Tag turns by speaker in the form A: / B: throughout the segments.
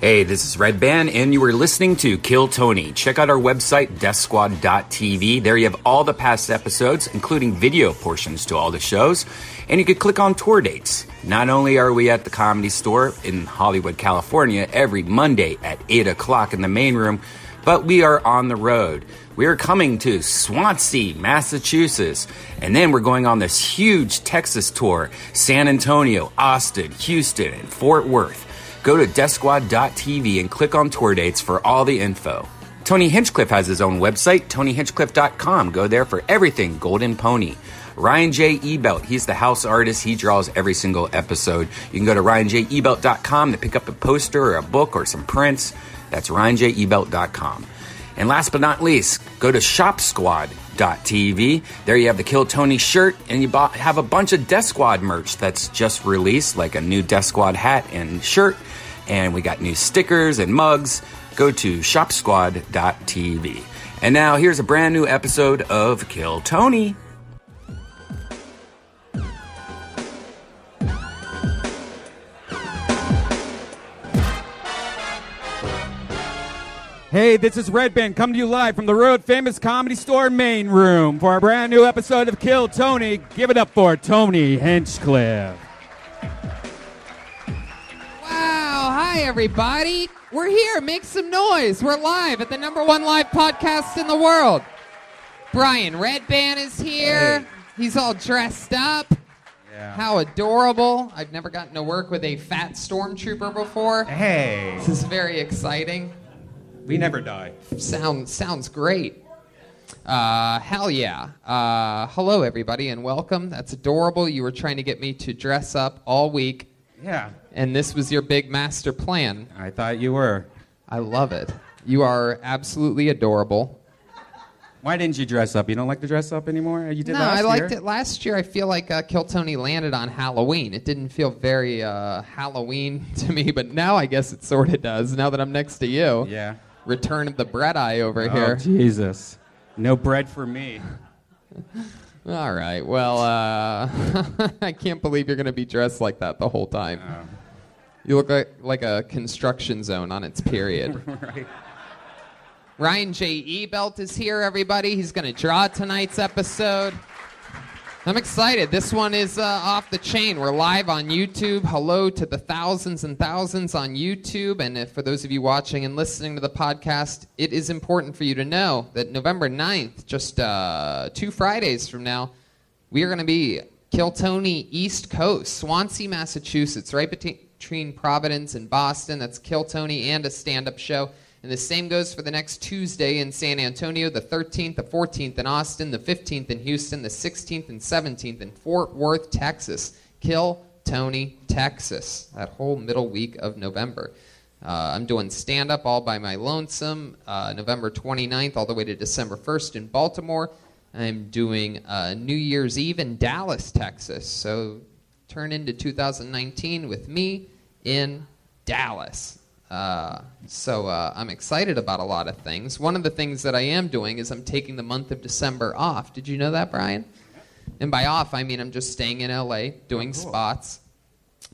A: Hey, this is Red Band, and you are listening to Kill Tony. Check out our website, deathsquad.tv. There you have all the past episodes, including video portions to all the shows, and you can click on tour dates. Not only are we at the Comedy Store in Hollywood, California, every Monday at 8 o'clock in the main room, but we are on the road. We are coming to Swansea, Massachusetts, and then we're going on this huge Texas tour San Antonio, Austin, Houston, and Fort Worth. Go to DeathSquad.tv and click on tour dates for all the info. Tony Hinchcliffe has his own website, TonyHinchcliffe.com. Go there for everything Golden Pony. Ryan J. Ebelt, he's the house artist. He draws every single episode. You can go to RyanJEbelt.com to pick up a poster or a book or some prints. That's RyanJEbelt.com. And last but not least, go to shopsquad.tv. There you have the Kill Tony shirt, and you bought, have a bunch of Death Squad merch that's just released, like a new Death Squad hat and shirt. And we got new stickers and mugs. Go to shopsquad.tv. And now here's a brand new episode of Kill Tony.
B: Hey, this is Red Band coming to you live from the Road Famous Comedy Store main room for a brand new episode of Kill Tony. Give it up for Tony Hinchcliffe.
C: Wow. Hi, everybody. We're here. Make some noise. We're live at the number one live podcast in the world. Brian Redban is here. He's all dressed up. How adorable. I've never gotten to work with a fat stormtrooper before.
B: Hey.
C: This is very exciting.
B: We never die.
C: Sounds sounds great. Uh, hell yeah. Uh, hello, everybody, and welcome. That's adorable. You were trying to get me to dress up all week.
B: Yeah.
C: And this was your big master plan.
B: I thought you were.
C: I love it. You are absolutely adorable.
B: Why didn't you dress up? You don't like to dress up anymore? You did
C: no,
B: last
C: I liked
B: year?
C: it last year. I feel like uh, Kill Tony landed on Halloween. It didn't feel very uh, Halloween to me, but now I guess it sort of does. Now that I'm next to you.
B: Yeah.
C: Return of the bread eye over
B: Oh,
C: here.
B: Jesus. No bread for me.
C: All right. Well, uh, I can't believe you're going to be dressed like that the whole time.
B: Oh.
C: You look like, like a construction zone on its period.
B: right.
C: Ryan J. E. Belt is here, everybody. He's going to draw tonight's episode. I'm excited. This one is uh, off the chain. We're live on YouTube. Hello to the thousands and thousands on YouTube. And if, for those of you watching and listening to the podcast, it is important for you to know that November 9th, just uh, two Fridays from now, we are going to be Kiltony East Coast, Swansea, Massachusetts, right bete- between Providence and Boston. That's Kiltony and a stand up show. And the same goes for the next Tuesday in San Antonio, the 13th, the 14th in Austin, the 15th in Houston, the 16th and 17th in Fort Worth, Texas. Kill Tony, Texas, that whole middle week of November. Uh, I'm doing stand up all by my lonesome uh, November 29th all the way to December 1st in Baltimore. I'm doing uh, New Year's Eve in Dallas, Texas. So turn into 2019 with me in Dallas. Uh, so uh, I'm excited about a lot of things. One of the things that I am doing is I'm taking the month of December off. Did you know that, Brian? And by off, I mean I'm just staying in LA doing spots.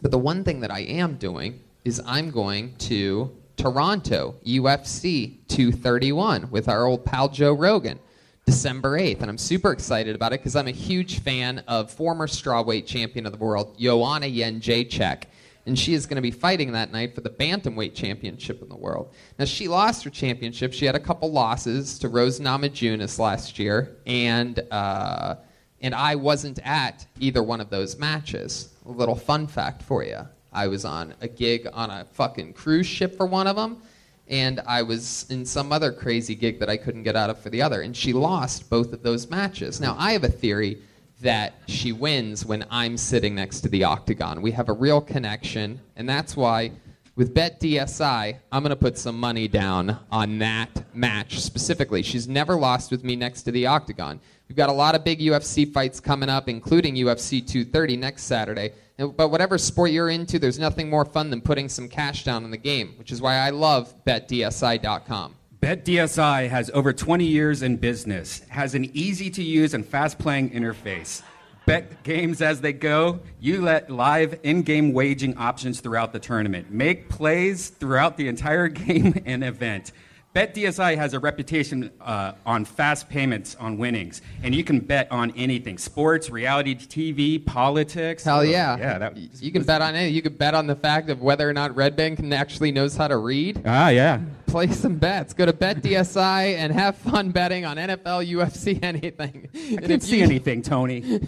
C: But the one thing that I am doing is I'm going to Toronto UFC 231 with our old pal Joe Rogan December 8th. And I'm super excited about it because I'm a huge fan of former strawweight champion of the world, Joanna Yen Jacek. And she is going to be fighting that night for the bantamweight championship in the world. Now, she lost her championship. She had a couple losses to Rose Namajunas last year. And. Uh, and I wasn't at either one of those matches. A little fun fact for you. I was on a gig on a fucking cruise ship for one of them, and I was in some other crazy gig that I couldn't get out of for the other. And she lost both of those matches. Now, I have a theory that she wins when I'm sitting next to the octagon. We have a real connection, and that's why with Bet DSI, I'm going to put some money down on that match specifically. She's never lost with me next to the octagon. We've got a lot of big UFC fights coming up, including UFC 230 next Saturday. And- But whatever sport you're into, there's nothing more fun than putting some cash down on the game, which is why I love BetDSI.com.
D: BetDSI has over 20 years in business, has an easy to use and fast playing interface.
A: bet games as they go. You let live in game waging options throughout the tournament. Make plays throughout the entire game and event. BetDSI has a reputation uh, on fast payments on winnings, and you can bet on anything sports, reality TV, politics.
C: Hell
A: Oh,
C: yeah.
A: Yeah, that,
C: you can bet on it. You can bet on the fact of whether or not Red Bank actually knows how to read.
A: ah, yeah.
C: Play some bets. Go to BetDSI and have fun betting on NFL, UFC, anything.
A: I can't see anything, Tony.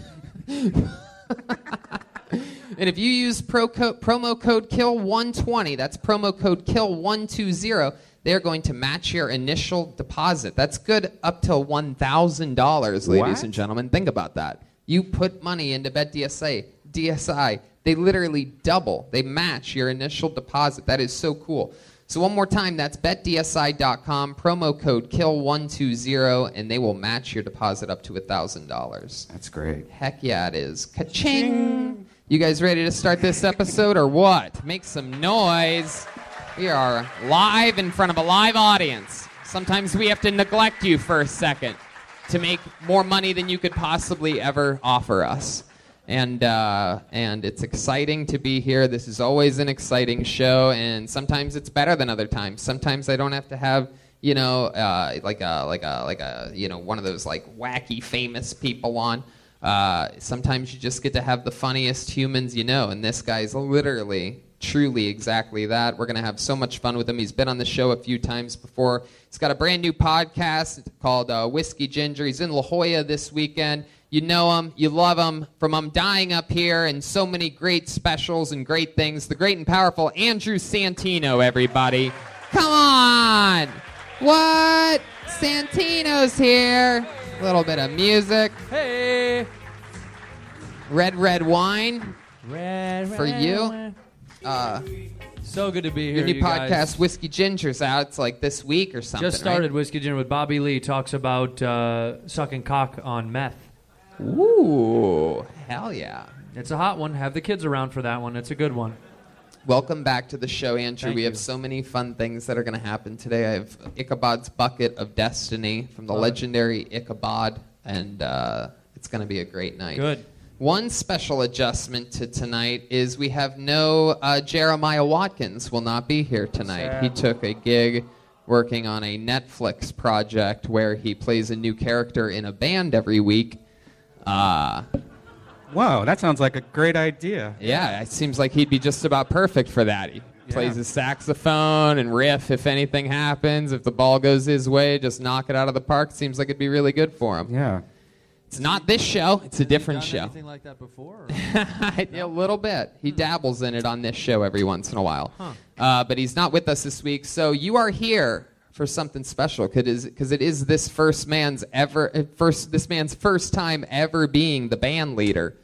C: And if you use pro co- promo code KILL120, that's promo code KILL120, they're going to match your initial deposit. That's good up to $1,000, ladies
A: What?
C: and gentlemen. Think about that. You put money into BetDSA, DSI, they literally double. They match your initial deposit. That is so cool. So one more time, that's betdsi.com, promo code KILL120, and they will match your deposit up to $1,000.
A: That's great.
C: Heck yeah, it is. Ka-ching! You guys ready to start this episode or what? Make some noise. We are live in front of a live audience. Sometimes we have to neglect you for a second to make more money than you could possibly ever offer us. And, uh, and it's exciting to be here. This is always an exciting show, and sometimes it's better than other times. Sometimes I don't have to have you know, uh, like a like a like a you know one of those like wacky famous people on. Uh, sometimes you just get to have the funniest humans you know, and this guy's literally, truly, exactly that. We're gonna have so much fun with him. He's been on the show a few times before. He's got a brand new podcast called uh, Whiskey Ginger. He's in La Jolla this weekend. You know him, you love him from I'm Dying Up Here and so many great specials and great things. The great and powerful Andrew Santino, everybody. Come on! What? Santino's here. A little bit of music.
E: Hey.
C: Red, red wine.
E: Red,
C: For
E: red
C: you?
E: wine.
C: Uh,
E: So good to be here.
C: your new
E: you guys.
C: podcast, Whiskey Ginger's out. It's like this week or something.
E: Just started
C: right?
E: Whiskey Gin with Bobby Lee. Talks about uh, sucking cock on meth.
C: Ooh, hell yeah.
E: It's a hot one. Have the kids around for that one. It's a good one.
C: Welcome back to the show, Andrew.
E: Thank
C: we have
E: you.
C: so many fun things that are going to happen today. I have Ichabod's Bucket of Destiny from the legendary Ichabod, and uh, it's going to be a great night.
E: Good.
C: One special adjustment to tonight is we have no uh, Jeremiah Watkins will not be here tonight. He took a gig working on a Netflix project where he plays a new character in a band every week. Uh,
A: Wow, that sounds like a great idea.
C: yeah, it seems like he'd be just about perfect for that. He plays his saxophone and riff if anything happens. If the ball goes his way, just knock it out of the park. Seems like it'd be really good for him.
A: Yeah.
C: It's not this show, it's a different show.
E: Anything like that before?
C: a little bit. He dabbles in it on this show every once in a while. Uh, but he's not with us this week, so you are here for something special because it is this first man's ever uh, first this man's first time ever being the band leader.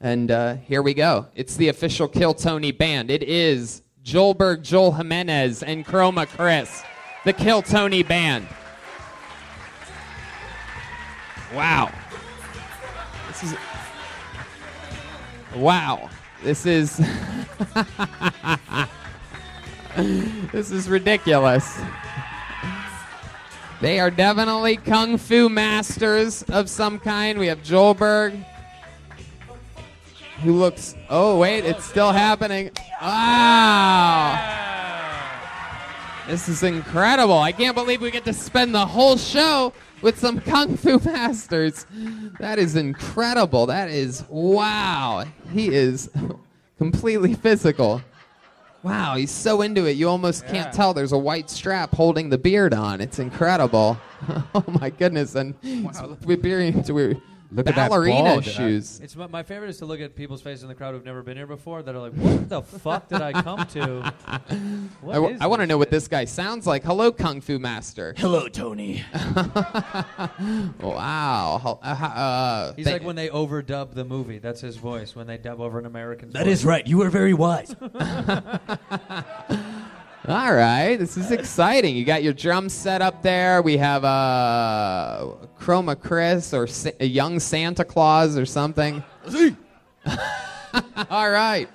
C: And uh, here we go. It's the official Kill Tony band. It is Joelberg, Joel Jimenez, and Chroma Chris, the Kill Tony band. Wow. This is Wow. This is This is ridiculous. They are definitely kung fu masters of some kind. We have Joelberg who looks Oh wait, it's still happening. Wow. This is incredible. I can't believe we get to spend the whole show with some kung fu masters. That is incredible. That is wow. He is completely physical. Wow, he's so into it. You almost can't tell there's a white strap holding the beard on. It's incredible. oh my goodness. And we're bearing to we're
A: Look at that uh,
C: ballerina
A: bulge.
C: shoes.
E: It's my, my favorite is to look at people's faces in the crowd who've never been here before that are like, "What the fuck did I come to?" What
C: I, w-
E: is
C: I want to
E: this
C: know what
E: shit?
C: this guy sounds like. Hello, Kung Fu Master.
F: Hello, Tony.
C: Wow. Hel- uh, uh, uh,
E: He's
C: thank-
E: like when they overdub the movie. That's his voice when they dub over an American.
F: That is right. You are very wise.
C: All right, this is exciting. You got your drum set up there. We have uh, Chroma Chris or Sa- a young Santa Claus or something. All right,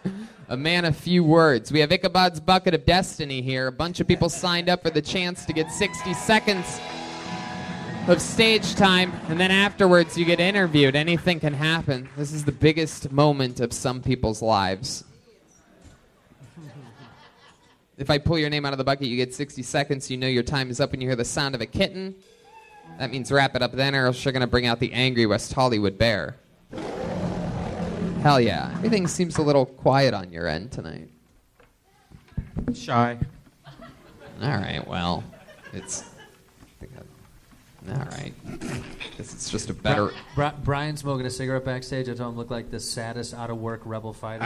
C: a man of few words. We have Ichabod's Bucket of Destiny here. A bunch of people signed up for the chance to get 60 seconds of stage time, and then afterwards you get interviewed. Anything can happen. This is the biggest moment of some people's lives. If I pull your name out of the bucket, you get 60 seconds. You know your time is up when you hear the sound of a kitten. That means wrap it up then, or else you're going to bring out the angry West Hollywood bear. Hell yeah. Everything seems a little quiet on your end tonight.
B: Shy.
C: All right, well, it's. I think I- All right. Guess it's just a better.
E: Bri- Brian smoking a cigarette backstage. I told him looked like the saddest out of work rebel fighter.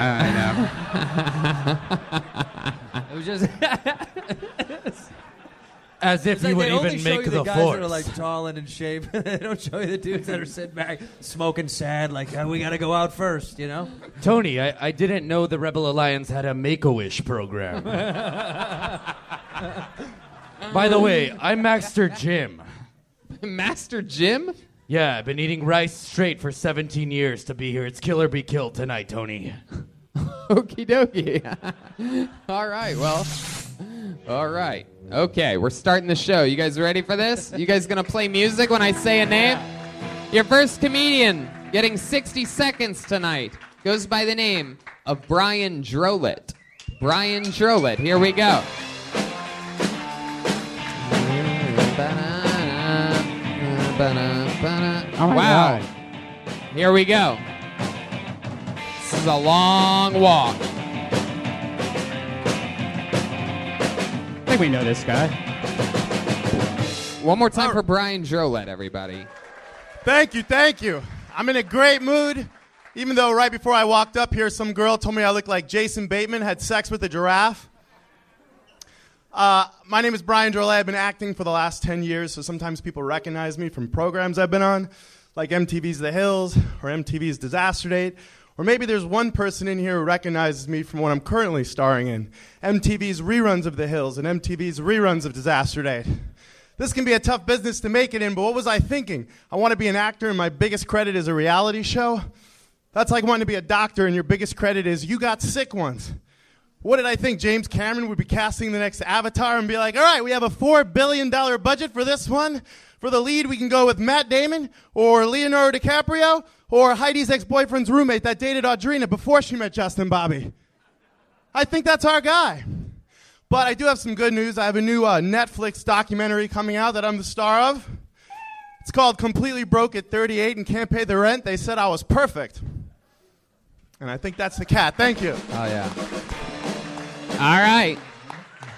E: it was just
F: As if
E: It's like
F: you would
E: they only
F: even
E: show
F: make
E: you
F: the,
E: the guys
F: force.
E: that are like tall and in shape. they don't show you the dudes that are sitting back smoking sad, like "Oh, we got to go out first, you know.
F: Tony, I, I didn't know the Rebel Alliance had a Make a Wish program. By the way, I'm Master Jim.
C: Master Jim?
F: Yeah, I've been eating rice straight for 17 years to be here. It's kill or be killed tonight, Tony.
C: Okie dokie. all right, well. All right. Okay, we're starting the show. You guys ready for this? You guys gonna play music when I say a name? Your first comedian getting 60 seconds tonight goes by the name of Brian Drolet. Brian Drolet, here we go. wow. Here we go. This is a long walk.
B: I think we know this guy.
C: One more time for Brian Drolet, everybody.
G: Thank you, thank you. I'm in a great mood, even though right before I walked up here, some girl told me I looked like Jason Bateman had sex with a giraffe. Uh, my name is Brian Drolet. I've been acting for the last 10 years, so sometimes people recognize me from programs I've been on, like MTV's The Hills or MTV's Disaster Date. Or maybe there's one person in here who recognizes me from what I'm currently starring in MTV's reruns of The Hills and MTV's reruns of Disaster Date. This can be a tough business to make it in, but what was I thinking? I want to be an actor, and my biggest credit is a reality show? That's like wanting to be a doctor, and your biggest credit is you got sick once. What did I think? James Cameron would be casting the next Avatar and be like, all right, we have a $4 billion budget for this one. For the lead, we can go with Matt Damon or Leonardo DiCaprio or Heidi's ex boyfriend's roommate that dated Audrina before she met Justin Bobby. I think that's our guy. But I do have some good news. I have a new uh, Netflix documentary coming out that I'm the star of. It's called Completely Broke at 38 and Can't Pay the Rent. They said I was perfect. And I think that's the cat. Thank you.
C: Oh, yeah. All right.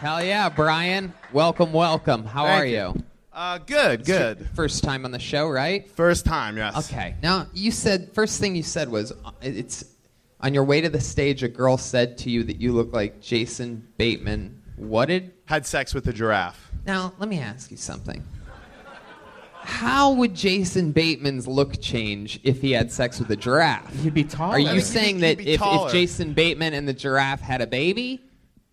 C: Hell yeah, Brian. Welcome, welcome. How
G: Thank
C: are
G: you.
C: you?
G: Uh, good, good.
C: First time on the show, right?
G: First time, yes.
C: Okay. Now, you said, first thing you said was, uh, it's on your way to the stage, a girl said to you that you look like Jason Bateman. What did
G: Had sex with a giraffe.
C: Now, let me ask you something. How would Jason Bateman's look change if he had sex with a giraffe?
B: He'd be tall.
C: Are
G: I
C: you
G: think he'd
C: saying
G: be-
C: that
G: he'd be
C: if, if
G: taller.
C: Jason Bateman and the giraffe had a baby,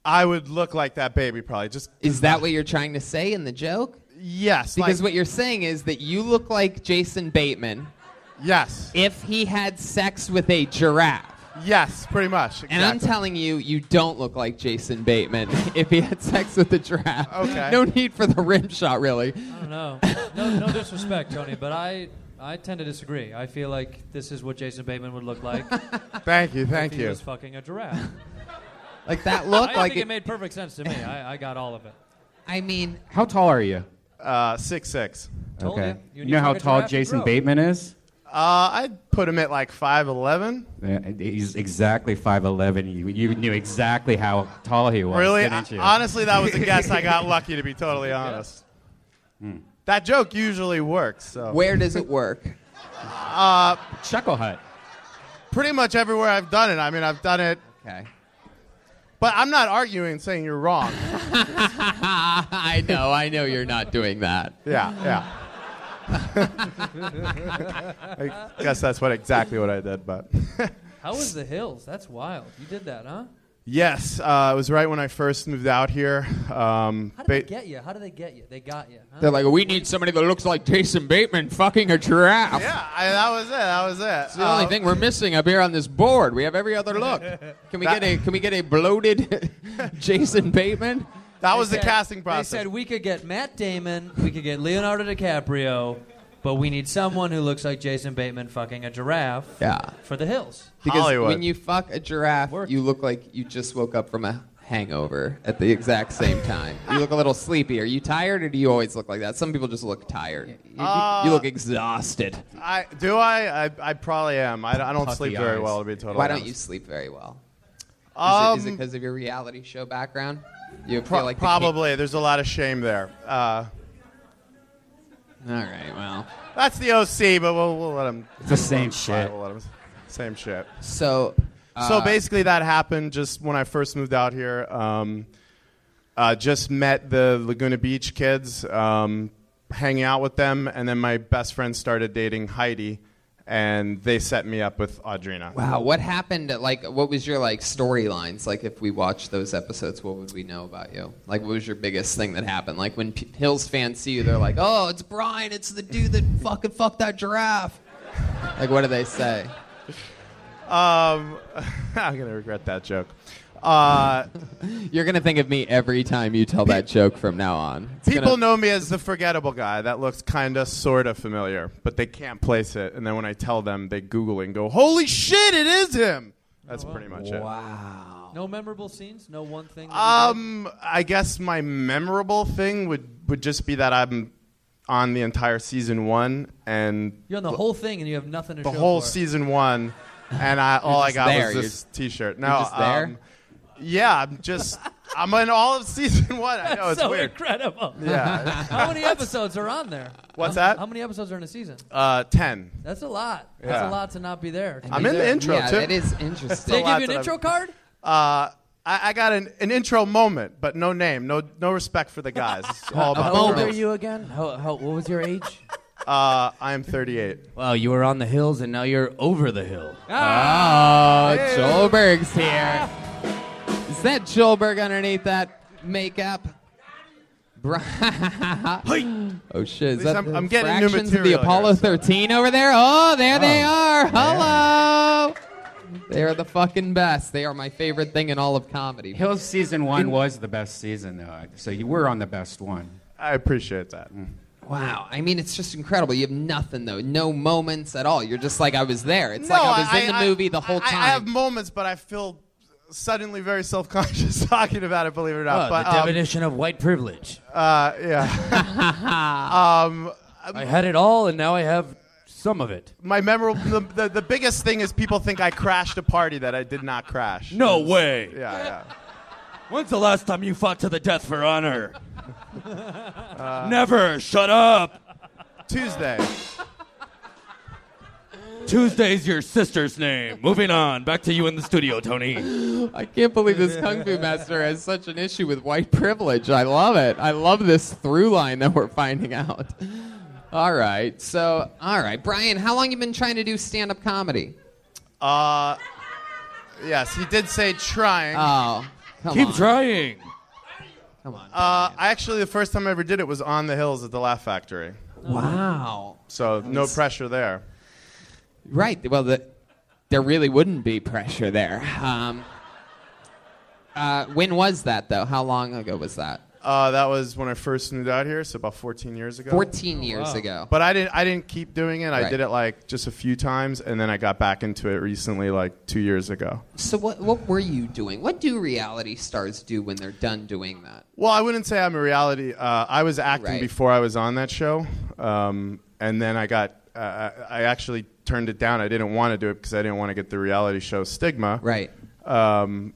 G: I would look like that baby probably. Just
C: is that what you're trying to say in the joke?
G: yes,
C: Because
G: like,
C: what you're saying is that you look like Jason Bateman
G: yes,
C: if he had sex with a giraffe.
G: yes, pretty much.
C: And I'm
G: exactly.
C: telling you, you don't look like Jason Bateman if he had sex with a giraffe.
G: Okay. Uh,
C: No need for the rim shot, really.
E: I don't know. No, no disrespect, Tony, but I, I tend to disagree. I feel like this is what Jason Bateman would look like
G: Thank you,
E: if
G: thank
E: he
G: you.
E: was fucking a giraffe.
C: Like that look,
E: I
C: like
E: think it, made perfect sense to me. I, I got all of it.
C: I mean,
B: How tall are you?
G: Uh, six six.
E: Told
B: okay.
E: you.
B: You,
E: You need
B: know
E: to
B: how
E: get a
B: tall
E: giraffe to
B: Jason
E: grow.
B: Bateman is?
G: Uh, I'd put him at like five eleven.
B: Uh, He's exactly 5'11. You, you knew exactly how tall he was.
G: Really?
B: Didn't you?
G: I- honestly, that was a guess I got lucky, to be totally honest.
B: Hmm.
G: That joke usually works. So. Uh,
C: where does it work?
B: Chuckle Hut.
G: Pretty much everywhere I've done it. I mean, I've done it,
C: Okay.
G: but I'm not arguing and saying you're wrong.
C: I know, I know you're not doing that.
G: yeah, yeah. I guess that's what exactly what I did, but.
E: How was the hills? That's wild. You did that, huh?
G: yes, uh, it was right when I first moved out here. Um,
E: How did
G: ba-
E: they get you? How did they get you? They got you. Huh?
C: They're like, we need somebody that looks like Jason Bateman fucking a giraffe.
G: yeah, I, that was it. That was it.
C: It's the
G: Uh,
C: only thing we're missing up here on this board. We have every other look. Can we get a can we get a bloated Jason Bateman?
G: That
E: They
G: was the
E: said-
G: casting process.
E: They said we could get Matt Damon, we could get Leonardo DiCaprio, but we need someone who looks like Jason Bateman fucking a giraffe
C: Yeah.
E: for the hills.
C: Because
G: Hollywood.
C: when you fuck a giraffe,
E: Work.
C: you look like you just woke up from a hangover at the exact same time. you look a little sleepy. Are you tired, or do you always look like that? Some people just look tired. You, you look exhausted.
G: uh, I, do I? I, I probably am. I, I don't
B: Puffy
G: sleep very
B: eyes.
G: well, to be totally
C: Why don't you
G: honest.
C: sleep very well?
G: Um,
C: Is it because of your reality show background? You
G: pro-
C: feel like the
G: probably. There's a lot of shame there. Uh,
C: king- All right. Well,
G: that's the OC, but we'll, we'll let him.
B: It's the same shit.
G: We'll let him. Same shit.
C: so. Uh,
G: so basically, that happened just when I first moved out here. Um, uh, just met the Laguna Beach kids, um, hanging out with them, and then my best friend started dating Heidi, and they set me up with Audrina.
C: Wow, what happened? Like, what was your like storylines? Like, if we watched those episodes, what would we know about you? Like, what was your biggest thing that happened? Like, when P- Hills fans see you, they're like, "Oh, it's Brian! It's the dude that fucking fucked that giraffe." Like, what do they say?
G: Um, I'm gonna regret that joke. Uh,
C: You're gonna think of me every time you tell that joke from now on. It's
G: People
C: gonna-
G: know me as the forgettable guy. That looks kind of, sort of familiar, but they can't place it. And then when I tell them, they Google and go, holy shit, it is him. That's pretty much
C: Wow.
E: No memorable scenes, no one thing.
G: it. Um, I guess my memorable thing would, would just be that I'm on the entire season one and
E: you're on the whole thing and you have nothing to
G: the
E: show
G: whole
E: for. it.
G: season one, and I, all I
C: just
G: got
C: there.
G: was
C: You're-
G: this T-shirt. No,
C: just there?
G: um, yeah, I'm just I'm in all of season one. I know it's
E: so
G: weird.
E: incredible.
G: Yeah,
E: How many episodes are on there?
G: What's
E: How-
G: that?
E: How many episodes are in a season?
G: uh, ten.
E: That's a lot. That's a
G: Yeah.
E: lot to not be there. To
G: I'm
E: be
G: in the
E: there.
G: intro
C: yeah,
G: too.
C: that is
E: They
C: interesting.
G: lot
E: give you an
G: that
E: intro
G: I'm-
E: card.
G: Uh, I, I got an, an intro moment, but no name, no no respect for the guys. It's all about
F: How
G: the
F: old are
G: girls.
F: you again? How, how, what was your age?
G: Uh, I am 38.
F: Wow, you were on the hills and now you're over the hill.
C: Ah,
G: Ah,
C: Oh, Joel Berg's here. Is that Joel Berg underneath that makeup? Bri- oh shit! Is
G: least
C: that
G: I'm-
C: the
G: I'm getting new
C: fractions of the
G: material here,
C: Apollo
G: so-
C: 13 over there? Oh, there they are! Hello. They are the fucking best. They are my favorite thing in all of comedy.
A: Hills season one was the best season, though. So you were on the best one.
G: I appreciate that. Mm.
C: Wow. I mean, it's just incredible. You have nothing though, no moments at all. You're just like I was there. It's like I was in the movie the whole
G: I-
C: time.
G: I, have moments, but I feel suddenly very self-conscious talking about it. Believe it or
F: Oh,
G: not, but
F: the
G: um,
F: definition of white privilege.
G: uh, yeah. um,
F: I had it all and now I have some of it.
G: my memorable, the, the, the biggest thing is people think I crashed a party that I did not crash.
F: No way.
G: Yeah,
F: When's the last time you fought to the death for honor? Never. Shut up.
G: yeah. Uh, Tuesday.
F: Tuesday's your sister's name. Moving on. Back to you in the studio, Tony.
C: I can't believe this Kung Fu Master has such an issue with white privilege. I love it. I love this through line that we're finding out. All right. So, all right. Brian, how long you been trying to do stand-up comedy?
G: Uh, yes, he did say trying.
C: Oh, come
F: Keep
C: on.
F: trying.
C: Come on.
G: Uh, I actually, the first time I ever did it was on the hills at the Laugh Factory.
C: wow.
G: So no pressure there.
C: Right. Well, the, there really wouldn't be pressure there. Um, uh, when was that, though? How long ago was that?
G: Uh, that was when I first moved out here, so about 14 years ago.
C: 14 years ago.
G: But I didn't. I didn't keep doing it. I
C: Right.
G: did it like just a few times, and then I got back into it recently, like two years ago.
C: So, what, what were you doing? What do reality stars do when they're done doing that?
G: Well, I wouldn't say I'm a reality. Uh, I was acting
C: Right.
G: before I was on that show, um, and then I got. Uh, I I actually turned it down. I didn't want to do it because I didn't want to get the reality show stigma.
C: Right.
G: Um,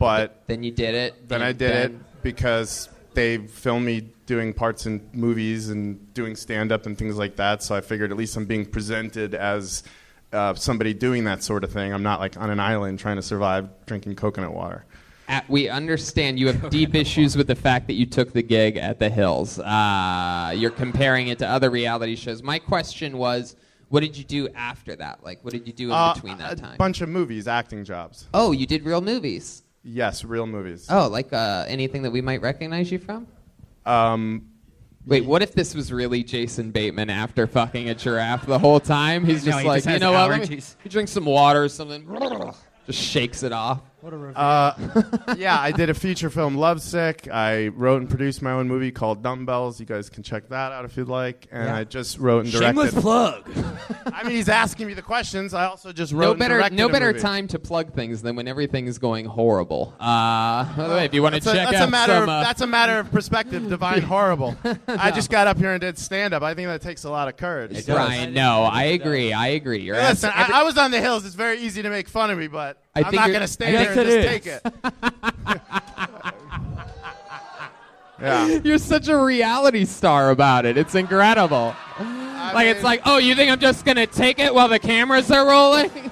G: but
C: Then you did it.
G: Then I
C: and
G: did it because they filmed me doing parts in movies and doing stand up and things like that. So I figured at least I'm being presented as uh, somebody doing that sort of thing. I'm not like on an island trying to survive drinking coconut water.
C: At- we understand you have deep issues with the fact that you took the gig at the Hills. Uh, you're comparing it to other reality shows. My question was, what did you do after that? Like, what did you do in
G: Uh,
C: between that
G: a
C: time?
G: bunch of movies, acting jobs.
C: oh, you did real movies.
G: Yes, real movies.
C: Oh, like uh, anything that we might recognize you from?
G: Um,
C: Wait, what if this was really Jason Bateman after fucking a giraffe the whole time? He's
A: No,
C: just
A: he
C: like,
A: just
C: you
A: has
C: know what? let me-
A: allergies."
C: He drinks some water or something, just shakes it off.
E: What a review.
G: Uh, yeah, I did a feature film, Lovesick. I wrote and produced my own movie called Dumbbells. You guys can check that out if you'd like. And
E: Yeah.
G: I just wrote and directed.
F: Shameless plug.
G: I mean, he's asking me the questions. I also just wrote.
C: No
G: and
C: better,
G: directed
C: no
G: a
C: better
G: movie.
C: time to plug things than when everything's going horrible. Uh, by the way, if you want to
G: That's, a,
C: check
G: that's
C: out
G: a matter.
C: some,
G: of,
C: uh,
G: that's a matter of perspective. Divine horrible. I just got up here and did stand up. I think that takes a lot of courage.
E: does.
C: Brian, no, I agree, I agree. You're
G: Hey, Listen,
C: asking every-
G: I, I was on the hills. It's very easy to make fun of me, but
C: I
G: I'm
C: think
G: not
C: you're-
G: going to stand
F: Yes,
G: here and
F: it
G: just take
F: is.
G: it. yeah.
C: You're such a reality star about it. It's incredible.
G: I
C: Like it's
G: mean,
C: like, oh, you think I'm just gonna take it while the cameras are rolling?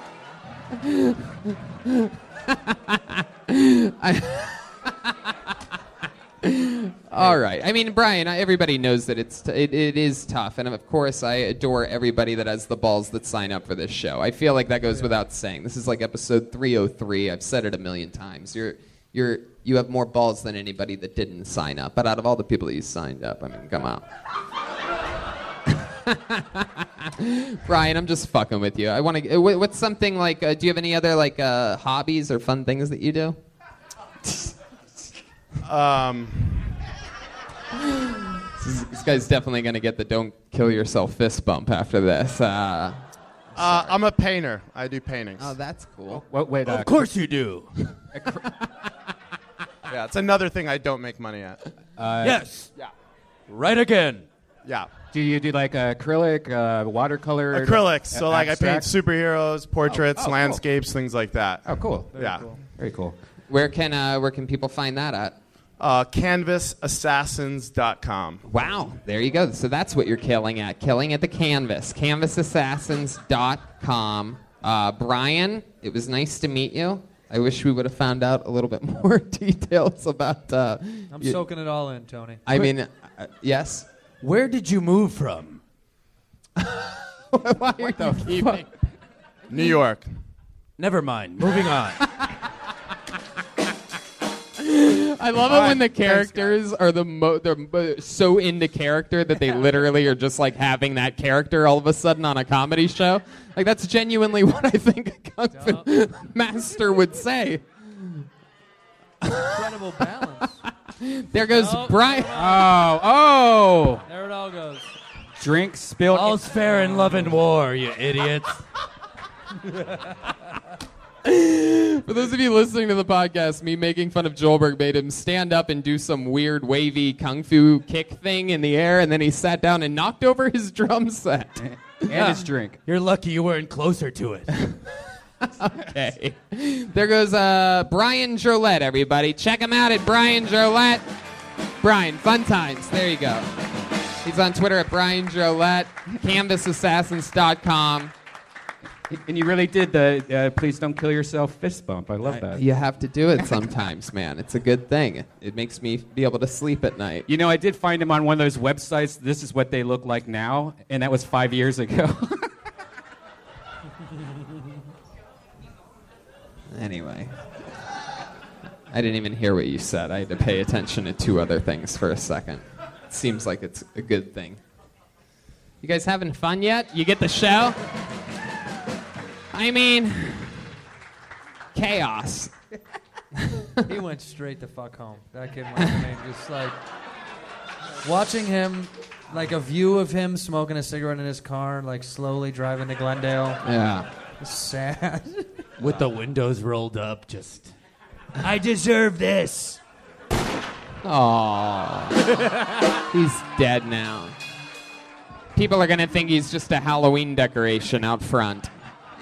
C: I- All right. I mean, Brian, I- everybody knows that it's t- it, it is tough, and of course, I adore everybody that has the balls that sign up for this show. I feel like that goes without saying. This is like episode 303. I've said it a million times. You're you're you have more balls than anybody that didn't sign up. But out of all the people that you signed up, I mean, come on. Brian, I'm just fucking with you. I want to. What's something like? Uh, do you have any other like uh, hobbies or fun things that you do? This, is- this guy's definitely gonna get the "don't kill yourself" fist bump after this. Uh,
G: uh, I'm a painter. I do paintings.
C: oh, that's cool.
B: What, wait, uh,
F: Of course you do.
G: yeah, it's another thing I don't make money at.
F: yes. Right again.
G: Yeah.
B: do you do like acrylic, uh, watercolor?
G: Acrylics. So
B: a-
G: like I paint
B: abstract?
G: superheroes, portraits,
B: Oh, oh, cool.
G: landscapes, things like that.
B: Oh, cool. Very
G: Yeah.
B: cool. Very cool.
C: Where can uh, where can people find that at?
G: Uh, canvasassassins.com.
C: Wow, there you go. So that's what you're killing at. Killing at the canvas. Canvasassassins.com. Uh, Brian, it was nice to meet you. I wish we would have found out a little bit more details about. Uh,
E: I'm
C: you-
E: soaking it all in, Tony.
C: I mean, uh, yes.
F: Where did you move from?
C: Why are you keeping?
G: New York.
F: Never mind. Moving on.
C: I love it when the characters are the mo- they're mo- so into character that they literally are just like having that character all of a sudden on a comedy show. Like that's genuinely what I think a kung fu master would say.
E: Incredible balance.
C: There goes
E: Oh,
C: Brian.
B: Oh, oh!
E: there it all goes.
B: Drink spilled.
F: All's fair in love and war, you idiots.
C: For those of you listening to the podcast, me making fun of Joelberg made him stand up and do some weird wavy kung fu kick thing in the air, and then he sat down and knocked over his drum set.
B: and his drink.
F: You're lucky you weren't closer to it.
C: Okay. There goes uh, Brian Jolette, everybody. Check him out at Brian Jolette. Brian, fun times. There you go. He's on Twitter at Brian Jolette, canvasassassins.com.
B: And you really did the uh, please don't kill yourself fist bump. I love that.
C: You have to do it sometimes, man. It's a good thing. It makes me be able to sleep at night.
B: You know, I did find him on one of those websites. This is what they look like now, and that was five years ago.
C: Anyway. I didn't even hear what you said. I had to pay attention to two other things for a second. It seems like it's a good thing. You guys having fun yet? You get the show? I mean, chaos.
E: He went straight the fuck home. That kid went I mean, just like watching him, like a view of him smoking a cigarette in his car, like slowly driving to Glendale.
C: Yeah.
E: It's sad.
F: With the windows rolled up, just. I deserve this.
C: Aww. he's dead now. People are going to think he's just a Halloween decoration out front.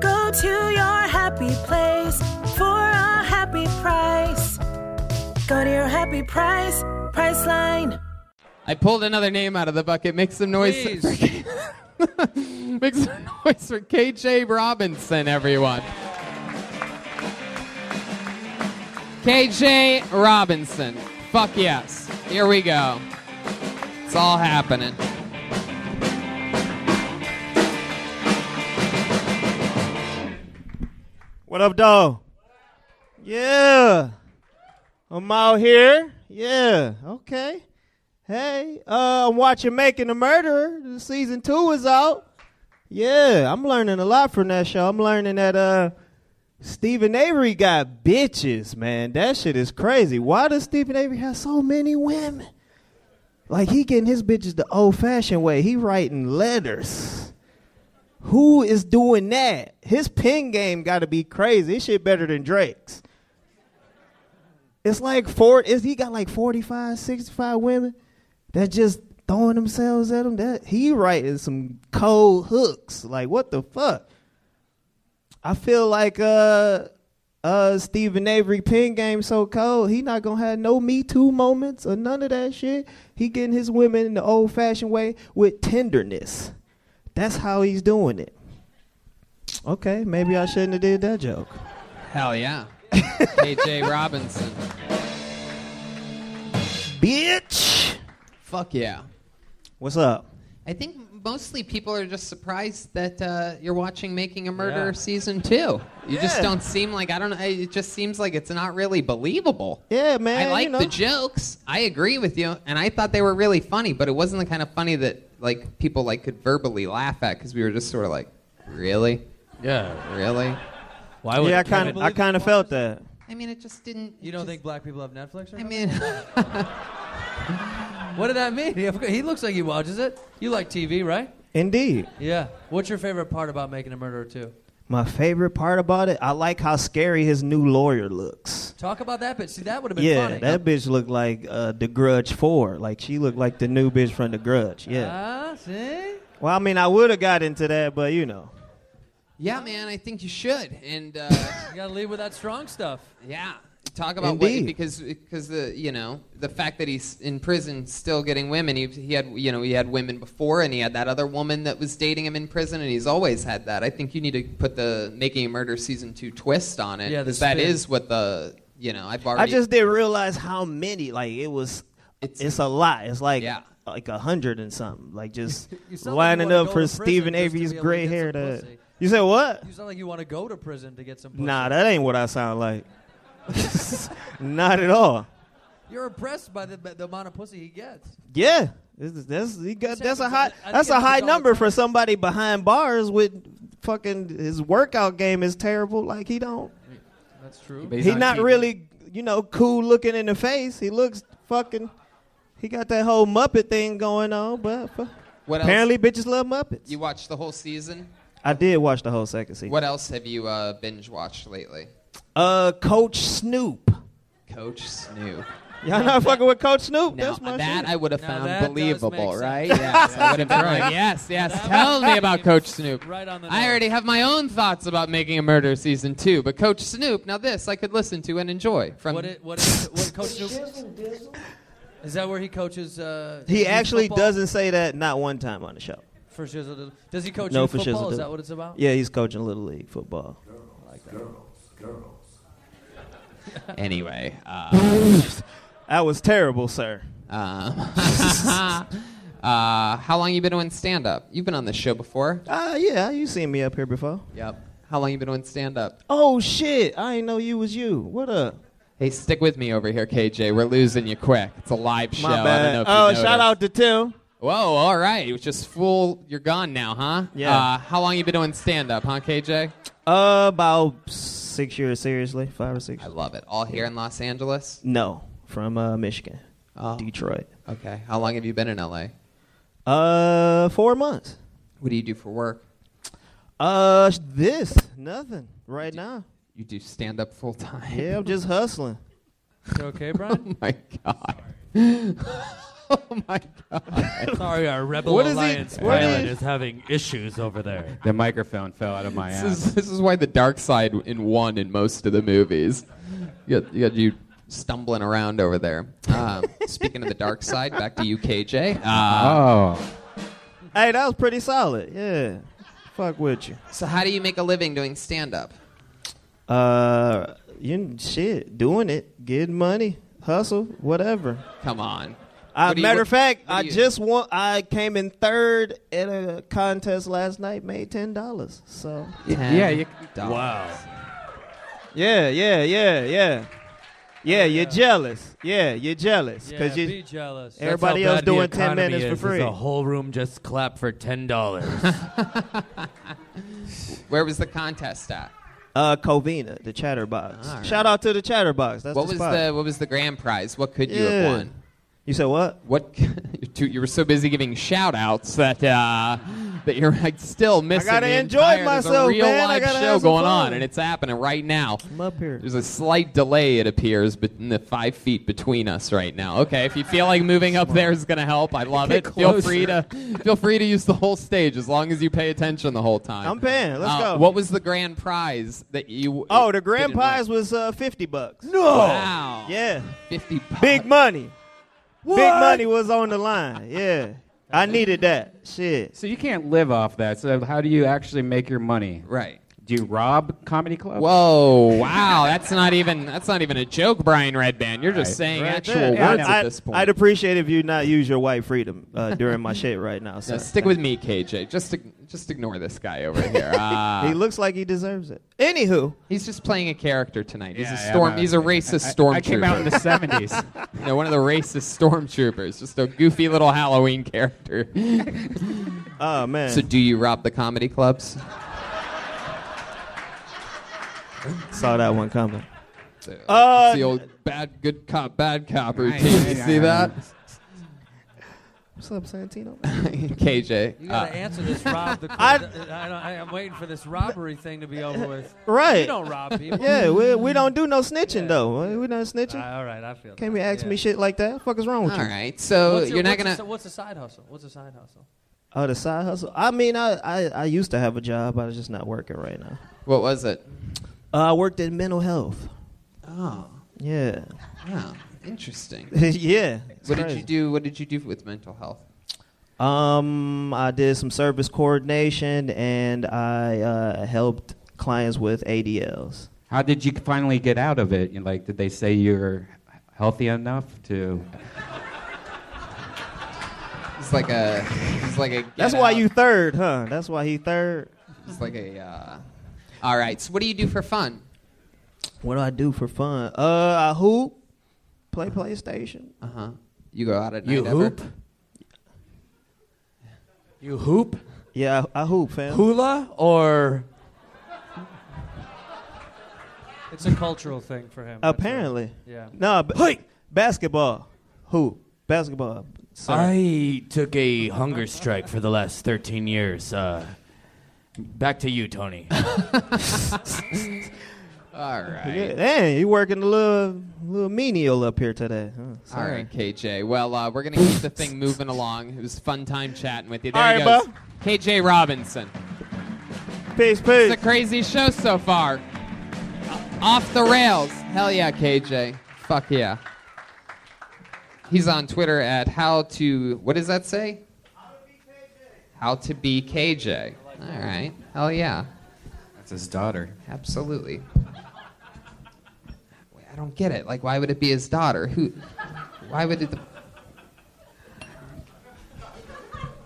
H: Go to your happy place for a happy price. Go to your happy price, price line.
C: I pulled another name out of the bucket. Make some noise.
E: Please.
C: Make some noise for KJ Robinson, everyone. KJ Robinson, Fuck yes. Here we go. It's all happening.
I: What up, dog? Yeah. I'm out here. Yeah. Okay. Hey, uh, I'm watching Making a Murderer. Season two is out. Yeah, I'm learning a lot from that show. I'm learning that uh Stephen Avery got bitches, man. That shit is crazy. Why does Stephen Avery have so many women? Like he getting his bitches the old fashioned way. He writing letters. Who is doing that? His pen game got to be crazy. This shit better than Drake's. It's like four. Is he got like 45, 65 women that just throwing themselves at him? That he writing some cold hooks. Like what the fuck? I feel like uh uh Stephen Avery pen game so cold. He not gonna have no Me Too moments or none of that shit. He getting his women in the old fashioned way with tenderness. That's how he's doing it. Okay, maybe I shouldn't have did that joke.
C: Hell yeah. KJ Robinson.
I: Bitch.
C: Fuck yeah.
I: What's up?
C: I think mostly people are just surprised that uh, you're watching Making a Murderer season two. You just
I: Yeah.
C: don't seem like I don't know. It just seems like it's not really believable.
I: Yeah, man.
C: I like
I: you know.
C: the jokes. I agree with you, and I thought they were really funny, but it wasn't the kind of funny that like people like could verbally laugh at because we were just sort of like, really?
E: Yeah.
C: Really?
E: Why
I: yeah, I kind of I kind of felt that.
C: I mean, it just didn't.
E: You don't think black people have Netflix? Or
C: I mean,
E: what did that mean? He looks like he watches it. You like TV, right?
I: Indeed.
E: Yeah. What's your favorite part about making a murderer too?
I: My favorite part about it, I like how scary his new lawyer looks.
E: Talk about that bit. See, that would have been
I: Yeah,
E: funny.
I: that bitch looked like uh, the Grudge Four. Like she looked like the new bitch from the Grudge. Yeah.
E: Ah, see.
I: well, I mean, I would have got into that, but you know,
C: yeah, man. I think you should. And uh,
E: You gotta leave with that strong stuff.
C: Yeah. Talk about what
I: Indeed.
C: because because the you know the fact that he's in prison still getting women he, he had you know he had women before and he had that other woman that was dating him in prison and he's always had that I think you need to put the making a murder season two twist on it
E: Yeah, the
C: 'cause that
E: spin.
C: is what the you know I've already
I: I just didn't realize how many. Like it was,
C: It's-
I: it's, a lot. It's like
C: Yeah.
I: like a hundred and something. Like just
E: You sound like you
I: lining
E: wanna
I: up
E: go
I: for
E: to prison just
I: Stephen
E: to
I: Avery's
E: be able to
I: gray
E: get some
I: hair. To
E: pussy.
I: you said what?
E: You sound like you want to go to prison to get some. Pussy.
I: Nah, that ain't what I sound like. Not at all.
E: You're impressed by the, the amount of pussy he gets.
I: Yeah, this is- that's he got,
E: This
I: that's a high
E: happens- I- I
I: that's
E: think it
I: a
E: happens
I: high
E: all the
I: number for
E: time.
I: somebody behind bars with fucking his workout game is terrible. Like he don't
E: That's true.
I: he not really you know cool looking in the face. He looks fucking he got that whole Muppet thing going on, but fu-
C: what
I: apparently
C: else
I: bitches love Muppets.
C: you watched the whole season
I: I did watch the whole second season.
C: what else have you uh, binge watched lately
I: Uh, Coach Snoop.
C: Coach Snoop
I: Y'all not fucking with Coach Snoop?
C: Now
I: that's my
C: that
I: shit.
C: I would have
E: Now that
C: found
E: does make
C: believable,
E: sense.
C: right? Yes, I would have been like, yes, yes. Tell me about Coach Snoop.
E: Right on the
C: I
E: nose.
C: already have my own thoughts about making a murder season two, but Coach Snoop. Now this I could listen to and enjoy. From
E: What it, what is, what coach Snoop? Is that where he coaches? Uh,
I: he
E: youth
I: actually
E: football?
I: doesn't say that not one time on the show.
E: For shizzle dizzle. Does he coach
I: No,
E: youth
I: for shizzle
E: football? Is
I: dizzle.
E: that what it's about?
I: Yeah, he's coaching little league football.
C: anyway, uh,
I: That was terrible, sir.
C: um, uh, how long you been doing stand up? You've been on this show before.
I: Uh, yeah, you seen me up here before.
C: Yep. How long you been doing stand up?
I: Oh shit, I ain't know you was you. What up?
C: Hey, stick with me over here, KJ. We're losing you quick. It's a live show.
I: My
C: I don't
I: bad.
C: know if you
I: oh,
C: noticed.
I: shout out to Tim.
C: Whoa, all right. It was just full. You're gone now, huh?
I: Yeah.
C: Uh, how long you been doing stand up, huh, KJ?
I: Uh, about six years, seriously, five or six.
C: I love it. All here in Los Angeles?
I: No, from uh, Michigan,
C: Oh.
I: Detroit.
C: Okay. How long have you been in LA?
I: Uh, four months.
C: What do you do for work?
I: Uh, sh- this nothing right now.
C: You do stand up full time.
I: Yeah, I'm just hustling.
E: You okay, Brian?
C: Oh my god. oh my god.
E: Sorry, our Rebel
I: What is he-
E: Alliance
I: what
E: pilot
F: Island
I: is-
F: is having issues over there.
B: The microphone fell out of my
C: This
B: ass.
C: is, this is why the dark side in one in most of the movies. You got you, got you stumbling around over there. Um, speaking of the dark side, back to you, KJ. Uh,
B: oh,
I: Hey, that was pretty solid. Yeah, fuck with you.
C: so, how do you make a living doing stand up?
I: Uh, you shit doing it, getting money, hustle, whatever.
C: Come on.
I: Uh,
C: What do you-
I: matter
C: what-
I: of fact,
C: what do
I: I
C: you-
I: just won. I came in third at a contest last night. Made ten dollars. So
B: yeah, you,
I: wow. Yeah, yeah, yeah, yeah. Yeah, you're jealous. Yeah, you're jealous because
E: Yeah,
I: you
E: be jealous.
F: That's
I: Everybody
F: how
I: else
F: bad the
I: doing ten
F: economy
I: minutes
F: is,
I: for
F: is
I: free.
F: The whole room just clapped for ten dollars.
C: Where was the contest at?
I: Uh, Covina, the Chatterbox.
C: All right.
I: Shout out to the Chatterbox. That's
C: what
I: the
C: was
I: spot.
C: the what was the grand prize? What could you have
I: Yeah.
C: won?
I: You said what?
C: What? Dude, you were so busy giving shout outs that uh, that you're like still missing.
I: gotta
C: the
I: enjoy
C: entire- There's
I: myself,
C: a real
I: man. I
C: live
I: gotta
C: show
I: have some
C: going on,
I: fun.
C: and it's happening right now. I'm
I: up here.
C: There's a slight delay, it appears, but in the five feet between us right now. Okay, if you feel like moving up there is gonna help, I love
I: Get
C: it. Feel
I: closer.
C: free to feel free to use the whole stage as long as you pay attention the whole time.
I: I'm paying. Let's
C: Uh,
I: go.
C: What was the grand prize that you?
I: Oh, the grand
C: didn't win?
I: prize was uh, fifty bucks.
C: No. Wow.
I: Yeah.
C: Fifty. bucks.
I: Big money. Big
C: What?
I: money was on the line. Yeah. I needed that. Shit.
B: So you can't live off that. So how do you actually make your money?
C: Right.
B: Do you rob comedy clubs?
C: Whoa! Wow, that's not even that's not even a joke, Brian Redband. You're just
B: Right.
C: saying
B: Right
C: actual
I: Yeah,
C: words
I: I'd,
C: at
I: I'd-
C: this point.
I: I'd appreciate if you not use your white freedom uh, during my shit right now.
C: Now,
I: sir.
C: stick with me, KJ. Just ig- just ignore this guy over here. Uh,
I: he looks like he deserves it. Anywho,
C: he's just playing a character tonight. He's
I: Yeah,
C: a
I: yeah,
C: storm.
I: no,
C: he's a racist
I: I-
C: stormtrooper.
I: I came out in the 70s.
C: you know, one of the racist stormtroopers. Just a goofy little Halloween character.
I: Oh man.
C: So, do you rob the comedy clubs?
I: Saw that one coming.
C: Uh, it's the old bad good cop bad cop routine. You see that,
I: What's up, Santino?
C: KJ?
E: You gotta
C: uh,
E: answer this rob. The, I,
I: I-
E: I, don't- I, am waiting for this robbery thing to be over with.
I: Right.
E: You don't rob people.
I: Yeah, we, we don't do no snitching though. We don't snitching.
E: all right, I feel.
I: Can't be asking me shit like that. fuck is wrong with
C: All
I: you?
C: right, so
E: What's a-
C: you're not
E: what's a
C: gonna.
E: si- what's a side hustle? What's a side hustle?
I: Oh, the side hustle. I mean, I, I, I used to have a job. I was just not working right now.
C: What was it?
I: Uh, I worked in mental health.
C: Oh,
I: Yeah.
C: wow, interesting.
I: Yeah, it's
C: What did
I: crazy.
C: you do? What did you do with mental health?
I: Um, I did some service coordination and I uh, helped clients with ADLs.
B: How did you finally get out of it? You know, Like, did they say you're healthy enough to?
C: It's like a. It's like a. get
I: That's why
C: out.
I: you third, huh? That's why he third.
C: It's like a. Uh, all right. So what do you do for fun?
I: What do I do for fun? Uh, I hoop, play PlayStation.
C: Uh huh. You go out at
I: Uh-huh. You
C: night.
I: hoop?
C: Ever?
F: You hoop,
I: Yeah, I, I hoop, fam.
F: hula, or
E: It's a cultural thing for him. That's
I: Apparently.
E: a- yeah.
I: No, b- basketball. Hoop. Basketball.
F: I
I: Sorry.
F: took a hunger strike for the last thirteen years. Uh, back to you, Tony.
C: All right.
I: Yeah, Dang, you working a little, little menial up here today. Huh?
C: All
I: Sorry.
C: right, KJ. Well, uh, we're gonna keep the thing moving along. It was a fun time chatting with you. There
I: All
C: he
I: right,
C: goes. KJ Robinson.
I: Peace, peace.
C: It's a crazy show so far. Uh, Off the rails. Hell yeah, KJ. Fuck yeah. He's on Twitter at how to what does that say? How to be KJ. All right. Hell yeah.
B: That's his daughter.
C: Absolutely. Wait, I don't get it. Like, why would it be his daughter? Who? Why would it? The...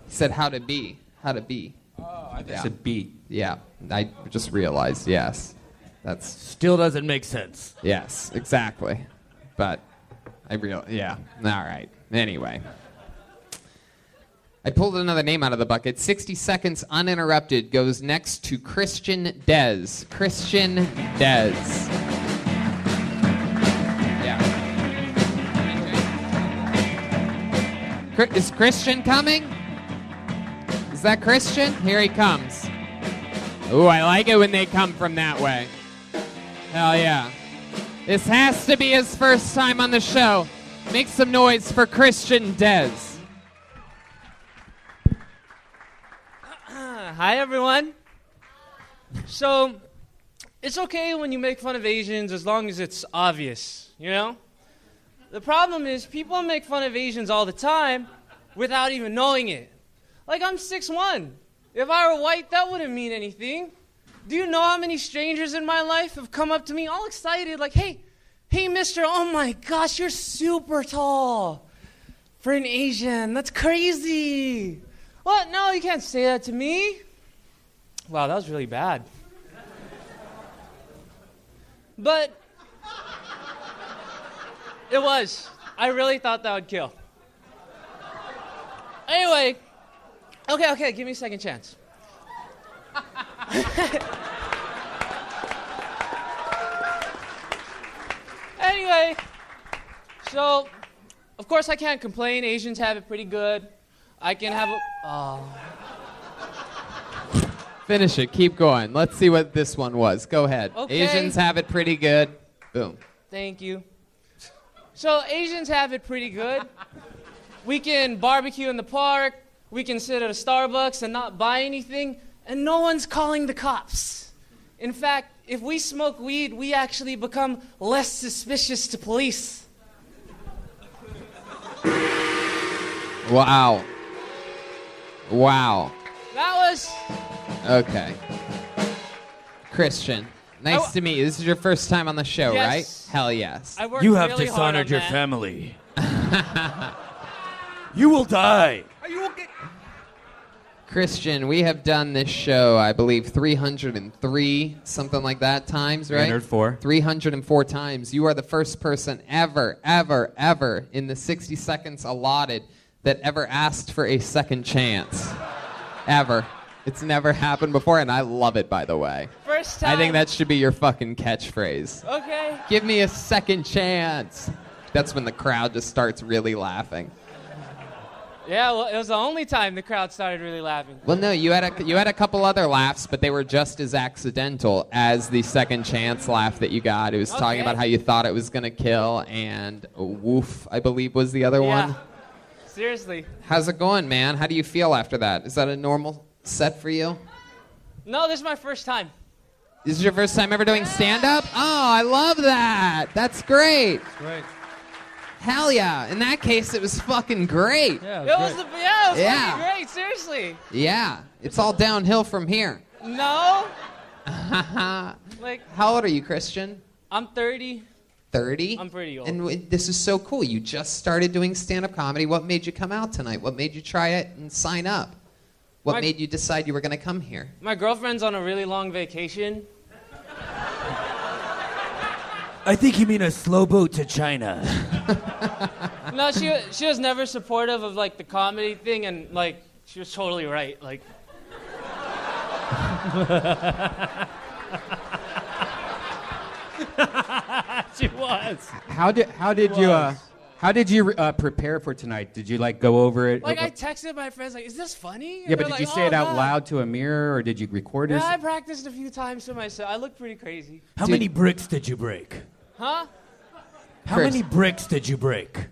C: He said how to be. How to be. Oh, I
B: It's a beat.
C: Yeah, I just realized. Yes, that's
F: Still doesn't make sense.
C: yes, exactly. But I real yeah. All right. Anyway. I pulled another name out of the bucket. 60 seconds uninterrupted goes next to Christian Dez. Christian Dez. Yeah. Chri- Is Christian coming? Is that Christian? Here he comes. Ooh, I like it when they come from that way. Hell yeah. This has to be his first time on the show. Make some noise for Christian Dez.
J: Ah, Hi, everyone. So, it's okay when you make fun of Asians as long as it's obvious, you know? The problem is, people make fun of Asians all the time without even knowing it. Like, I'm 6'1. If I were white, that wouldn't mean anything. Do you know how many strangers in my life have come up to me all excited, like, hey, Hey, mister, oh my gosh, you're super tall for an Asian. That's crazy. What? No, you can't say that to me. Wow, that was really bad. But it was. I really thought that would kill. Anyway, okay, okay, give me a second chance. anyway, so of course I can't complain. Asians have it pretty good. I can have a. Oh.
C: Finish it. Keep going. Let's see what this one was. Go ahead.
J: Okay.
C: Asians have it pretty good. Boom.
J: Thank you. So Asians have it pretty good. We can barbecue in the park. We can sit at a Starbucks and not buy anything, and no one's calling the cops. In fact, if we smoke weed, we actually become less suspicious to police.
C: Wow. Wow.
J: That was
C: Okay. Christian, nice
J: I-
C: to meet you. This is your first time on the show,
J: Yes.
C: right? Hell yes.
J: I worked
F: You have
J: really hard
F: dishonored
J: on
F: your
J: that.
F: family. you will die.
C: Christian, we have done this show, I believe, 303, something like that, times, right?
B: 304.
C: 304 times. You are the first person ever, ever, ever in the 60 seconds allotted that ever asked for a second chance. ever. It's never happened before, and I love it, by the way.
J: First
C: I think
J: time.
C: that should be your fucking catchphrase.
J: Okay.
C: Give me a second chance. That's when the crowd just starts really laughing.
J: Yeah, well, it was the only time the crowd started really laughing.
C: Well, no, you had a you had a couple other laughs, but they were just as accidental as the second chance laugh that you got. It was
J: Okay.
C: talking about how you thought it was gonna kill, and woof, I believe was the other
J: Yeah.
C: one.
J: Seriously.
C: How's it going, man? How do you feel after that? Is that a normal set for you?
J: No, this is my first time.
C: This is your first time ever doing stand up? Oh, I love that. That's great.
J: Great.
C: Hell yeah. In that case, it was fucking
J: It
C: great.
J: was the yeah, it was
C: Yeah.
J: fucking great. Seriously.
C: Yeah, it's all downhill from here.
J: No.
C: how
J: Like
C: old are you, Christian?
J: I'm 30.
C: 30?
J: I'm pretty old.
C: And w- this is so cool. You just started doing stand up comedy. What made you come out tonight? What made you try it and sign up? What
J: My-
C: made you decide you were going to come here?
J: My girlfriend's on a really long vacation.
F: I think you mean a slow boat to China.
J: No, she she was never supportive of like the comedy thing, and like she was totally right. Like.
F: she was.
A: How did how did you uh, how did you uh, prepare for tonight? Did you like go over it?
J: Like I texted my friends, like, "Is this funny?" And
A: yeah, but
J: they're
A: did
J: like,
A: you say
J: "Oh,
A: it out
J: God."
A: loud to a mirror, or did you record
J: Yeah, I
A: yourself?
J: practiced a few times to myself. I look pretty crazy.
F: How many bricks did you break?
J: Huh?
F: How
C: Chris.
F: many bricks did you break?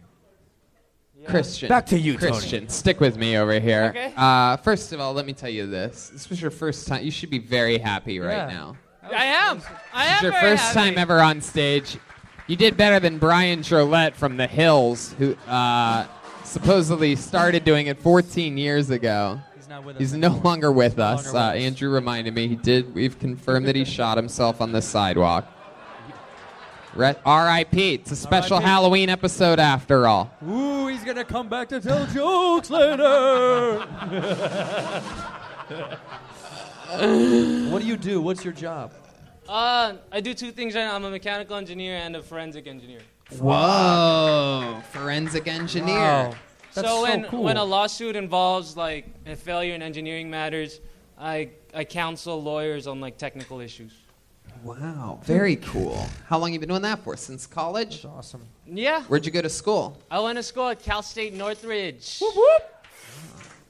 C: Christian.
F: Back to you, Tony.
C: Christian. Stick with me over here.
F: Okay.
C: Uh, first of all, let me tell you this. This was your first time. You should be very happy
J: Yeah.
C: right now.
J: I am. I
C: This
J: am.
C: is your
J: very
C: first
J: happy.
C: time ever on stage. You did better than Brian Jolette from The Hills, who uh, supposedly started doing it 14 years ago. He's
E: not with
C: He's no longer with us. Uh, Andrew reminded me he did. We've confirmed that he shot himself on the sidewalk. Re- R.I.P. It's a special
E: R.I.P..
C: Halloween episode after all.
E: Ooh, he's gonna come back to tell jokes later. what do you do? What's your job?
J: Uh, I do two things right now. I'm a mechanical engineer and a forensic engineer.
C: Whoa! Forensic engineer.
J: so when when a lawsuit involves like a failure in engineering matters, I I counsel lawyers on like technical issues.
C: Wow. Very cool. How long you been doing that for? Since college? That's
E: awesome.
J: Yeah,
C: Where'd you go to school?
J: I went to school at Cal State Northridge.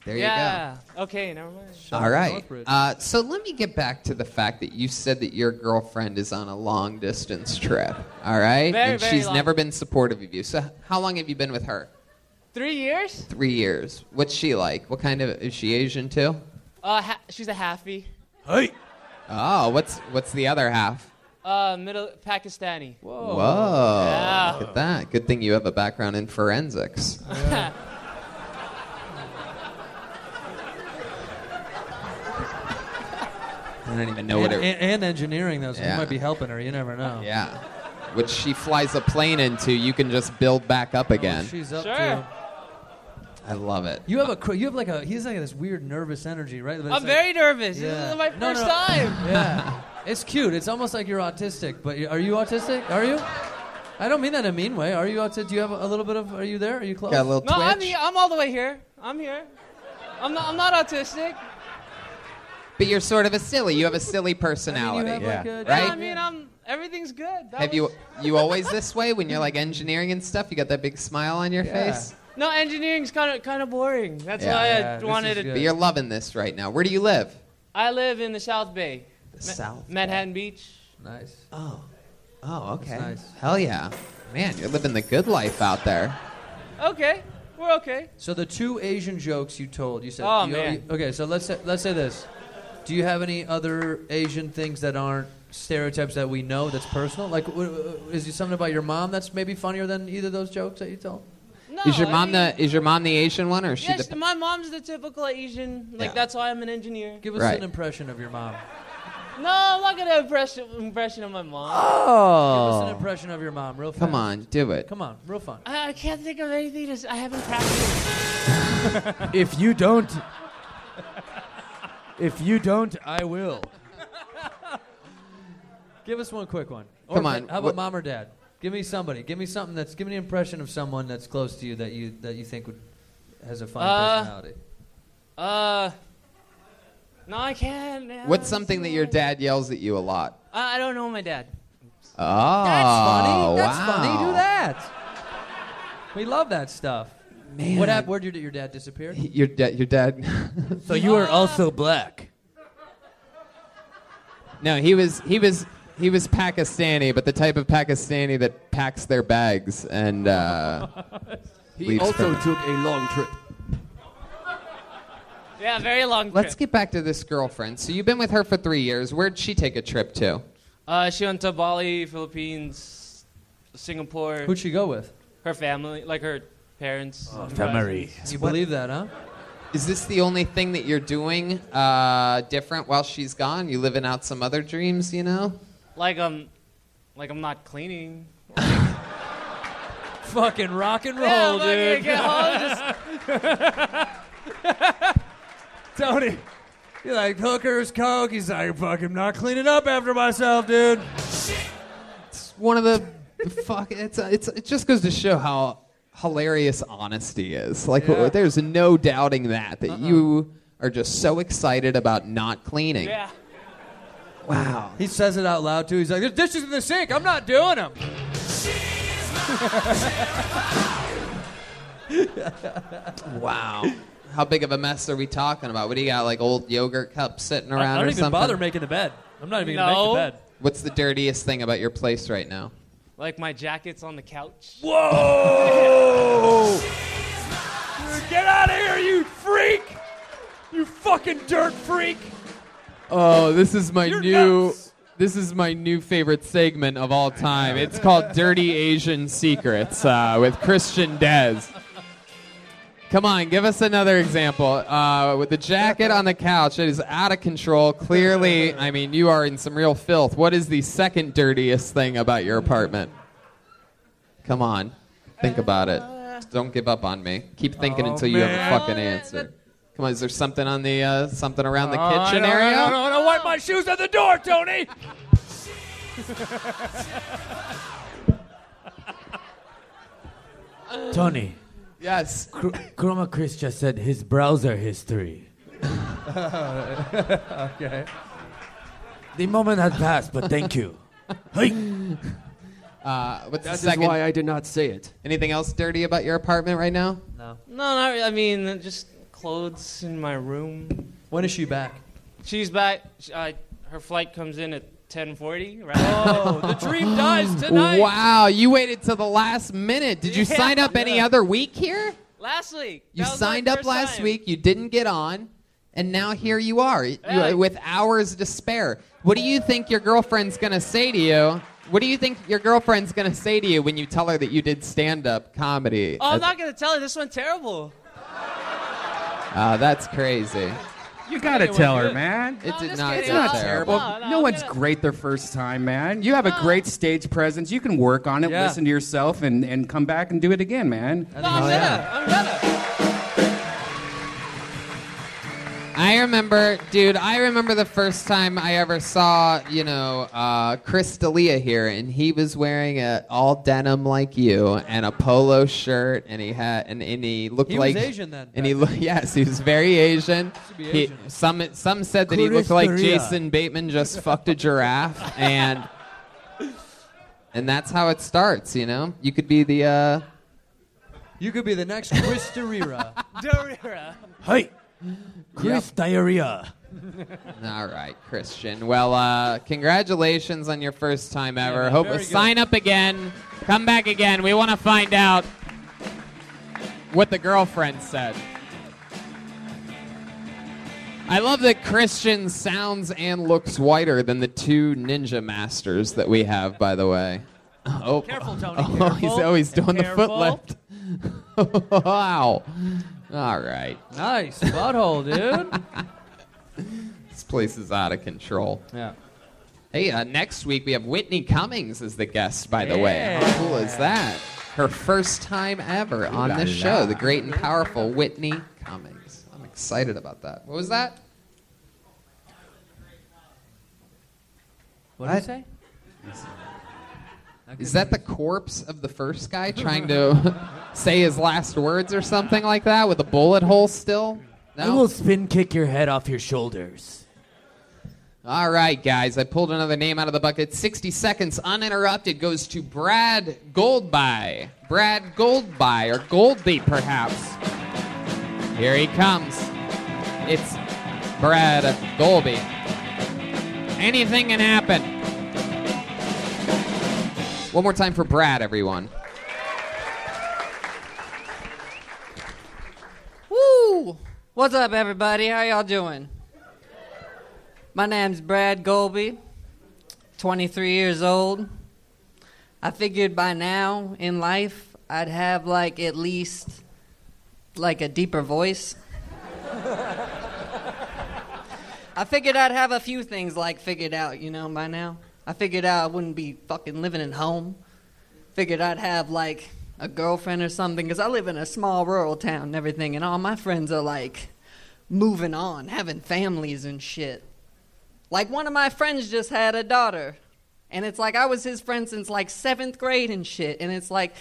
C: There you go.
J: yeah. Okay, never mind.
C: All right. Uh, so let me get back to the fact that you said that your girlfriend is on a long distance trip. All right.
J: Very,
C: and
J: very
C: she's
J: long.
C: never been supportive of you. So h- how long have you been with her?
J: Three years.
C: Three years. What's she like? What kind of is she Asian too?
J: Uh, ha- she's a halfie.
F: Hey.
C: Oh, what's what's the other half?
J: Uh, middle Pakistani. Whoa.
C: Whoa.
J: Yeah.
C: Look at that. Good thing you have a background in forensics. I don't even know what
E: and,
C: it
E: and, and engineering those. You
C: Yeah.
E: might be helping her. You never know.
C: Yeah. which she flies a plane into, you can just build back up again.
E: She's up
J: Sure.
E: to.
C: I love it.
E: You have a cra- you have like a he's like this weird nervous energy, right? That's
J: I'm
E: like-
J: very nervous. This
E: Yeah.
J: is my
E: No,
J: first
E: no.
J: time.
E: yeah, it's cute. It's almost like you're autistic. But you- are you autistic? Are you? I don't mean that in a mean way. Are you autistic? Do you have a little bit of? Are you there? Are you close?
C: Got a little
J: No, I'm here. I'm all the way here. I'm here. I'm not, I'm not autistic.
C: But you're sort of a silly. You have a silly personality,
J: have,
C: yeah.
J: Yeah,
C: right?
J: I mean, I'm everything's good. That
C: have
J: was-
C: you you always this way when you're like engineering and stuff? You got that big smile on your
J: Yeah.
C: face.
J: No, engineering's kind of kind of boring. That's
C: uh, Yeah.
J: why I wanted to.
C: But you're loving this right now. Where do you live?
J: I live in the South Bay. The
C: South
J: Manhattan Beach.
E: Nice.
C: Oh. Oh, okay.
E: nice.
C: Hell yeah, man! You're living the good life out there.
J: Okay, we're okay.
E: So the two Asian jokes you told, you said.
J: Oh,
E: you,
J: man.
E: you- okay, so let's say, let's say this. Do you have any other Asian things that aren't stereotypes that we know that's personal? Like, wh- wh- is there something about your mom that's maybe funnier than either of those jokes that you told?
J: No,
C: is your
J: I
C: mom
J: mean-
C: the Uh, is your mom the Asian one or is she
J: Yes,
C: the?
J: my mom's the typical Asian. Like
C: Yeah.
J: that's why I'm an engineer.
E: Give us
C: Right.
E: an impression of your mom.
J: No, I'm not gonna impress impression of my mom.
E: Give us an
C: Oh.
E: impression of your mom, real fast.
C: Come on, do it.
E: Come on, real fun.
J: I, I can't think of anything. To, s- I haven't practiced.
F: If you don't, if you don't, I will.
E: Give us one quick one.
C: Come
E: pa-
C: on,
E: How about
C: what-
E: mom or dad? Give me somebody. Give me something that's. Give me an impression of someone that's close to you that you that you think would has a funny
J: Uh,
E: personality.
J: Uh, no, I can't. man.
C: What's something that your dad yells at you a lot?
J: I, I don't know my dad.
C: Oh,
E: That's
C: wow.
E: funny. Do that. We love that stuff.
C: Man.
E: What happened? Where did your dad disappear?
C: Your dad. Your dad.
F: So you are also black.
C: no, he was. He was. He was Pakistani, but the type of Pakistani that packs their bags and. Uh,
K: He
C: leaves
K: also
C: for-
K: took a long trip.
J: Yeah, very long.
C: Let's
J: trip.
C: get back to this girlfriend. So you've been with her for three years. Where'd she take a trip to?
J: Uh, she went to Bali, Philippines, Singapore.
E: Who'd she go with?
J: Her family, like her parents. and
F: family.
J: cousins.
E: You believe that, huh?
C: Is this the only thing that you're doing uh, different while she's gone? You living out some other dreams, you know?
J: Like um, like I'm not cleaning.
E: Fucking rock and roll,
J: Yeah, I'm not gonna
E: dude.
J: get home, just-
E: Tony, you're like hookers, coke. He's like, fuck, I'm not cleaning up after myself, dude.
C: It's one of the fuck. It's, it's it just goes to show how hilarious honesty is. Like
E: Yeah. Uh-uh.
C: there's no doubting that that you are just so excited about not cleaning.
J: yeah.
C: Wow.
E: He says it out loud too. He's like, "There's dishes in the sink. I'm not doing them."
C: Wow. How big of a mess are we talking about? What do you got? Like old yogurt cups sitting
E: I
C: around
E: don't
C: or
E: even
C: something?
E: bother making the bed. I'm not even
J: No.
E: gonna make the bed.
C: What's the dirtiest thing about your place right now?
J: Like my jacket's on the couch.
F: Whoa! Dude, get out of here, you freak! You fucking dirt freak!
C: Oh, this is my
F: You're
C: new. This is my new favorite segment of all time. It's called Dirty Asian Secrets uh, with Christian Dez. Come on, give us another example. Uh, with the jacket on the couch, it is out of control. Clearly, I mean, you are in some real filth. What is the second dirtiest thing about your apartment? Come on, think about it. Don't give up on me. Keep thinking
F: Oh,
C: until you have
F: man.
C: a fucking answer. Come on, is there something on the uh, something around the
F: Oh, I
C: kitchen
F: don't-
C: area?
F: I don't, I don't wipe my shoes at the door, Tony! Tony,
C: Yes.
F: Chroma Chris just said his browser history.
E: Okay.
F: The moment had passed, but thank you.
C: Uh, what's
K: That
C: the
K: is
C: second?
K: why I did not say it.
C: Anything else dirty about your apartment right now?
J: No, not really. I mean, just clothes in my room.
E: When is she back?
J: She's back. She, uh, her flight comes in at 10:40. Right.
E: Oh, the dream dies tonight.
C: Wow, you waited till the last minute. Did you
J: Yeah.
C: sign up any other week here?
J: Last week.
C: You
J: That was my
C: signed up
J: first
C: last
J: time.
C: week, you didn't get on, and now here you are you-
J: Yeah.
C: with hours to spare. What do you think your girlfriend's going to say to you? What do you think your girlfriend's going to say to you when you tell her that you did stand up comedy?
J: Oh, I'm not gonna tell her. This went terrible.
C: Uh, that's crazy.
A: You gotta tell her, man.
C: It did
A: It's
C: not.
A: It's
C: do
A: not
C: that.
A: terrible. No, one's great their first time, man. You have a great stage presence. You can work on it,
J: Yeah.
A: listen to yourself, and, and come back and do it again, man.
C: I remember, dude, I remember the first time I ever saw, you know, uh, Chris D'Elia here, and he was wearing a all denim like you and a polo shirt, and he had, and, and he looked
E: He was
C: like
E: Asian then,
C: And he looked, yes, he was very Asian.
E: be
C: He-
E: Asian.
C: some some said that he
E: Chris
C: looked like
E: D'Elia.
C: Jason Bateman just fucked a giraffe, and and that's how it starts, you know. You could be the. Uh,
E: You could be the next Chris Derrera.
J: Derrera.
C: Hey,
E: Chris Diarrhea.
C: All right, Christian. Well, uh, congratulations on your first time ever.
E: man,
C: Hope
E: very good.
C: sign up again. Come back again. We want to find out what the girlfriend said. I love that Christian sounds and looks whiter than the two ninja masters that we have, by the way. Oh,
F: Careful, Tony,
C: Oh, he's
F: careful.
C: always doing
F: Careful.
C: the foot lift. wow. All right.
E: Nice butthole, dude.
C: This place is out of control.
E: Yeah.
C: Hey, uh, next week we have Whitney Cummings as the guest, by the way.
E: Yeah.
C: How cool is that? Her first time ever on
E: la
C: this
E: la.
C: show, the great and powerful Whitney Cummings. I'm excited about that. What was that?
E: What did you say?
C: Is that the corpse of the first guy trying to say his last words or something like that with a bullet hole still?
K: I will spin kick your head off your shoulders.
C: All right, guys, I pulled another name out of the bucket. 60 seconds uninterrupted goes to Brad Goldby. Brad Goldby, or Goldby perhaps. Here he comes. It's Brad Goldby. Anything can happen. One more time for Brad, everyone.
L: Woo! What's up, everybody? How y'all doing? My name's Brad Golby, 23 years old. I figured by now in life I'd have like at least like a deeper voice. I figured I'd have a few things like figured out, you know, by now. I figured out I wouldn't be fucking living at home. Figured I'd have like a girlfriend or something because I live in a small rural town and everything, and all my friends are like moving on, having families and shit. Like one of my friends just had a daughter, and it's like I was his friend since like seventh grade and shit, and it's like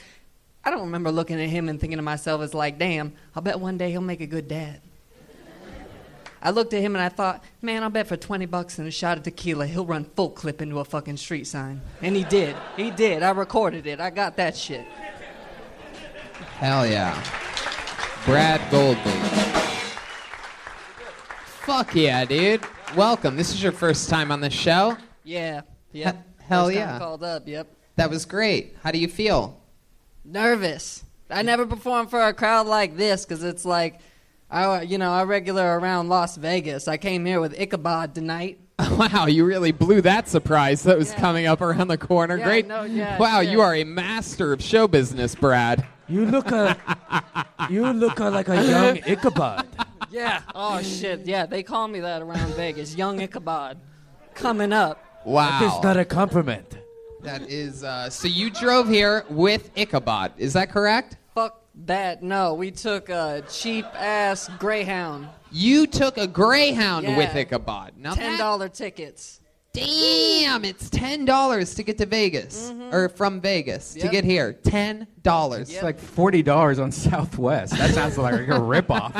L: I don't remember looking at him and thinking to myself, it's like, damn, I'll bet one day he'll make a good dad. I looked at him and I thought, man, I'll bet for 20 bucks and a shot of tequila, he'll run full clip into a fucking street sign. And he did. He did. I recorded it. I got that shit.
C: Hell yeah. Brad Goldby. Fuck yeah, dude. Welcome. This is your first time on the show.
L: Yeah. Yep.
C: hell
L: First time
C: yeah.
L: Called up. Yep.
C: That was great. How do you feel?
L: Nervous. I never performed for a crowd like this because it's like, I you know, I regular around Las Vegas. I came here with Ichabod tonight.
C: Wow, you really blew that surprise that was coming up around the corner.
L: Yeah,
C: Great.
L: no, yeah,
C: wow,
L: shit.
C: you are a master of show business, Brad. You look a You look like
K: a young Ichabod.
L: Yeah. Oh shit. Yeah, they call me that around Vegas. Young Ichabod, coming up.
C: Wow.
K: That is not a compliment.
C: That is uh so you drove here with Ichabod, is that correct?
L: Fuck that. No, we took a cheap ass Greyhound.
C: You took a Greyhound
L: Yeah.
C: with Ichabod. Now
L: Ten dollar tickets.
C: Damn, it's ten dollars to get to Vegas or from Vegas to
L: Yep.
C: get here. Ten dollars.
A: It's like forty dollars on Southwest. That sounds like a ripoff.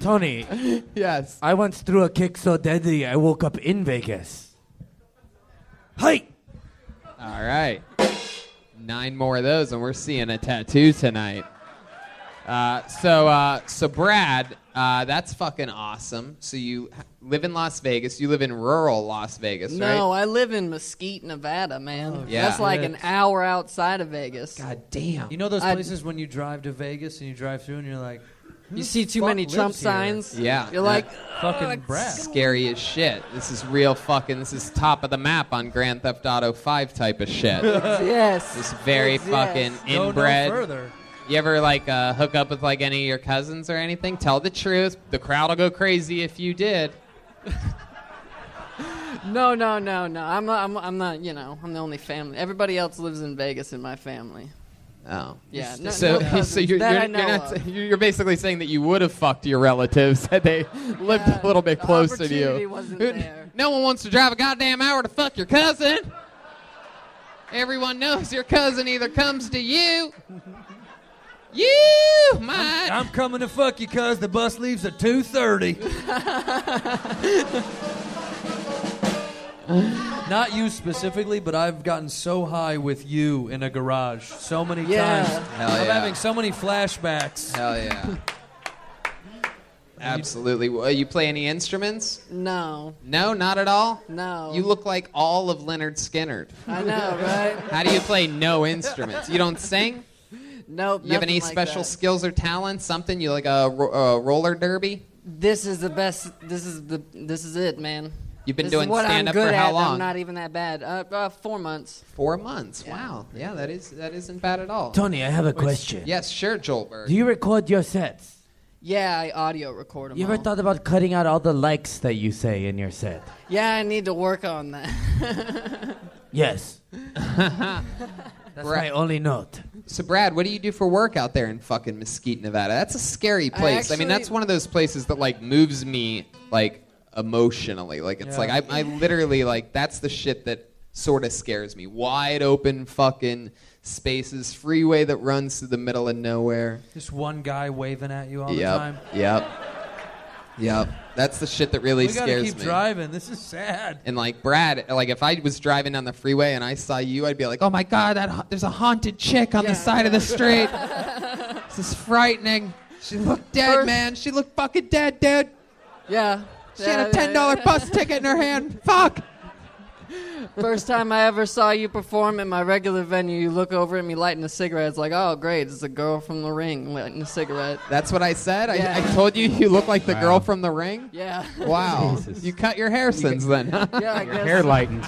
K: Tony.
C: yes.
K: I once threw a kick so deadly I woke up in Vegas. Hey!
C: All right, nine more of those, and we're seeing a tattoo tonight. Uh, so, uh, so Brad, uh, that's fucking awesome. So you h- live in Las Vegas. You live in rural Las Vegas,
L: No,
C: right?
L: I live in Mesquite, Nevada, man.
C: Yeah.
L: That's like
C: shit.
L: an hour outside of Vegas.
C: God damn.
E: You know those
L: I-
E: places when you drive to Vegas and you drive through and you're like, who
L: You see too
E: fuck
L: many
E: lives
L: Trump
E: here?
L: signs.
C: Yeah.
L: You're like
C: That-
E: fucking Brad.
C: Scary as shit. This is real fucking. This is top of the map on Grand Theft Auto Five type of shit.
L: Yes.
C: This very
L: Yes.
C: fucking
L: Go no
C: inbred.
L: further.
C: You ever like uh, hook up with like any of your cousins or anything? Tell the truth. The crowd will go crazy if you did.
L: No, no, no, no. I'm not. I'm, I'm not. You know, I'm the only family. Everybody else lives in Vegas in my family.
C: Oh,
L: Yeah, no-
C: so,
L: no cousins
C: so you're,
L: that
C: you're,
L: I
C: you're
L: know
C: not-
L: of.
C: you're basically saying that you would have fucked your relatives had they lived a little bit closer to you.
L: No
C: one wants to drive a goddamn hour to fuck your cousin. Everyone knows your cousin either comes to you. You, my.
K: I'm coming to fuck you, cuz the bus leaves at 2.30. Not you specifically, but I've gotten so high with you in a garage so many
L: Yeah.
K: times.
C: Hell
K: I'm
C: yeah.
K: having so many flashbacks.
C: Hell yeah. Absolutely. Well, you play any instruments?
L: No.
C: No, not at all.
L: No.
C: You look like all of Leonard Skinner.
L: I know, right?
C: How do you play no instruments? You don't sing.
L: Nope.
C: You have
L: nothing
C: any
L: like
C: special
L: that.
C: skills or talents? Something you like a ro- uh, roller derby?
L: This is the best. This is the. This is it, man.
C: You've been
L: This is
C: doing
L: what I'm
C: stand-up
L: good
C: for how
L: at.
C: long?
L: I'm not even that bad. Uh, uh, four months.
C: Four months. Wow. Yeah, that is that isn't bad at all.
K: Tony, I have a question.
C: Yes, sure, Joelberg.
K: Do you record your sets?
L: Yeah, I audio record them.
K: You ever thought about cutting out all the likes that you say in your set?
L: yeah, I need to work on that.
K: Yes.
L: That's
K: my only note.
C: So, Brad, what do you do for work out there in fucking Mesquite, Nevada? That's a scary
L: I
C: place. I, mean,
L: actually-
C: that's one of those places that like moves me like emotionally. Like it's
L: Yeah.
C: like I, I literally like that's the shit that sort of scares me. Wide open fucking spaces, freeway that runs through the middle of nowhere.
K: Just one guy waving at you all the
C: yep.
K: time.
C: Yep. Yep. That's the shit that really
K: we gotta
C: scares
K: keep
C: me.
K: driving. This is sad.
C: And like Brad, like if I was driving down the freeway and I saw you, I'd be like, "Oh my god, that ha- there's a haunted chick on the side of the street. this is frightening. She looked dead,
L: First-
C: man. She looked fucking dead, dude.
L: Yeah.
C: She had a ten dollar bus ticket in her hand. Fuck.
L: First time I ever saw you perform at my regular venue, you look over at me lighting a cigarette. It's like, oh, great, it's a girl from the ring lighting a cigarette.
C: That's what I said. I-
L: Yeah.
C: I, told you you look like the
L: Wow.
C: girl from The Ring.
L: Yeah.
C: Wow. You cut your hair since then. huh?
L: Yeah, I Your guess. hair lightened.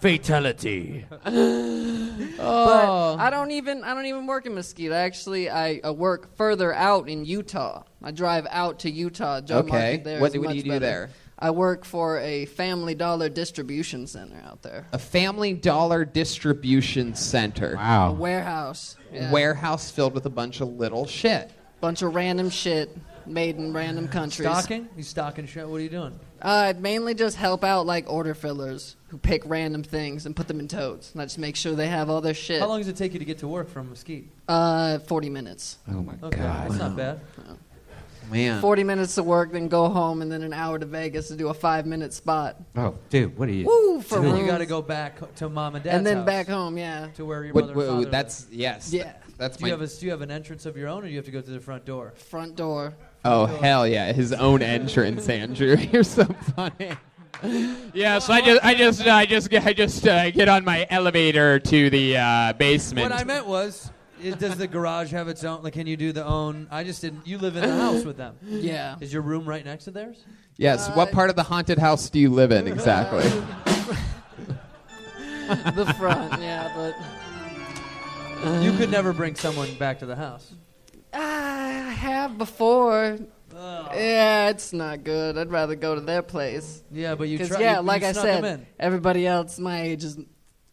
K: Fatality.
C: Oh.
L: But I don't even I don't even work in Mesquite. I actually I, I work further out in Utah. I drive out to Utah. Job
C: Okay.
L: market there
C: What
L: is
C: do- what do
L: much
C: you do
L: better.
C: there?
L: I work for a Family Dollar distribution center out there.
C: A Family Dollar distribution center.
L: A warehouse. Yeah.
C: Warehouse filled with a bunch of little shit.
L: Bunch of random shit made in random countries.
K: Stocking? You stocking shit? What are you doing?
L: Uh, I'd mainly just help out like order fillers who pick random things and put them in totes, and I just make sure they have all their shit.
K: How long does it take you to get to work from Mesquite?
L: Uh, forty minutes.
C: Oh my
K: Okay, that's not bad.
C: Man.
L: Forty minutes to work, then go home, and then an hour to Vegas to do a five-minute spot,
B: Oh, dude, what are you?
L: Woo, for
K: Dude,
L: real.
K: you got to go back to mom and dad's
L: and then
K: house,
L: back home. Yeah.
K: to where your
C: Wait,
K: mother
C: wait,
K: and father
C: wait,
K: live.
C: that's yes.
L: Yeah.
C: That's
K: do you
C: my
K: have a do you have an entrance of your own, or do you have to go through the front door?
L: Front door.
C: Oh hell yeah, his own entrance, Andrew. You're so funny. Yeah, so I just, I just, I just, I just uh, get on my elevator to the uh, basement.
K: What I meant was, is, does the garage have its own? Like, can you do the own? I just didn't. You live in the house with them.
L: Yeah.
K: Is your room right next to theirs?
C: yes.
L: Uh,
C: what part of the haunted house do you live in exactly?
L: the front. Yeah, but
K: you could never bring someone back to the house.
L: I have before. Yeah, it's not good. I'd rather go to their place.
K: Yeah, but you
L: 'Cause,
K: try-
L: Yeah,
K: you-
L: like
K: you
L: I
K: snuck 'em
L: said,
K: in.
L: everybody else my age is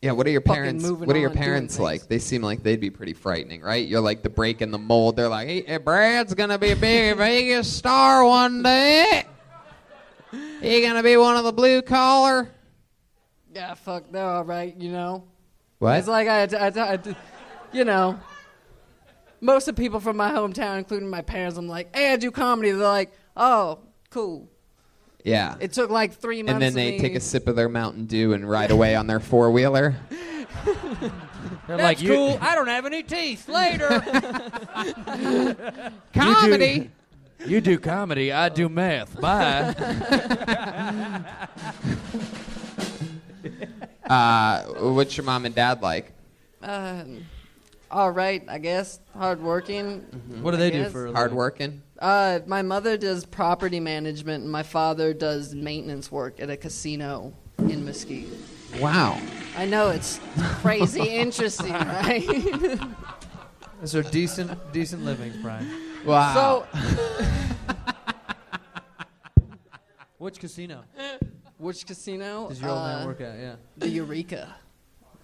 C: yeah. What are your
L: Fucking
C: parents?
L: moving
C: What are your
L: on, doing
C: parents
L: things.
C: like? They seem like they'd be pretty frightening, right? You're like the break in the mold. They're like, hey, hey, Brad's gonna be a big Vegas star one day. He gonna be one of the blue collar.
L: Yeah, fuck, they're all right, you know.
C: What?
L: It's like I, I, I, I- you know, most of the people from my hometown, including my parents, I'm like, hey, I do comedy. They're like, oh, cool.
C: Yeah.
L: It took like three months.
C: and then
L: of
C: they
L: me-
C: take a sip of their Mountain Dew and ride away on their four wheeler.
K: They're
C: like, you-
K: I don't have any teeth. Later.
C: Comedy.
K: You do, comedy. I do math. Bye.
C: Uh, what's your mom and dad like?
L: Um, all right, I guess. Hardworking.
K: Mm-hmm. What do
L: I
K: they do
L: guess.
K: for a living?
C: Hard working.
L: Uh, my mother does property management, and my father does maintenance work at a casino in Mesquite.
C: Wow.
L: I know it's crazy interesting, right?
E: Those are decent, decent livings, Brian.
C: Wow.
E: So, which casino?
L: Which casino? Uh,
E: Does your old man work at? Yeah.
L: The Eureka.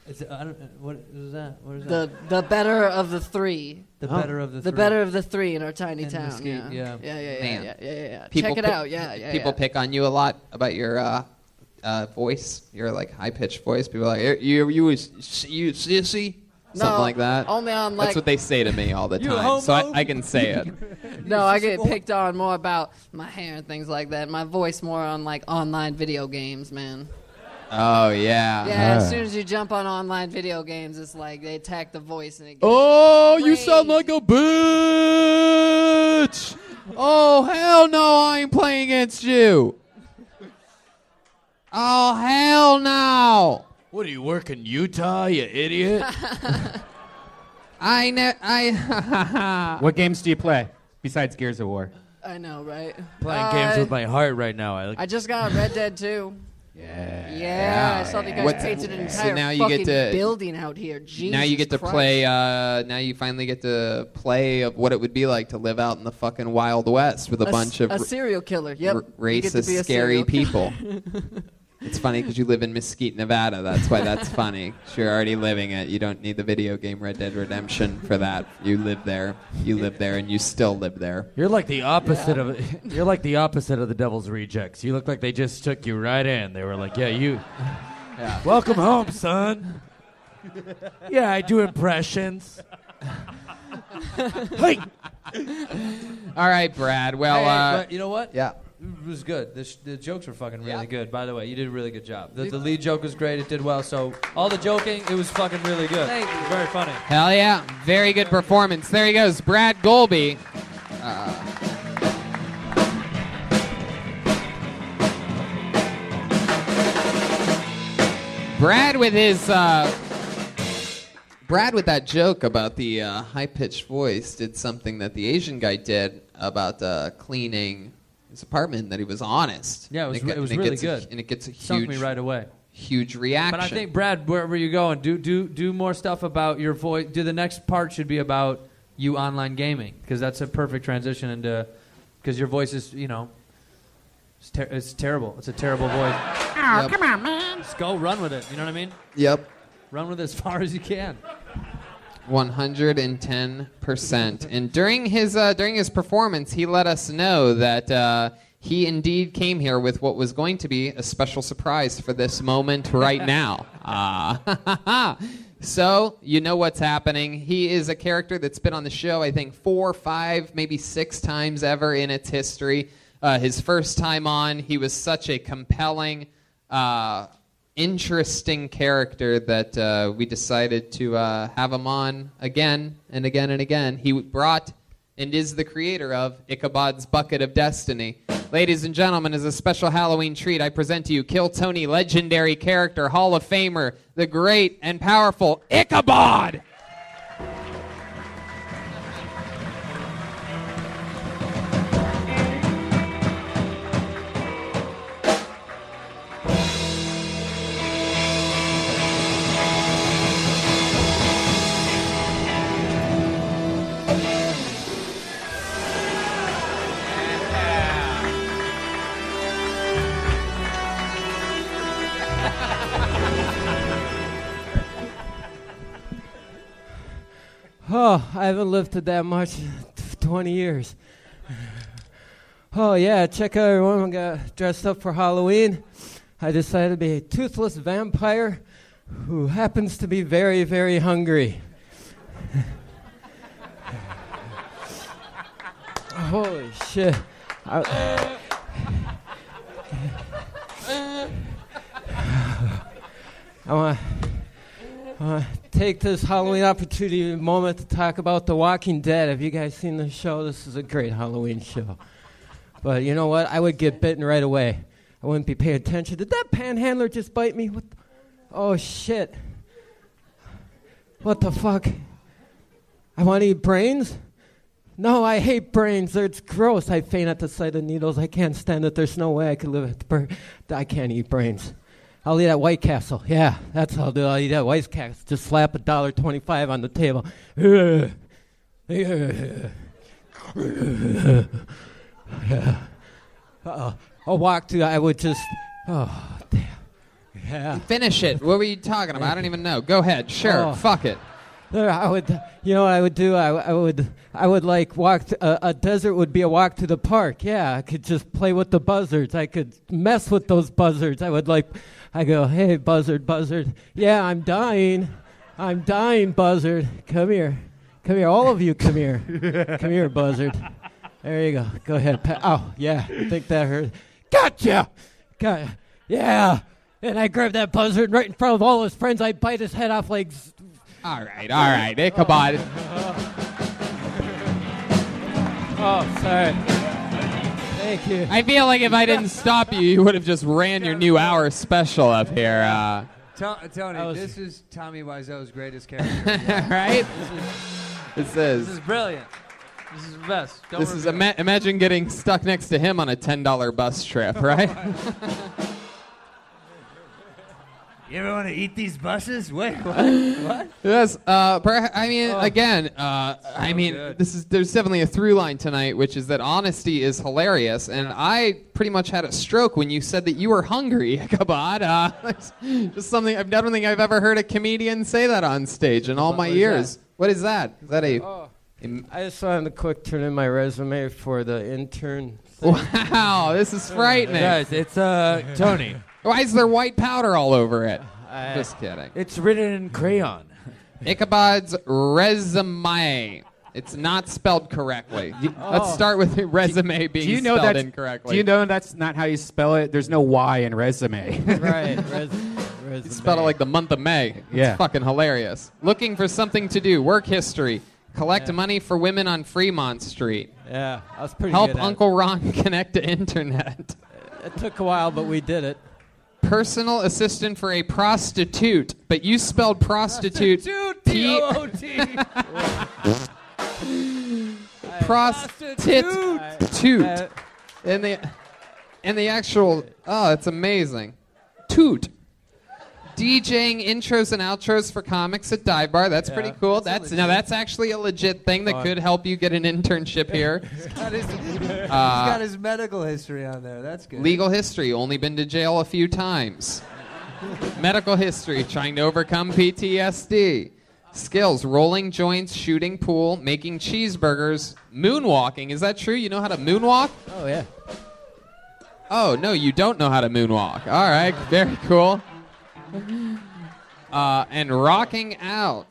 E: Is it, I don't, uh, what is that? What is
L: The
E: that?
L: the better of the three.
E: The Oh. better of the
L: The
E: three.
L: better of the three in our tiny
E: In
L: town.
E: Mesquite,
L: yeah.
E: yeah.
L: Yeah, yeah, yeah,
C: Man.
L: yeah, yeah, yeah, yeah.
C: People
L: Check it
C: pick-
L: out. Yeah, yeah.
C: People
L: yeah.
C: pick on you a lot about your uh, uh, voice, your like high pitched voice. People are like "Eh, you you was you sissy, something
L: No,
C: like that.
L: only on, like-
C: that's what they say to me all the
L: You
C: time. So
L: homo?
C: I, I can say it.
L: No, I get picked on more about my hair and things like that. My voice more on like online video games, man.
C: Oh yeah.
L: Yeah, as soon as you jump on online video games, it's like they attack the voice and it gets
C: Oh, you sound like a bitch. Oh hell no, I ain't playing against you. Oh hell no.
M: What do you work in Utah, you idiot?
C: I ne- I
B: What games do you play besides Gears of War?
L: I know, right?
N: Playing
L: Uh,
N: games with my heart right now. I,
L: I just got Red Dead 2. Yeah. Yeah, I saw that you guys
C: What's-
L: painted an entire
C: so now you get
L: fucking
C: to-
L: building out here. Jesus
C: now you get to
L: Christ.
C: play. Uh, now you finally get to play of what it would be like to live out in the fucking Wild West with a,
L: s-
C: bunch of
L: a
C: r-
L: serial killer. Yep.
C: r-
L: You get to be
C: racist,
L: a
C: scary
L: serial killer.
C: people. it's funny because you live in Mesquite, Nevada. That's why that's funny. 'Cause You're already living it. You don't need the video game Red Dead Redemption for that. You live there. You live there, and you still live there.
N: you're like the opposite of you're like the opposite of the Devil's Rejects. You look like they just took you right in. They were like, "Yeah, you, welcome home, son." yeah, I do impressions.
E: Hey.
C: All right, Brad. Well,
E: Hey,
C: uh,
E: but you know what?
C: Yeah.
E: It was good. The, sh- the jokes were fucking really
N: Yeah.
E: good. By the way, you did a really good job. The,
N: You-
E: the lead joke was great. It did well. So all the joking, it was fucking really good.
N: Thank
E: you. Very funny.
C: Hell yeah. Very good performance. There he goes, Brad Golby. Uh, Brad with his. Uh, Brad with that joke about the uh, high pitched voice did something that the Asian guy did about uh, cleaning his apartment that he was honest.
E: Yeah, it was
C: And
E: re-
C: got-
E: it was
C: and
E: really
C: gets a-
E: good.
C: and it gets a
E: Sunk
C: huge
E: me right away.
C: Huge
E: But
C: reaction.
E: I think Brad, wherever you're going, do do do more stuff about your voice. Do the next part should be about you online gaming because that's a perfect transition into because your voice is you know it's, ter- it's terrible. It's a terrible voice.
O: Oh, come on, man.
E: Just go run with it. You know what I mean?
C: Yep.
E: Run with it as far as you can.
C: 110%. And during his uh, during his performance, he let us know that uh, he indeed came here with what was going to be a special surprise for this moment right now. Ah. so, you know what's happening. He is a character that's been on the show, I think, four, five, maybe six times ever in its history. Uh, his first time on, he was such a compelling, uh, interesting character that uh, we decided to uh, have him on again and again and again. He brought and is the creator of Ichabod's Bucket of Destiny. Ladies and gentlemen, as a special Halloween treat, I present to you Kill Tony legendary character, Hall of Famer, the great and powerful Ichabod!
P: Oh, I haven't lifted that much in 20 years. Oh, yeah, check out everyone. I got dressed up for Halloween. I decided to be a toothless vampire who happens to be very, very hungry. Holy shit. I- I want to take this Halloween opportunity moment to talk about The Walking Dead. Have you guys seen the show? This is a great Halloween show. But you know what? I would get bitten right away. I wouldn't be paying attention. Did that panhandler just bite me? What the- Oh, shit. What the fuck? I want to eat brains? No, I hate brains. It's gross. I faint at the sight of needles. I can't stand it. There's no way I could live at the bur- I can't eat brains. I'll eat at White Castle. Yeah, that's what I'll do. I'll eat at White Castle. Just slap a dollar twenty-five on the table. Ugh. yeah. Uh, I'll walk to. I would just. Oh, damn. Yeah.
C: Finish it. What were you talking about? I don't even know. Go ahead. Sure.
P: Oh.
C: Fuck it.
P: No, I would. You know what I would do? I, I would. I would like walk. To, a, a desert would be a walk to the park. Yeah, I could just play with the buzzards. I could mess with those buzzards. I would like. I go, hey buzzard, buzzard. Yeah, I'm dying. I'm dying, buzzard. Come here. Come here. All of you, come here. come here, buzzard. There you go. Go ahead. Pa- oh, yeah. I think that hurt. Gotcha. Got, yeah. And I grabbed that buzzard right in front of all his friends. I bite his head off like z-
C: All right. All right. Ichabod.
P: Oh, sorry. Thank you.
C: I feel like if I didn't stop you, you would have just ran your new hour special up here. Uh,
E: To- Tony,
K: I was-
E: this is Tommy Wiseau's greatest character.
C: Right?
E: This is,
C: this is.
E: this is brilliant. This is the best. Don't
C: This is
E: reveal.
C: ima- imagine getting stuck next to him on a ten dollar bus trip, right?
Q: You ever want to eat these buses? Wait, what? what?
C: yes. Uh, perha- I mean,
Q: Oh.
C: again, uh, I mean, this is there's definitely a through line tonight, which is that honesty is hilarious, and I pretty much had a stroke when you said that you were hungry, Ichabod. Uh, that's just something I don't think I've ever heard a comedian say that on stage in all my
P: What was
C: years.
P: that? Oh.
C: What is that? Is that a
P: I just wanted to quick turn in my resume for the intern.
C: Wow, this is frightening.
P: Guys, it's, uh, Tony.
C: Why is there white powder all over it?
Q: I-
C: Just kidding.
Q: It's written in crayon.
C: Ichabod's resume. It's not spelled correctly. Let's start with the resume being
B: Do you know
C: spelled
B: that's-
C: incorrectly.
B: Do you know that's not how you spell it? There's no Y in resume.
P: right. Res-
C: You spelled it like the month of May. It's
B: Yeah.
C: fucking hilarious. Looking for something to do. Work history. Collect money for women on Fremont Street.
P: Yeah, I was pretty
C: Help
P: good at it.
C: Uncle Ron connect to internet.
P: It took a while, but we did it.
C: Personal assistant for a prostitute, but you spelled prostitute.
F: Prostitute,
C: P- prostitute. Toot. And the and the actual oh, it's amazing. Toot. DJing intros and outros for comics at Dive Bar. That's
F: Yeah.
C: pretty cool.
F: That's a
C: That's, now that's actually a legit thing that
E: Fun.
C: could help you get an internship here.
E: got his, he's
C: Uh,
E: got his medical history on there. That's good.
C: Legal history, only been to jail a few times. Medical history, trying to overcome PTSD. Skills, rolling joints, shooting pool, making cheeseburgers, moonwalking. Is that true? You know how to moonwalk?
P: Oh, yeah.
C: Oh, no, you don't know how to moonwalk. All right, very cool. Uh, and rocking out.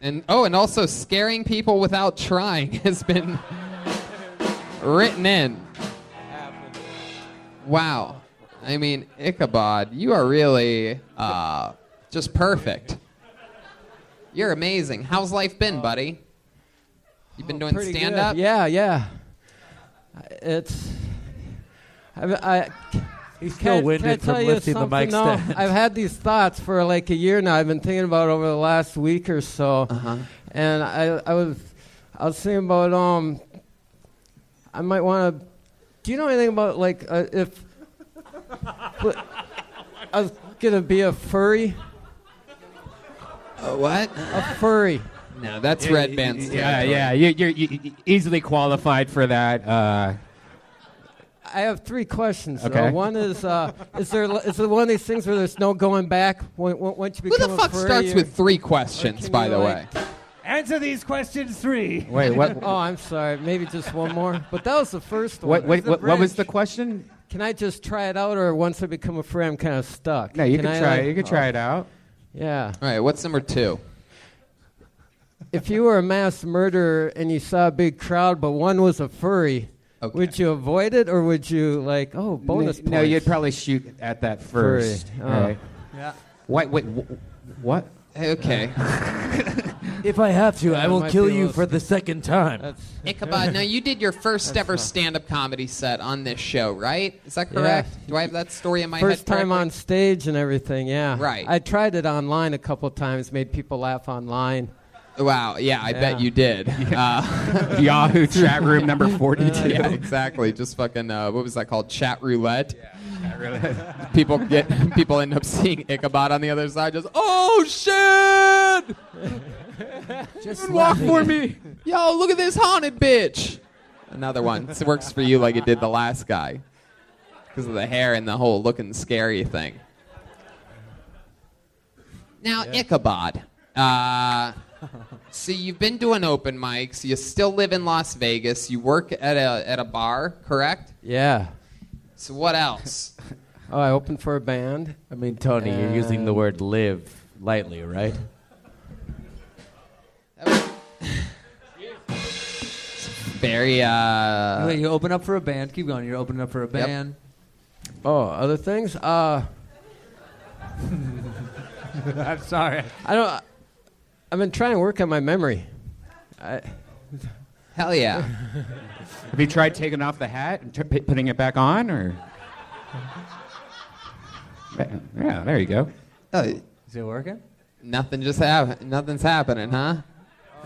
C: And oh, and also scaring people without trying has been written in. Wow. I mean, Ichabod, you are really uh, just perfect. You're amazing. How's life been, buddy? You've been doing
P: Oh. Pretty
C: stand
P: good.
C: up?
P: Yeah, yeah. I- It's. I, I,
Q: He's
P: Can-
Q: still winded
P: can I
Q: from
P: tell you
Q: lifting the mic
P: something, though?
Q: stand.
P: I've had these thoughts for like a year now. I've been thinking about it over the last week or so,
C: Uh-huh.
P: and I, I was, I was thinking about um, I might want to. Do you know anything about like uh, if I was gonna be a furry?
C: A what?
P: A furry.
C: No, that's
B: Yeah,
C: Red
B: y-
C: Band's
B: y- Yeah,
C: territory.
B: yeah. You, you're you, easily qualified for that. Uh,
P: I have three questions.
B: Okay.
P: Though. One is, uh, is there is there one of these things where there's no going back when, when- once you
C: Who
P: become
C: the fuck
P: a furry?
C: starts
P: or-
C: with
P: or
C: three questions,
P: can
C: by
P: you,
C: the
P: like,
C: way?
Q: Answer these questions three.
B: Wait, what-
P: oh, I'm sorry. Maybe just one more. But that was the first one.
B: What- what-
P: It's the
B: what- what was
P: bridge.
B: the question?
P: Can I just try it out, or once I become a friend, I'm kind of stuck?
B: No, you can
P: I,
B: try-
P: like- oh.
B: you can try it out.
P: Yeah.
C: All right, what's number two?
P: If you were a mass murderer and you saw a big crowd, but one was a furry, would you avoid it, or would you like, oh, bonus
B: no,
P: points?
B: you'd probably shoot at that
P: Furry.
B: first.
P: Oh.
B: Right.
P: Yeah.
B: Wait, wait, wh- what?
C: Okay.
Q: If I have to,
C: Yeah,
Q: I
C: it
Q: will
C: might
Q: kill
C: be a
Q: you
C: little
Q: for the second time.
C: Ichabod, now you did your first ever stand up comedy set on this show, right? Is that correct? Do I have that story in my
P: First
C: head? correctly?
P: time on stage and everything, yeah.
C: Right.
P: I tried it online a couple times, made people laugh online.
C: Wow, yeah, I
P: Yeah.
C: bet you did. Uh,
P: Yahoo chat room number 42.
C: yeah, exactly. Just fucking, uh, what was that called? Chat roulette. people get "Oh, people end up seeing Ichabod on the other side, just oh shit.
K: Just
C: walk for me. Yo, look at this haunted bitch. Another one. It works for you like it did the last guy. Because of the hair and the whole looking scary thing. Now, Ichabod. Uh, so you've been doing open mics. You still live in Las Vegas. You work at a, at a bar, correct?
P: Yeah.
C: So what else?
P: Oh, I opened for a band. Uh,
R: I mean, Tony, you're using
C: Um,
R: the
P: And-
R: word live lightly, right?
C: Very, uh.
K: Wait, you open up for a band. Keep going. You're opening up for a band.
P: Oh, other things? Uh,
K: I'm sorry.
P: I don't. I've been trying to work on my memory. I,
C: Hell yeah.
A: Have you tried taking off the hat and t- putting it back on, or? Yeah, there you go.
K: Is it working?
C: Oh, Nothing just happened. Nothing's happening, huh?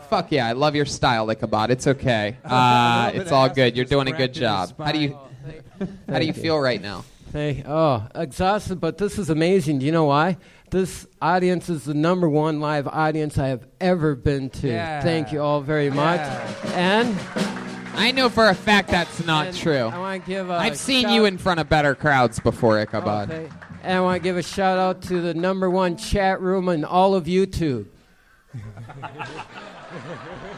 C: Fuck yeah, I love your style, Ichabod. It's okay. Uh,
P: bit
C: it's
P: of
C: all
P: acid
C: good. You're
P: just
C: doing a good
P: wrapped in
C: job.
P: your
C: How do you how do you
P: Thank you.
C: feel right now?
P: Hey, oh, exhausted, but this is amazing. Do you know why? This audience is the number one live audience I have ever been to.
C: Yeah.
P: Thank you all very much. And
C: I know for a fact that's not
P: And
C: true.
P: I want to give a
C: I've seen
P: shout-
C: you in front of better crowds before, Ichabod.
P: Okay. And I want to give a shout out to the number one chat room in all of YouTube.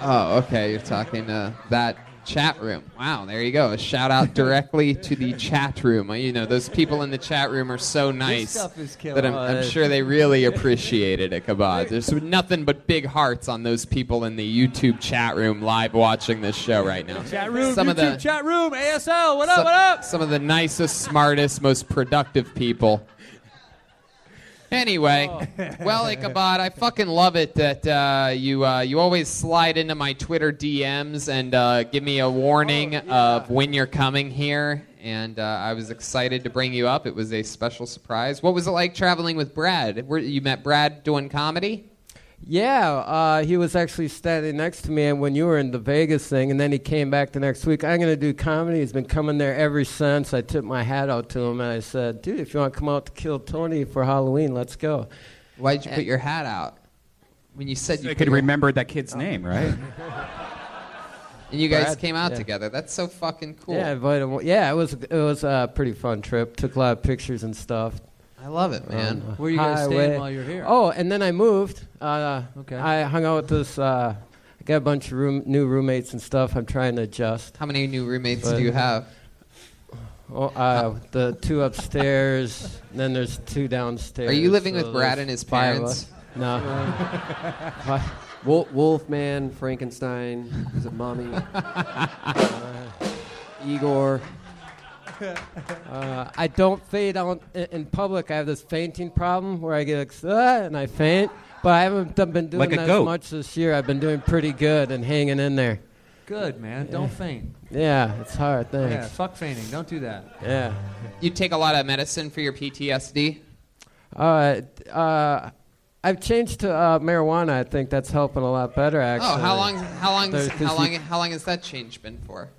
C: Oh, okay. You're talking to that chat room. Wow, there you go. A shout out directly to the chat room. Uh, You know, those people in the chat room are so nice
K: stuff is killer.
C: that I'm,
K: Oh,
C: I'm
K: it is.
C: sure they really appreciated it, Kabod. There's nothing but big hearts on those people in the YouTube chat room live watching this show right now.
K: Chat room.
C: Some
K: YouTube
C: of the
K: chat room. ASL. What up?
C: some,
K: what up?
C: some of the nicest, smartest, most productive people. Anyway, well, Ichabod, I fucking love it that uh, you uh, you always slide into my Twitter DMs and uh, give me a warning of when you're coming here. And uh, I was excited to bring you up. It was a special surprise. What was it like traveling with Brad? Where, you met Brad doing comedy?
P: Yeah, uh, he was actually standing next to me and when you were in the Vegas thing, and then he came back the next week. I'm going to do comedy. He's been coming there ever since. I tipped my hat out to him and I said, dude, if you want to come out to kill Tony for Halloween, let's go.
C: Why'd you put your hat out? When you said you
A: I
C: put
A: could
C: your-
A: remember that kid's name, right?
C: and you guys
P: Brad,
C: came out
P: yeah.
C: together. That's so fucking cool.
P: Yeah, I invited him. Yeah, it was it was a pretty fun trip. Took a lot of pictures and stuff. Um,
C: I love it, man.
K: Where you guys staying
P: highway-
K: while you're here?
P: Oh, and then I moved. Uh,
K: Okay.
P: I hung out with this. Uh, I got a bunch of room, new roommates and stuff. I'm trying to adjust.
C: How many new roommates do you have?
P: Oh, uh, the two upstairs. then there's two downstairs.
C: Are you living with
P: so
C: Brad
P: there's
C: and his
P: five of
C: parents?
P: us. No.
S: Wolf, Wolfman, Frankenstein, is it Mommy? Uh, Igor.
P: Uh, I don't fade out i- in public. I have this fainting problem where I get like, "Ah," and I faint, but I haven't done- been doing
K: Like a
P: that
K: goat.
P: much this year. I've been doing pretty good and hanging in there.
K: Good man. Don't faint.
P: Yeah, it's hard.
K: Yeah.
P: Thanks.
K: Fuck fainting. Don't do that.
P: Yeah.
C: You take a lot of medicine for your PTSD.
P: Uh, uh, I've changed to uh, marijuana. I think that's helping a lot better. Actually.
C: Oh, how long? How long?
P: There- 'cause
C: How long?
P: you-
C: How long has that change been for?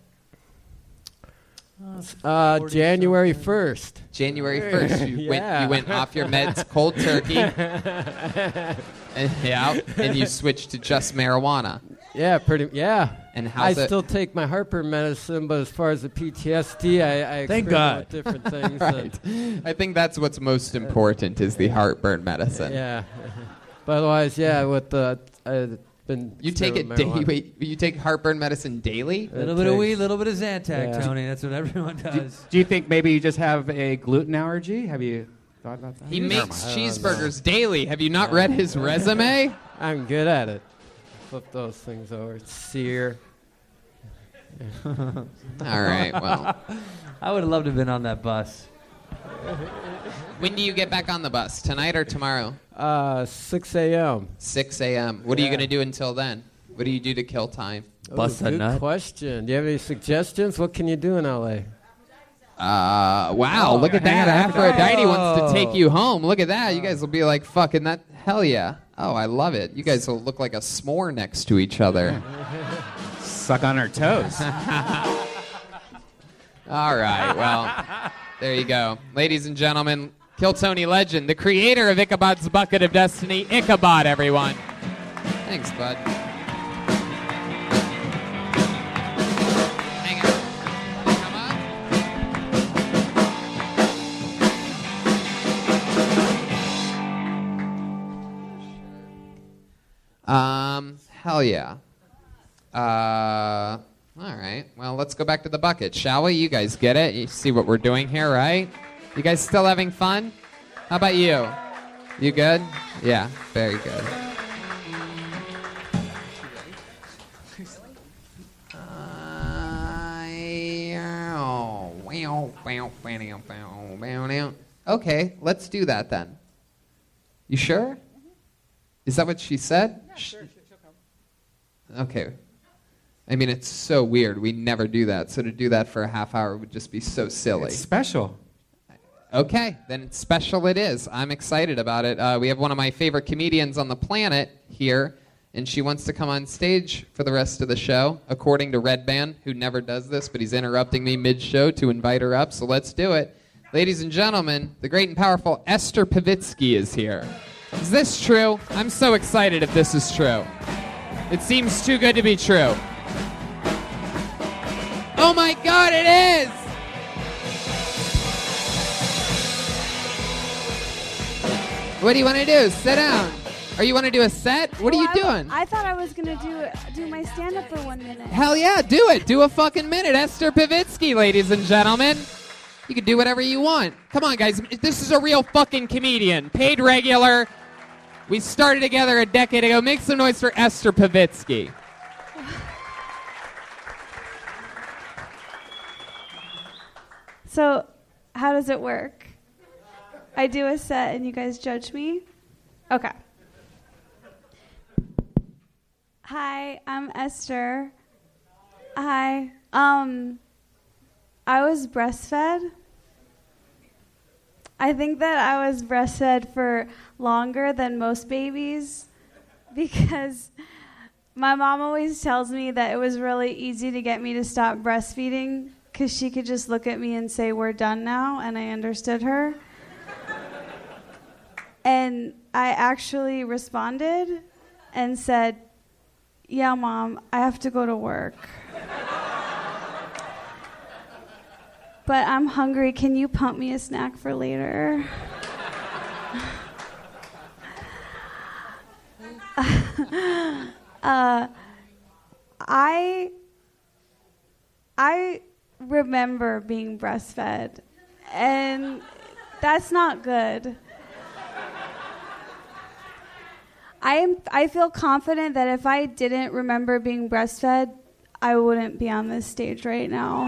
P: Uh, January first.
C: January first. You went. You went off your meds, cold turkey. And- yeah, and you switched to just marijuana.
P: Yeah, pretty. Yeah.
C: And
P: I
C: how's it?
P: still take my Harper medicine, but as far as the PTSD, I, I
C: Thank
P: experiment
C: God.
P: with different things.
C: Right. I think that's what's most important is the heartburn medicine.
P: Yeah. But otherwise, yeah, with the I've been.
C: You take it daily.
P: experimenting with
C: Wait, you take heartburn medicine daily?
P: A
K: little bit of weed, little bit of Zantac, Tony. That's what everyone does.
A: Do you think maybe you just have a gluten allergy? Have you thought about that?
C: He
A: Never
C: makes
A: mind.
C: cheeseburgers daily. Have you not read his resume?
P: I'm good at it. Flip those things over. It's sear. All
C: right, well.
K: I would have loved to have been on that bus.
C: When do you get back on the bus? Tonight or tomorrow?
P: Uh, 6 a.m.
C: 6 a.m. What are you
P: Yeah.
C: going to do until then? What do you do to kill time?
P: Ooh, good question. Do you have any suggestions? What can you do in Oh, LA?
C: Uh, wow, look at that. Aphrodite wants to
P: Oh.
C: take you home. Look at that. You guys will be like, fucking that. Hell yeah. Oh, I love it. You guys will look like a s'more next to each other.
A: Suck on our toes.
C: All right, well, there you go. Ladies and gentlemen, Kill Tony Legend, the creator of Ichabod's Bucket of Destiny, Ichabod, everyone. Thanks, bud. Um, hell yeah. Uh, all right. Well, let's go back to the bucket, shall we? You guys get it? You see what we're doing here, right? You guys still having fun? How about you? You good? Yeah, very good. Wow, wow, wow, wow, wow, wow, wow. Okay, let's do that then. You sure? Is that what she said? Okay. I mean, it's so weird. We never do that. So to do that for a half hour would just be so silly.
B: It's special.
C: Okay, then it's special it is. I'm excited about it. Uh, we have one of my favorite comedians on the planet here, and she wants to come on stage for the rest of the show, according to Red Band, who never does this, but he's interrupting me mid show to invite her up, so let's do it. Ladies and gentlemen, the great and powerful Esther Pavitsky is here. Is this true? I'm so excited if this is true. It seems too good to be true. Oh my god, it is! What do you want to do? Sit down. Or you want to do a set? What are you
T: Oh, I-
C: doing?
T: I thought I was gonna do do my stand up for one minute.
C: Hell yeah, do it. Do a fucking minute. Esther Pivitsky, ladies and gentlemen. You can do whatever you want. Come on, guys. This is a real fucking comedian, paid regular. We started together a decade ago. Make some noise for Esther Pavitsky.
T: So, how does it work? I do a set and you guys judge me? Okay. Hi, I'm Esther. Hi. Um I was breastfed. I think that I was breastfed for longer than most babies because my mom always tells me that it was really easy to get me to stop breastfeeding because she could just look at me and say, We're done now. And I understood her. and I actually responded and said, Yeah, mom, I have to go to work. but I'm hungry. Can you pump me a snack for later? uh, I I remember being breastfed, and that's not good. I am. I feel confident that if I didn't remember being breastfed, I wouldn't be on this stage right now.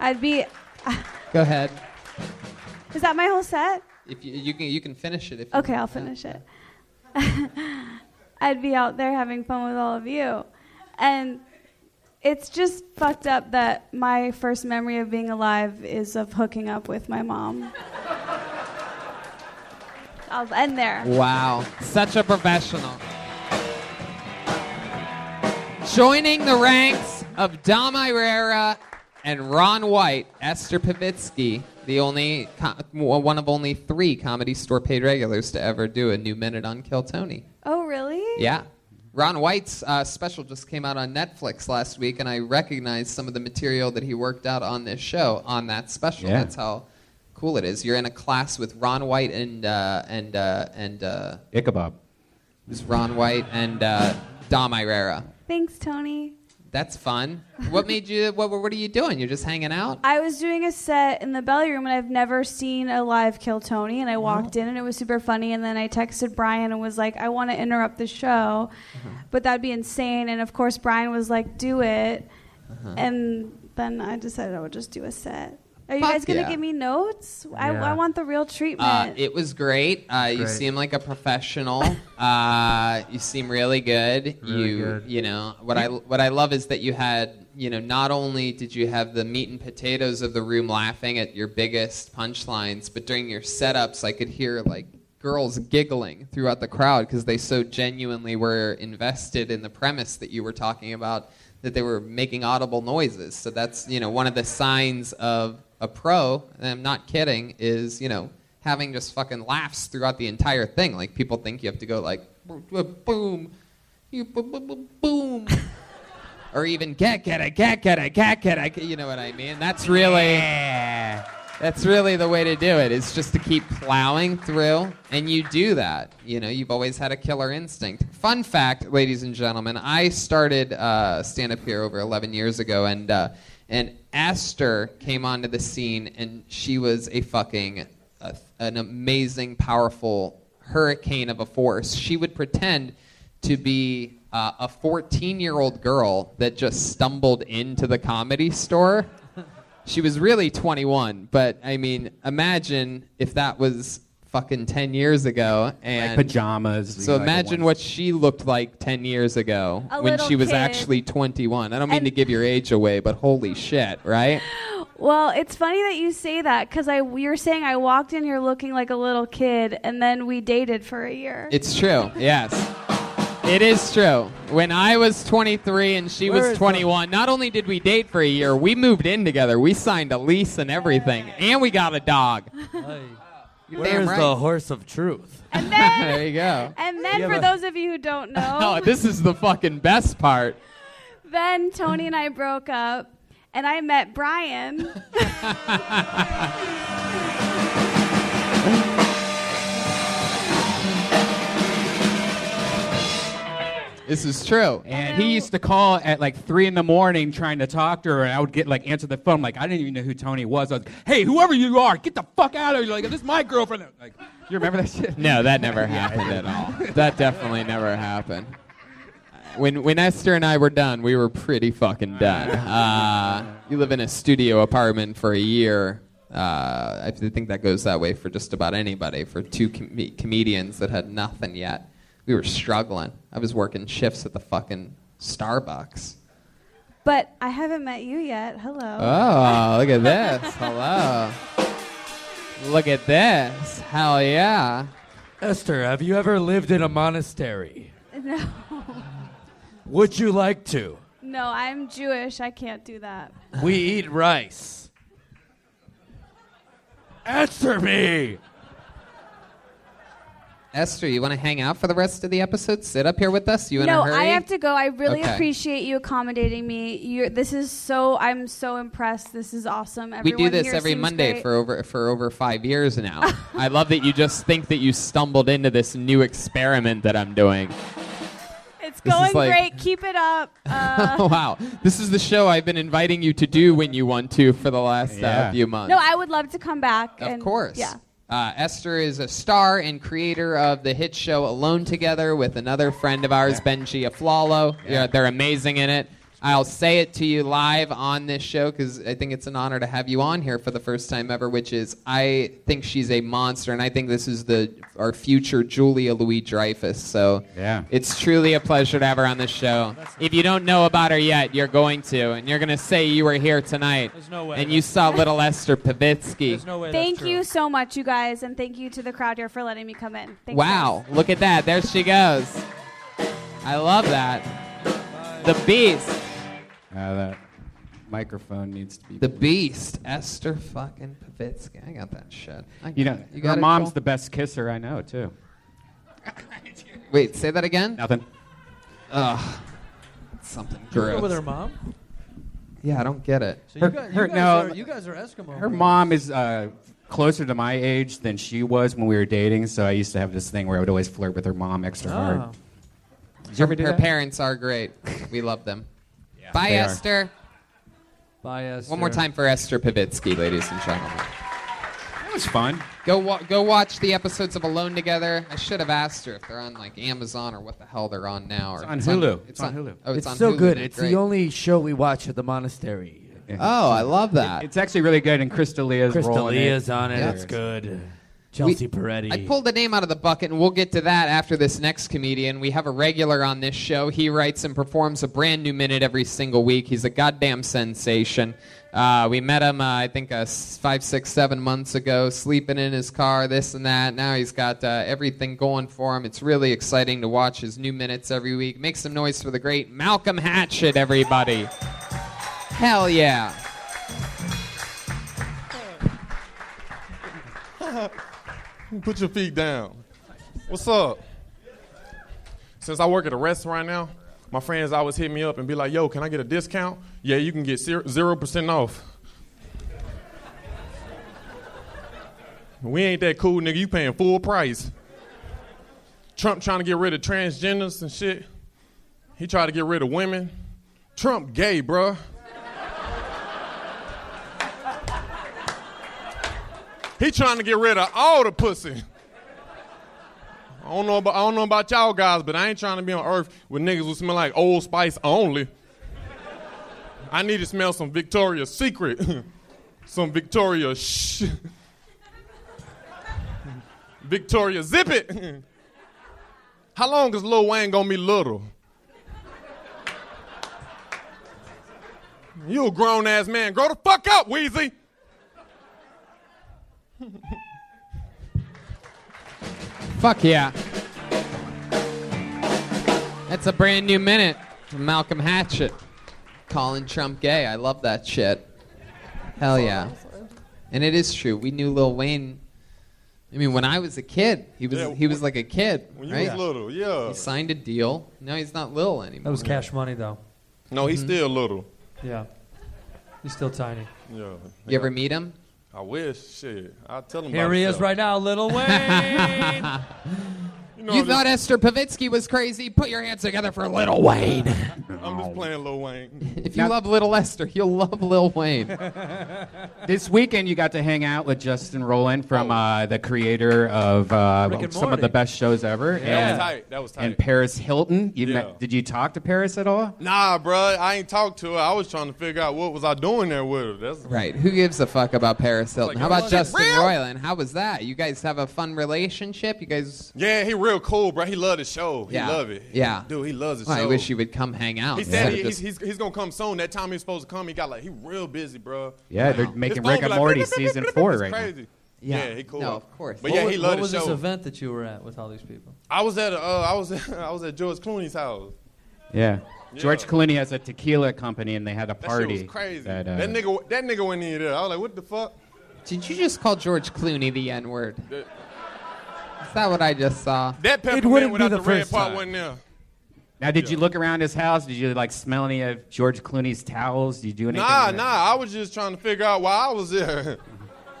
T: I'd be.
C: Go ahead.
T: Is that my whole set?
C: If you, you can, you can finish it. If you
T: Okay, I'll finish it. I'd be out there having fun with all of you. And it's just fucked up that my first memory of being alive is of hooking up with my mom. I'll end there.
C: Wow, such a professional. Joining the ranks of Dom Irera and Ron White, Esther Pavitsky, the only co- one of only three Comedy Store paid regulars to ever do a new minute on Kill Tony.
T: Oh, really?
C: Yeah. Ron White's uh, special just came out on Netflix last week, and I recognized some of the material that he worked out on this show on that special.
B: Yeah.
C: That's how cool it is. You're in a class with Ron White and uh, and uh, and uh,
B: Ichabod.
C: It's Ron White and uh, Dom Irera.
T: Thanks, Tony.
C: That's fun. What made you? What What are you doing? You're just hanging out.
T: I was doing a set in the belly room and I've never seen a live Kill Tony. And I walked in and it was super funny. And then I texted Brian and was like, I want to interrupt the show, but that'd be insane. And of course, Brian was like, do it.
H: Uh-huh.
T: And then I decided I would just do a set. Are you
C: Fuck
T: guys going to
C: yeah.
T: give me notes? I,
C: Yeah.
T: I want the real
C: Uh,
T: treatment.
C: it was great. Uh, you
T: Great.
C: seem like a professional. uh, you seem really good. you you know what I what I love is that you had you know not only did you have the meat and potatoes of the room laughing at your biggest punchlines, but during your setups I could hear like girls giggling throughout the crowd because they so genuinely were invested in the premise that you were talking about that they were making audible noises. So that's you know one of the signs of a pro. And I'm not kidding. Is you know having just fucking laughs throughout the entire thing. Like people think you have to go like boom, you boom, or even get get a get get a get get a. You know what I mean? That's really that's really the way to do it. Is just to keep plowing through, and you do that. You know, you've always had a killer instinct. Fun fact, ladies and gentlemen, I started uh, stand up here over 11 years ago, and uh, and Esther came onto the scene, and she was a fucking a, an amazing, powerful hurricane of a force. She would pretend to be uh, a 14 year old girl that just stumbled into the comedy store. She was really 21, but I mean, imagine if that was fucking 10 years ago and
A: pajamas,
C: So
A: like a
C: imagine what she looked like 10 years ago
T: A
C: when
T: little
C: she was
T: kid.
C: actually 21. I don't mean
T: And-
C: to give your age away, but holy shit, right?
T: Well, it's funny that you say that because I you're saying I walked in here looking like a little kid, and then we dated for a year.
C: It's true. Yes. It is true. When I was 23 and she
T: Where
C: was
T: is
C: 21, not only did we date for a year, we moved in together. We signed a lease and everything, and we got a dog.
T: You're
N: Where
C: damn
N: is
C: right.
N: the horse of truth?
T: And then,
C: there you go.
T: and
C: You
T: then
C: have
T: for
C: a-
T: those of you who don't know,
C: Oh, this is the fucking best part.
T: then Tony and I broke up, and I met Brian.
C: This is true.
A: And he used to call at like three in the morning trying to talk to her, and I would get like answer the phone like I didn't even know who Tony was. I was like, "Hey, whoever you are, get the fuck out of here!" Like this is my girlfriend. Like you remember that shit?
C: No, that never happened at all. That definitely never happened. When, when Esther and I were done, we were pretty fucking done. Uh, you live in a studio apartment for a year. Uh, I think that goes that way for just about anybody. For two com- comedians that had nothing yet, we were struggling. I was working shifts at the fucking Starbucks.
T: but I haven't met you yet. Hello.
C: Oh, look at this. Hello. Look at this. Hell yeah.
N: Esther, have you ever lived in a monastery?
T: No,
N: Would you like to?
T: no, I'm Jewish. I can't do that.
N: We eat rice. Answer me.
C: Esther, you want to hang out for the rest of the episode? Sit up here with us? You in
T: no,
C: a hurry?
T: I have to go. I really
C: Okay.
T: appreciate you accommodating me. You're, this is so. I'm so impressed. This is awesome.
C: we
T: Everyone
C: do this
T: here
C: every
T: seems
C: Monday
T: great.
C: for over for over five years now. I love that you just think that you stumbled into this new experiment that I'm doing.
T: It's
C: This is
T: going
C: like-
T: great. Keep it up. Uh,
C: wow, this is the show I've been inviting you to do when you want to for the last uh,
N: Yeah.
C: few months.
T: no, I would love to come back.
C: Of
T: and,
C: course.
T: Yeah.
C: Uh, Esther is a star and creator of the hit show Alone Together with another friend of ours, Benji Aflalo. Yeah, they're amazing in it. I'll say it to you live on this show because I think it's an honor to have you on here for the first time ever. Which is, I think she's a monster, and I think this is the our future Julia Louis Dreyfus. So
A: yeah,
C: it's truly a pleasure to have her on this show. If you don't know about her yet, you're going to, and you're going to say you were here tonight. There's
T: no way
C: And you saw little Esther Pavitsky. There's
N: no way.
T: Thank you so much, you guys, and thank you to the crowd here for letting me come in. Thanks,
C: Wow, look at that. There she goes. I love that. The beast.
B: Uh, that microphone needs to be.
C: The beast. Esther fucking Pavitsky. I got that shit. I
B: You
C: got
B: know,
C: it. you
B: her
C: got it,
B: mom's
C: Joel?
B: the best kisser I know too.
C: Wait, say that again?
B: Nothing.
C: Ugh. Something
K: You were
C: gross.
K: with her mom.
C: Yeah, I don't get it.
K: So
B: Her-
K: you, guys,
B: her-
K: you, guys
B: no,
K: are, you guys are Eskimo.
B: Her mom is uh, closer to my age than she was when we were dating, so I used to have this thing where I would always flirt with her mom
K: Oh.
B: extra hard. Did you ever Oh. do
C: her
B: that?
C: parents are great. We love them. Bye,
B: They are.
C: Esther.
K: Bye, Esther.
C: One more time for Esther Pavitsky, ladies and gentlemen.
B: That was fun.
C: Go wa- go watch the episodes of Alone Together. I should have asked her if they're on like Amazon or what the hell they're on now. Or
B: It's on Hulu. It's on Hulu.
C: Oh, it's, on
N: so
C: Hulu.
N: good.
C: They're
N: It's
C: great.
N: the only show we watch at the monastery.
C: Oh, I love that.
B: It's actually really good, and Chris D'Elia's
N: Chris
B: role in
N: D'Elia's on it.
C: Yeah.
N: It's good. Chelsea Peretti.
C: I pulled the name out of the bucket, and we'll get to that after this next comedian. We have a regular on this show. He writes and performs a brand new minute every single week. He's a goddamn sensation. Uh, we met him, uh, I think, uh, s- five, six, seven months ago, sleeping in his car, this and that. Now he's got uh, everything going for him. It's really exciting to watch his new minutes every week. Make some noise for the great Malcolm Hatchet, everybody. Hell yeah.
U: Put your feet down. What's up? Since I work at a restaurant now, my friends always hit me up and be like, yo, can I get a discount? Yeah, you can get zero- 0% off. We ain't that cool, nigga. You paying full price. Trump trying to get rid of transgenders and shit. He tried to get rid of women. Trump gay, bruh. He trying to get rid of all the pussy. I don't know about I don't know about y'all guys, but I ain't trying to be on earth with niggas who smell like Old Spice only. I need to smell some Victoria's Secret, some Victoria shh, Victoria Zip it. How long is Lil Wayne gonna be little? You a grown ass man. Grow the fuck up, Wheezy.
C: Fuck yeah. That's a brand new minute from Malcolm Hatchet. Calling Trump gay. I love that shit. Hell yeah. And it is true. We knew Lil Wayne. I mean, when I was a kid, he was
U: Yeah,
C: he was like a kid.
U: when you
C: right?
U: was little, yeah.
C: He signed a deal. Now he's not Lil anymore. Mm-hmm.
E: That was cash money, though.
U: No, he's
E: Mhm.
U: still little.
E: Yeah. He's still tiny.
U: Yeah.
C: You ever meet him?
U: I wish. Shit. I'll tell him
E: Here
U: about
E: he
U: himself.
E: is right now, Little Wayne.
C: You,
U: know,
C: thought
U: this-
C: Esther Pavitsky was crazy? Put your hands together for Little Wayne.
U: I'm just playing Lil Wayne.
C: If you love Little Esther, you'll love Lil Wayne.
B: This weekend, you got to hang out with Justin Roland from uh, the creator of uh,
U: Oh. Rick and
B: some of the
U: Morty.
B: best shows
U: Yeah.
B: ever.
U: That
B: and,
U: was tight. That was tight.
B: And Paris Hilton. You met, did you talk to Paris at all?
U: Nah, bruh, I ain't talked to her. I was trying to figure out what was I doing there with her. That's
C: Right. Who gives a fuck about Paris Hilton?
U: Like,
C: How
U: was
C: about
U: it
C: Justin
U: real?
C: Roiland? How was that? You guys have a fun relationship? You guys.
U: Yeah, he real cool, bro. He love the show. He
C: yeah.
U: love it.
C: Yeah.
U: dude, he loves the
C: Well,
U: show.
C: I wish you would come hang out.
U: He
C: instead
U: said
C: of
U: he, he's,
C: just-
U: he's, he's gonna come soon. That time he was supposed to come, he got like he real busy, bro.
B: Yeah, they're making Rick and Morty season four right now.
U: crazy.
B: Yeah.
U: Yeah, he cool.
C: No, of course.
U: But
E: What
U: yeah,
E: wa-
U: he loved
E: What was
U: the show.
E: this event that you were at with all these people?
U: I was at uh, I was I was at George Clooney's house.
B: Yeah. George Clooney has a tequila company, and they had a
U: That
B: party.
U: shit was crazy.
B: that,
U: That,
B: uh,
U: nigga that nigga went in there. I was like, what the fuck?
C: Did you just call George Clooney the N word?
U: That-
C: Is that what I just saw?
U: That peppermint without the, red part wasn't there.
B: Now, did you look around his house? Did you like smell any of George Clooney's towels? Did you do anything?
U: Nah, nah. I was just trying to figure out why I was there.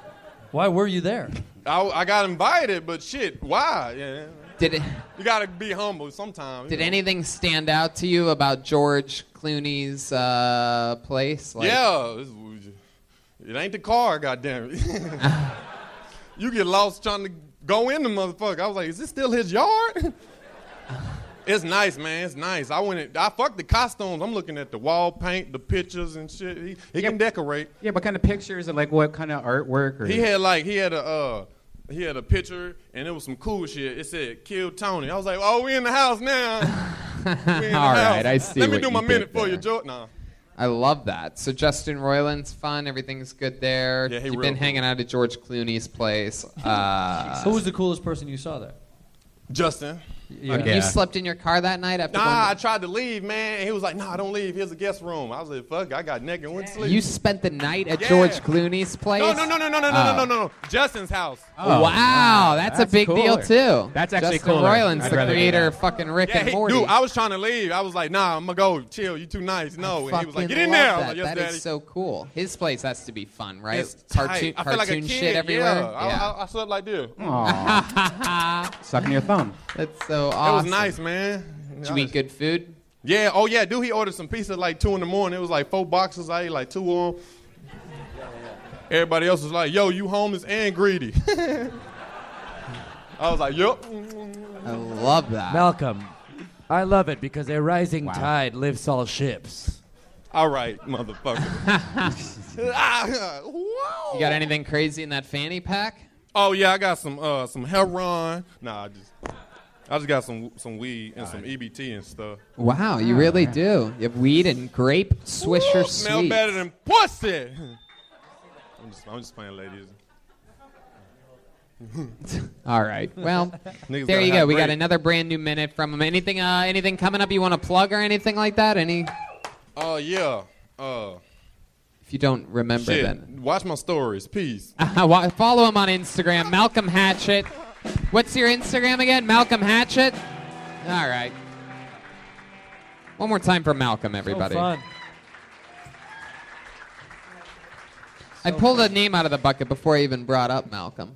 E: Why were you there?
U: I, I got invited, but shit, why? Yeah.
C: Did it?
U: You gotta be humble sometimes. you
C: Did
U: know.
C: anything stand out to you about George Clooney's uh, place? Like,
U: yeah, it's- it ain't the car, goddamn it. you get lost trying to go in the motherfucker. I was like, is this still his yard? it's nice, man. It's nice. I went. In, I fucked the costumes. I'm looking at the wall paint, the pictures and shit. He, he can decorate.
B: Yeah, what kind of pictures and like what kind of artwork? Or
U: He had like he had a uh, he had a picture and it was some cool shit. It said "Kill Tony." I was like, "Oh, we in the house now." We in the
C: All right,
U: house.
C: I see
U: Let me
C: what
U: do
C: you
U: my
C: did
U: minute for
C: there.
U: you, Jordan. Nah.
C: I love that. So Justin Roiland's fun. Everything's good there.
E: Yeah, he
C: You've
E: real
C: been
E: cool.
C: hanging out at George Clooney's place. Uh,
E: Who was the coolest person you saw there?
U: Justin.
E: Yeah.
C: You slept in your car that night after. going
U: Nah,
C: to-
U: I tried to leave, man. He was like, "Nah, don't leave. Here's a guest room." I was like, "Fuck, I got naked and went to sleep."
C: You spent the night at
U: Yeah.
C: George Clooney's place?
U: No, no, no, no, no, no,
C: Oh.
U: no, no, no. Justin's house.
C: Oh, wow, that's, a big deal too. Justin Roiland's the creator of fucking Rick
U: Yeah,
C: and
U: he-
C: Morty.
U: Dude, I was trying to leave. I was like, "Nah, I'm gonna go. Chill. You too nice." No, and he was like,
C: Fucking
U: "Get in
C: love
U: there." I was
C: That.
U: like, yes,
C: That is
U: daddy.
C: so cool. His place has to be fun, right?
U: It's
C: cartoon
U: tight. I feel
C: cartoon
U: like a kid.
C: shit everywhere.
U: Yeah, I- I, I slept like this.
B: Aw. Sucking your thumb.
C: That's so
U: It
C: awesome.
U: was nice, man.
C: Did you eat good food?
U: Yeah. Oh yeah, dude. He ordered some pizza at like two in the morning. It was like four boxes. I ate like two of them. Everybody else was like, "Yo, you homeless and greedy." I was like, "Yup."
C: I love that.
N: Malcolm, I love it because a rising tide lifts all ships.
U: All right, motherfucker. Ah,
C: You got anything crazy in that fanny pack?
U: oh yeah, I got some uh some Heron. Nah, I just I just got some some weed and some EBT and stuff.
C: Wow, you really do. You have weed and grape swisher
U: Smell
C: sweet.
U: better than pussy. I'm just I'm just playing, ladies.
C: All right. Well,
U: Niggas
C: there
U: gotta
C: you go.
U: have
C: We got
U: grape.
C: another brand new minute from him. Anything, uh, anything coming up you want to plug or anything like that? Any?
U: Oh yeah. Uh,
C: If you don't remember
U: Shit,
C: then.
U: watch my stories. Peace.
C: Wa- Follow him on Instagram, Malcolm Hatchet. What's your Instagram again? Malcolm Hatchet? All right. One more time for Malcolm, everybody.
E: fun.
C: I pulled a name out of the bucket before I even brought up Malcolm.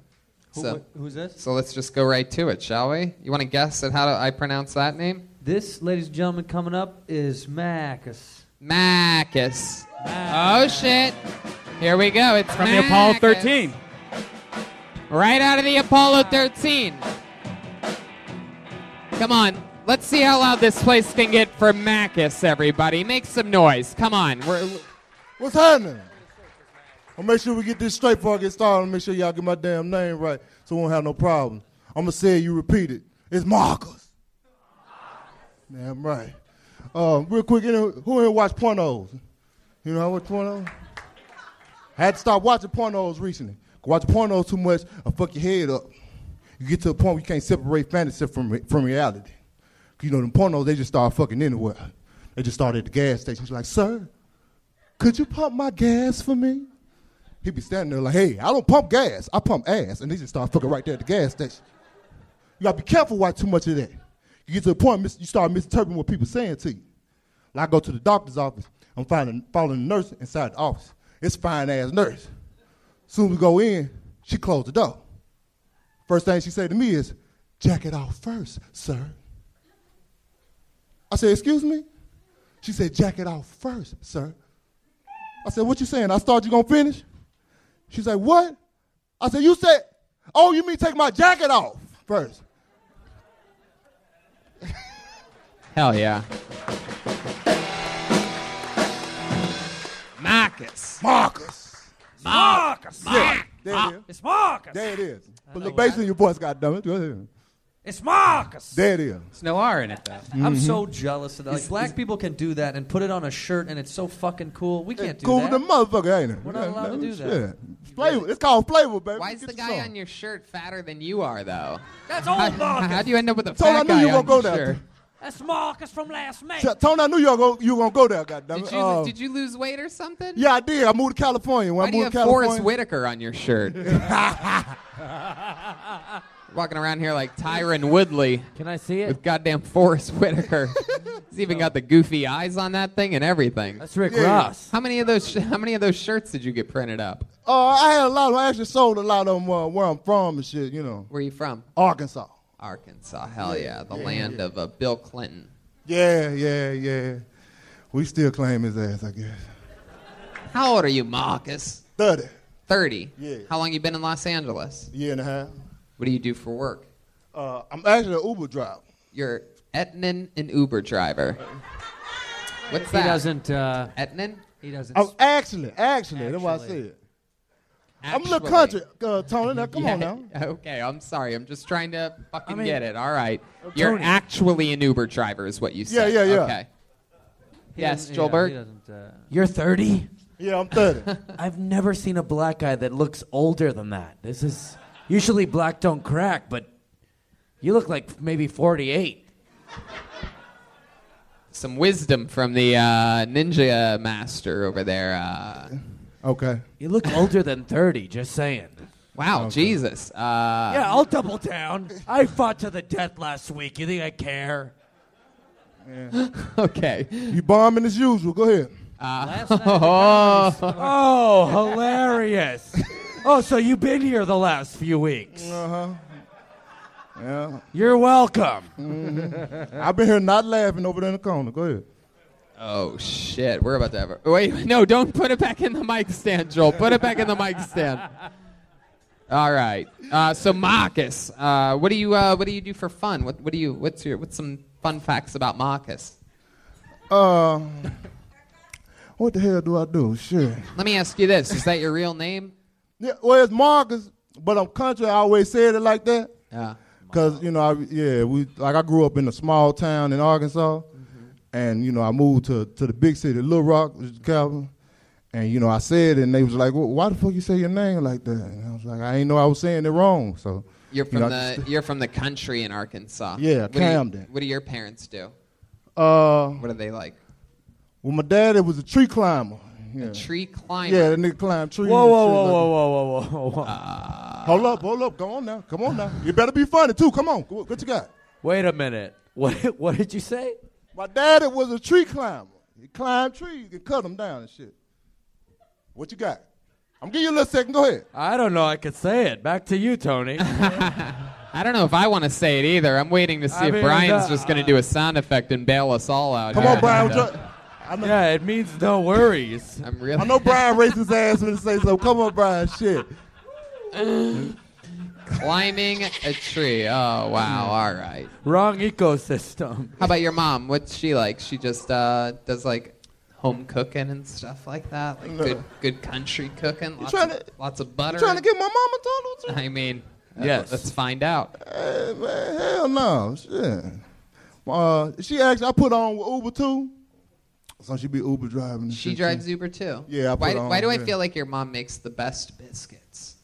E: Who-
C: so,
E: wh- who's this?
C: So let's just go right to it, shall we? You want to guess at how I pronounce that name?
E: This, ladies and gentlemen, coming up is Macus.
C: Macus. Oh, shit. Here we go. It's
E: From the Apollo
C: Macus.
E: 13.
C: Right out of the Apollo 13. Come on. Let's see how loud this place can get for Macus, everybody. Make some noise. Come on. We're,
V: What's happening? I'll make sure we get this straight before I get started. and Make sure y'all get my damn name right so we won't have no problems. I'm going to say it, you repeat it. It's Marcus. Damn right. Uh, real quick, any- who here watch pornos? You know how much pornos? had to stop watching pornos recently. Watch pornos too much, I'll fuck your head up. You get to a point where you can't separate fantasy from, re- from reality. 'Cause You know, them pornos, they just start fucking anywhere. They just start at the gas station. She's like, sir, could you pump my gas for me? He be standing there like, hey, I don't pump gas, I pump ass. And they just start fucking right there at the gas station. You gotta be careful why too much of that. You get to the point, mis- you start misinterpreting what people saying to you. Like I go to the doctor's office, I'm finding, following the nurse inside the office. It's fine ass nurse. Soon as we go in, she closed the door. First thing she said to me is, jack it off first, sir. I said, excuse me? She said, jack it off first, sir. I said, what you saying? I thought you gonna finish? She's like, what? I said, you said, oh, you mean take my jacket off first.
C: hell yeah. Marcus.
V: Marcus.
F: Marcus.
V: Yeah, there it is.
F: It's Marcus.
V: There it is. Put the bass in your voice, goddammit. Go ahead.
F: It's Marcus.
V: There it is.
A: There's no R in it, though.
U: Mm-hmm.
E: I'm
V: Mhm.
E: so jealous of that. Like,
V: Is-
E: black
V: is-
E: people can do that and put it on a shirt, and it's so fucking cool. We can't do
V: Cool
E: that.
V: with the motherfucker, ain't it?
E: We're not allowed to do that.
V: Yeah. Flavor. It's called flavor, baby.
C: Why is
V: Get
C: the
V: your
C: guy
V: song.
C: on your shirt fatter than you are, though?
F: That's
C: How-
F: old Marcus.
C: How do you end up with a
V: Tony, I
C: fat
V: knew
C: guy
V: you were
C: on
V: gonna
C: your
V: go there.
C: shirt?
F: That's Marcus from last May.
V: T- Tony, I knew you were gonna, you were gonna go there, goddammit.
C: Did you,
V: Uh,
C: did you lose weight or something?
V: yeah, I did. I moved to California. When
C: Why
V: I
C: do you
V: moved
C: have
V: to California,
C: Forrest Whitaker on your shirt? Walking around here like Tyron Woodley.
N: Can I see it?
C: With goddamn Forrest Whitaker. He's even got the goofy eyes on that thing and everything.
N: That's Rick
V: Yeah. Ross.
C: How many of those sh- How many of those shirts did you get printed up?
V: Uh, I had a lot of. I actually sold a lot of them uh, where I'm from and shit. You know.
C: Where you from?
V: Arkansas.
C: Arkansas, hell
V: Yeah,
C: yeah, the
V: yeah,
C: land
V: yeah.
C: of uh, Bill Clinton.
V: Yeah, yeah, yeah. We still claim his ass, I guess.
C: How old are you, Marcus?
V: Thirty.
C: Thirty.
V: Yeah.
C: How long you been in Los Angeles?
V: Year and a half.
C: What do you do for work?
V: Uh, I'm actually an Uber driver.
C: You're Etnan and Uber driver. What's
K: He
C: that?
K: doesn't. Uh,
C: Etnan?
K: He doesn't.
V: I'm actually, actually, that's what I
K: Actually.
V: said. I'm a little
C: Actually.
V: country, uh, Tony. Now come on
C: Yeah,
V: now.
C: Okay, I'm sorry. I'm just trying to fucking
V: I mean-
C: get it. All right. You're
V: Oh, Tony.
C: actually an Uber driver, is what you
V: Yeah,
C: said.
V: yeah, yeah.
C: Okay.
K: He
C: yes,
K: doesn't-
C: Joel
K: yeah, he
C: Berg?
K: doesn't, uh,
N: You're 30?
V: Yeah, I'm 30.
N: I've never seen a black guy that looks older than that. This is usually black don't crack, but you look like maybe 48.
C: Some wisdom from the uh, ninja master over there. Uh,
V: Okay.
N: You look older than 30, just saying.
C: wow, Jesus. Uh,
N: yeah, I'll double down. I fought to the death last week. You think I care?
C: okay.
V: You bombing as usual. Go ahead.
C: Uh,
N: oh, hilarious. oh, so you've been here the last few weeks.
V: Uh-huh. Yeah.
N: You're welcome.
C: Mm-hmm.
V: I've been here not laughing over there in the corner. Go ahead.
C: Oh shit, we're about to have a wait. No, don't put it back in the mic stand, Joel. Put it back in the mic stand. All right. Uh, so Marcus, uh, what do you uh, what do you do for fun? What what do you what's your what's some fun facts about Marcus?
V: Uh, what the hell do I do? Shit.
C: Let me ask you this: Is that your real name?
V: Yeah, well, it's Marcus, but I'm country. I always said it like that.
C: Yeah.
V: Cause you know, I, yeah, we like I grew up in a small town in Arkansas,
C: Mm-hmm.
V: and you know I moved to to the big city, Little Rock, which is Calvin, and you know I said it, and they was like, well, "Why the fuck you say your name like that?" And I was like, "I ain't know I was saying it wrong." So
C: You're
V: you
C: from
V: know, I
C: the you're from the country in Arkansas.
V: Yeah,
C: What do you-
V: Camden.
C: what do your parents do?
V: just- uh,
C: What are they like?
V: Well, my daddy was a tree climber.
C: A
V: Yeah.
C: tree climber.
V: Yeah, that nigga climb trees.
C: Whoa, whoa, whoa,
V: whoa, whoa, whoa, whoa, whoa. hold up, hold up. Go on now. Come on now. You better be funny, too. Come on. What what you got?
N: Wait a minute. What what did you say?
V: My daddy was a tree climber. He climbed trees and cut them down and shit. What you got? I'm giving you a little second. Go ahead.
N: I don't know. I could say it. Back to you, Tony.
C: I don't know if I want to say it either. I'm waiting to see
N: I
C: if
N: mean,
C: Brian's
N: uh,
C: just going to do a sound effect and bail us all out.
V: Come
C: here.
V: on, Brian. What you-
N: yeah, it means no worries.
C: I'm really.
V: I know Brian raised his ass when he say so. Come on, Brian. Shit.
C: Climbing a tree. Oh wow!
V: Mm.
C: All right.
N: Wrong ecosystem.
C: How about your mom? What's she like? She just uh, does like home cooking and stuff like that. Like
V: No.
C: good, good country cooking. Lots,
V: trying
C: of,
V: to-
C: lots of
V: You
C: butter.
V: trying to get my mama Donald?
C: I mean, uh,
V: Yes.
C: Let's find out.
V: Hey, Eh, man, hell no. Shit. Uh, she actually, I put on with Uber too. So she be Uber driving. and
C: She
V: shit,
C: drives
V: too.
C: Uber too.
V: Yeah, I put
C: why,
V: on,
C: why do I
V: yeah.
C: feel like your mom makes the best biscuits?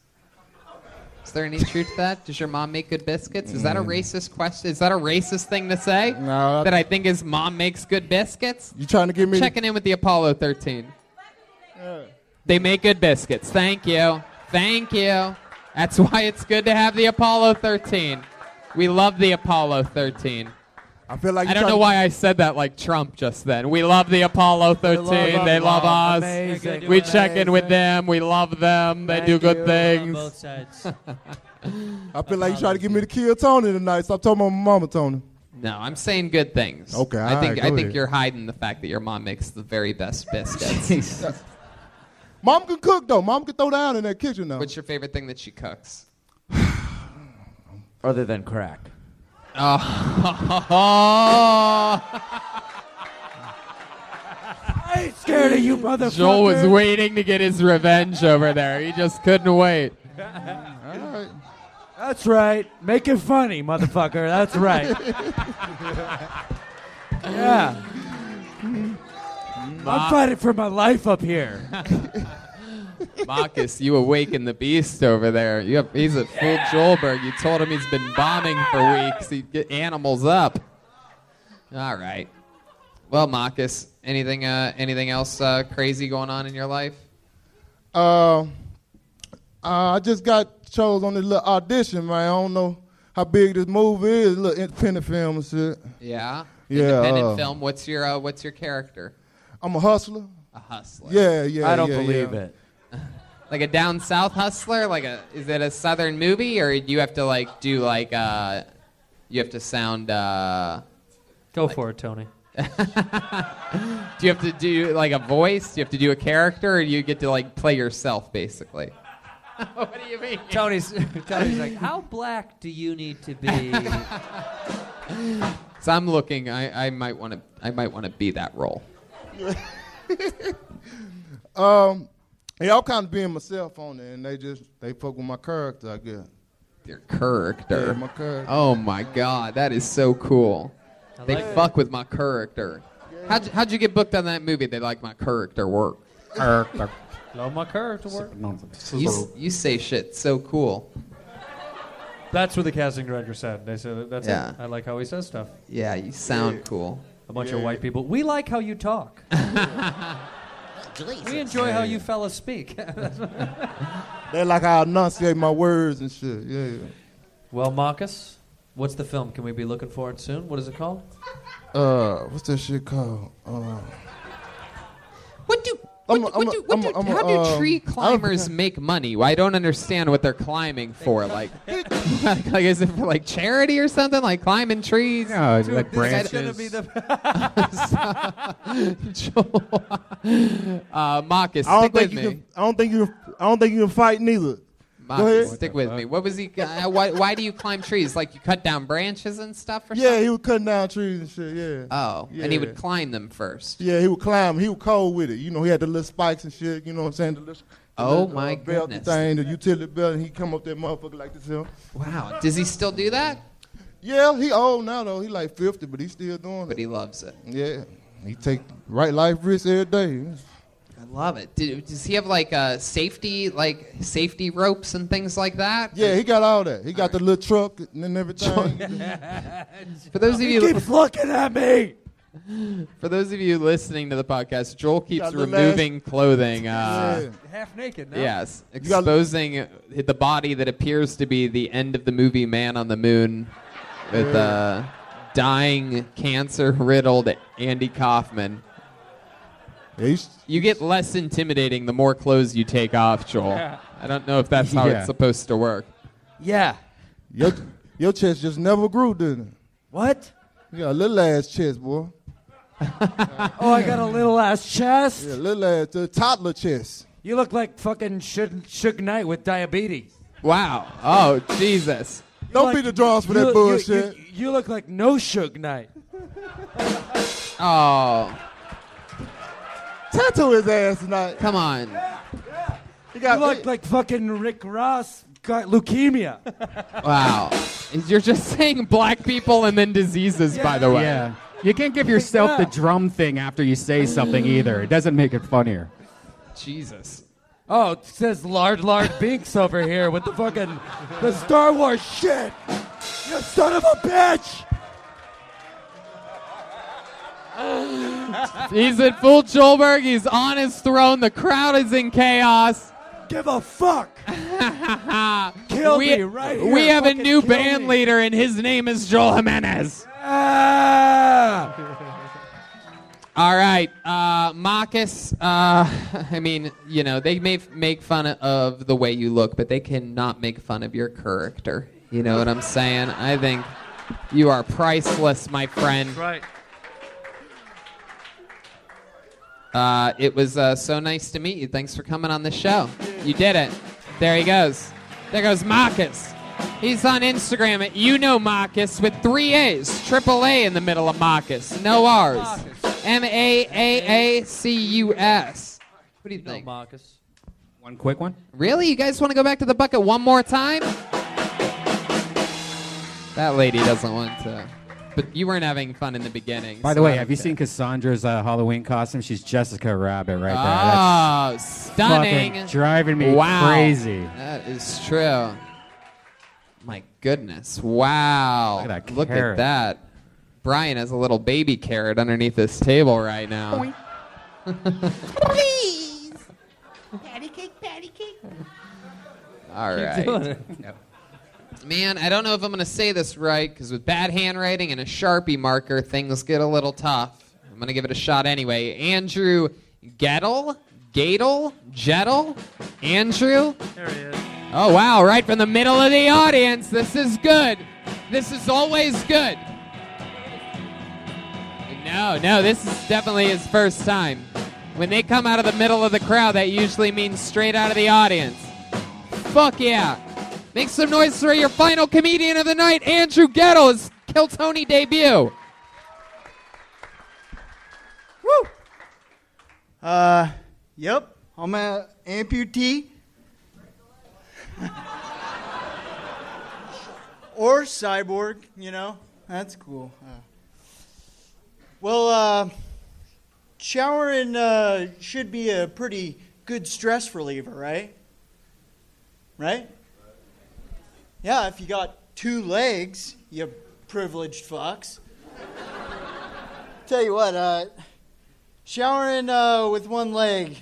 C: Is there any truth to that? Does your mom make good biscuits? Is that
V: Mm.
C: a racist question? Is that a racist thing to say? No. That I think his mom makes good biscuits?
V: You trying to get me to-
C: checking in with the Apollo 13. They make good biscuits. Thank you. Thank you. That's why it's good to have the Apollo 13. We love the Apollo 13.
V: I feel like
C: I
V: you
C: don't
V: tryna-
C: know why I said that like Trump just then. We love the Apollo 13. They love,
V: love
C: us.
V: us. Amazing.
C: We check in with them. We love them. They do good things.
V: I feel like you trying to get me to kill Tony tonight. Stop talking about my mama, Tony.
C: No, I'm saying good things.
V: Okay,
C: I think
V: alright,
C: I
V: go
C: think
V: ahead.
C: you're hiding the fact that your mom makes the very best biscuits.
V: Mom can cook though. Mom can throw down in that kitchen though.
C: What's your favorite thing that she cooks?
N: Other than crack.
V: Oh.
C: I
N: ain't scared of you, motherfucker.
C: Joel was waiting to get his revenge over there. He just couldn't wait.
N: That's right. Make it funny, motherfucker. That's right. yeah. I'm fighting for my life up here.
C: Marcus, you awaken the beast over there. You have, he's at full Joelberg. You told him he's been bombing for weeks. He get animals up. All right. Well, Marcus, anything uh, anything else uh, crazy going on in your life?
V: Uh, uh, I just got chose on this little audition, man. I don't know how big this movie is. Little independent film and shit.
C: Yeah.
V: Yeah,
C: Independent
V: uh,
C: film. What's your uh, What's your character?
V: I'm a hustler.
C: A hustler.
V: Yeah, yeah. yeah, yeah.
N: it.
C: Like a down south hustler? Like a is it a southern movie or do you have to like do like uh you have to sound uh
E: Go for it, Tony.
C: do you have to do like a voice? Do you have to do a character or do you get to like play yourself basically? what do you mean?
K: Tony's Tony's like, how black do you need to be?
C: So I'm looking I, I might wanna I might wanna be that role.
V: Um, yeah, I'm kind of being myself on it, and they just they fuck with my character, I guess.
C: Your character.
V: Yeah, my character.
C: Oh my god, that is so cool.
V: I
C: They
V: like it.
C: fuck with my character. How'd you, how'd you get booked on that movie? They like my character work.
B: Character.
E: Love my curve to work.
C: You, s- you say shit so cool.
E: That's what the casting director said. They said that- that's
C: Yeah.
E: it. I like how he says stuff.
C: Yeah, you sound cool.
E: A bunch of white people. We like how you talk. we enjoy how you fellas speak.
V: They like I enunciate my words and shit. Yeah. yeah.
E: well, Marcus, what's the film? Can we be looking for it soon? What is it called?
V: Uh, what's that shit called? Uh,
C: what do?
V: What, do, what, do, what do,
C: How do
V: um,
C: tree climbers make money? Well, I don't understand what they're climbing for. Like, like, is it for like charity or something? Like climbing trees?
B: No, Dude, like this is gonna branches. be
C: the. uh, Marcus,
V: I don't
C: stick
V: think
C: with
V: you
C: me.
V: can. I don't think you. Can, I don't think you can fight neither.
C: Marcus,
V: Go ahead.
C: stick with me. What was he? Uh, why, why do you climb trees? Like you cut down branches and stuff? Or
V: Yeah, he was cutting down trees and shit. Yeah.
C: Oh, and he
V: Yeah.
C: would climb them first.
V: Yeah, he would climb. He was cold with it. You know, he had the little spikes and shit. You know what I'm saying? The little, the
C: Oh,
V: little, uh,
C: my
V: belt
C: goodness.
V: thing, the utility belt, and he come up that motherfucker like this here.
C: Wow. Does he still do that?
V: Yeah, he old now though. He like 50, but he still doing it. But
C: he loves it.
V: Yeah, he take right life risks every day.
C: I love it. Do- does he have like uh, safety, like safety ropes and things like that?
V: Yeah, he got all that. He got the little truck and everything.
C: For those of you
V: looking at me.
C: For those of you listening to the podcast, Joel keeps
K: Got the
C: removing
K: last-
C: clothing. Uh,
K: Yeah. Half naked, no?
C: Yes,
K: You got-
C: exposing the body that appears to be the end of the movie Man on the Moon, with
K: Yeah.
C: uh, dying cancer-riddled Andy Kaufman. You get less intimidating the more clothes you take off, Joel.
V: Yeah.
C: I don't know if that's how
V: Yeah.
C: it's supposed to work.
V: Yeah. Your, your chest just never grew, didn't it? What? You got a little ass chest, boy.
N: Oh, I got a little ass chest.
V: Yeah, little ass, the toddler chest.
N: You look like fucking Suge, Suge Knight with diabetes.
C: Wow. Oh, Jesus.
V: Don't beat the drums for
N: you
V: that
N: look- you- you-
V: bullshit.
N: You, look like no Suge Knight.
C: Oh.
V: Tattoo his ass tonight.
C: Come on.
V: You,
N: look like fucking Rick Ross got leukemia.
C: Wow. You're just saying black people and then diseases, by the way.
B: Yeah. You can't give yourself the drum thing after you say something either. It doesn't make it funnier.
C: Jesus.
N: Oh, it says Lard Lard Binks over here with the fucking the Star Wars shit. You son of a bitch.
C: He's at full Joelberg. He's on his throne. The crowd is in chaos.
N: Give a fuck. Kill
C: we,
N: me right
C: We
N: here.
C: have a
N: Fucking
C: new
N: kill me.
C: band leader, and his name is Joel Jimenez.
N: Ah.
C: All right, uh, Marcus. Uh, I mean, you know, they may f- make fun of the way you look, but they cannot make fun of your character. You know what I'm saying? I think you are priceless, my friend.
E: right.
C: Uh, it was uh, so nice to meet you. Thanks for coming on the show. You did it. There he goes. There goes Marcus. He's on Instagram at you know Marcus with three A's, triple A in the middle of Marcus, no R's, M A A A C U S. What do you think,
E: Marcus?
C: One quick one. Really, you guys want to go back to the bucket one more time? That lady doesn't want to. But you weren't having fun in the beginning.
B: By the
C: so
B: way,
C: I
B: have
C: don't
B: you seen Cassandra's uh, Halloween costume? She's Jessica Rabbit right there.
C: Oh,
B: That's
C: stunning.
B: fucking driving me
C: Wow.
B: crazy.
C: That is true. My goodness. Wow. Look at that.
B: carrot.
C: Brian has a little baby carrot underneath this table right now.
F: Please. Patty cake, patty cake.
C: All
F: Keep
C: right.
F: doing it.
C: Man, I don't know if I'm going to say this right because with bad handwriting and a Sharpie marker, things get a little tough. I'm going to give it a shot anyway. Andrew Gettle? Gadel? Jettle? Andrew?
F: There he is.
C: Oh, wow, right from the middle of the audience. This is good. This is always good. No, no, this is definitely his first time. When they come out of the middle of the crowd, that usually means straight out of the audience. Fuck yeah. Make some noise for your final comedian of the night, Andrew Gettle's Kiltony debut.
W: Uh, yep. I'm an amputee. or cyborg, you know? That's cool. Uh, well, uh, showering uh, should be a pretty good stress reliever, right? Right? Yeah, if you got two legs, you privileged fucks. Tell you what, uh, showering uh, with one leg,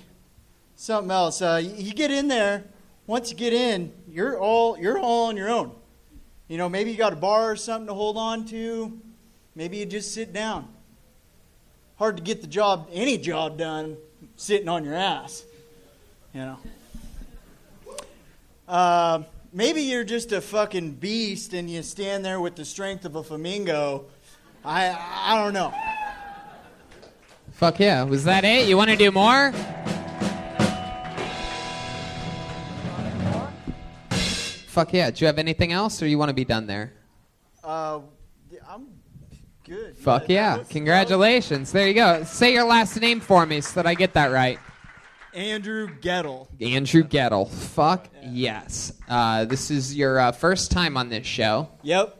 W: something else. Uh, you, you get in there. Once you get in, you're all you're all on your own. You know, maybe you got a bar or something to hold on to. Maybe you just sit down. Hard to get the job, any job done, sitting on your ass. You know. Uh, maybe you're just a fucking beast and you stand there with the strength of a flamingo. I I don't know.
C: Fuck yeah. Was that it? You want to do more? Fuck yeah. Do you have anything else or you want to be done there?
W: Uh, I'm good.
C: Fuck yeah. Congratulations. There you go. Say your last name for me so that I get that right.
W: Andrew Gettle.
C: Andrew Gettle. Fuck yes. Uh, this is your uh, first time on this show.
W: Yep.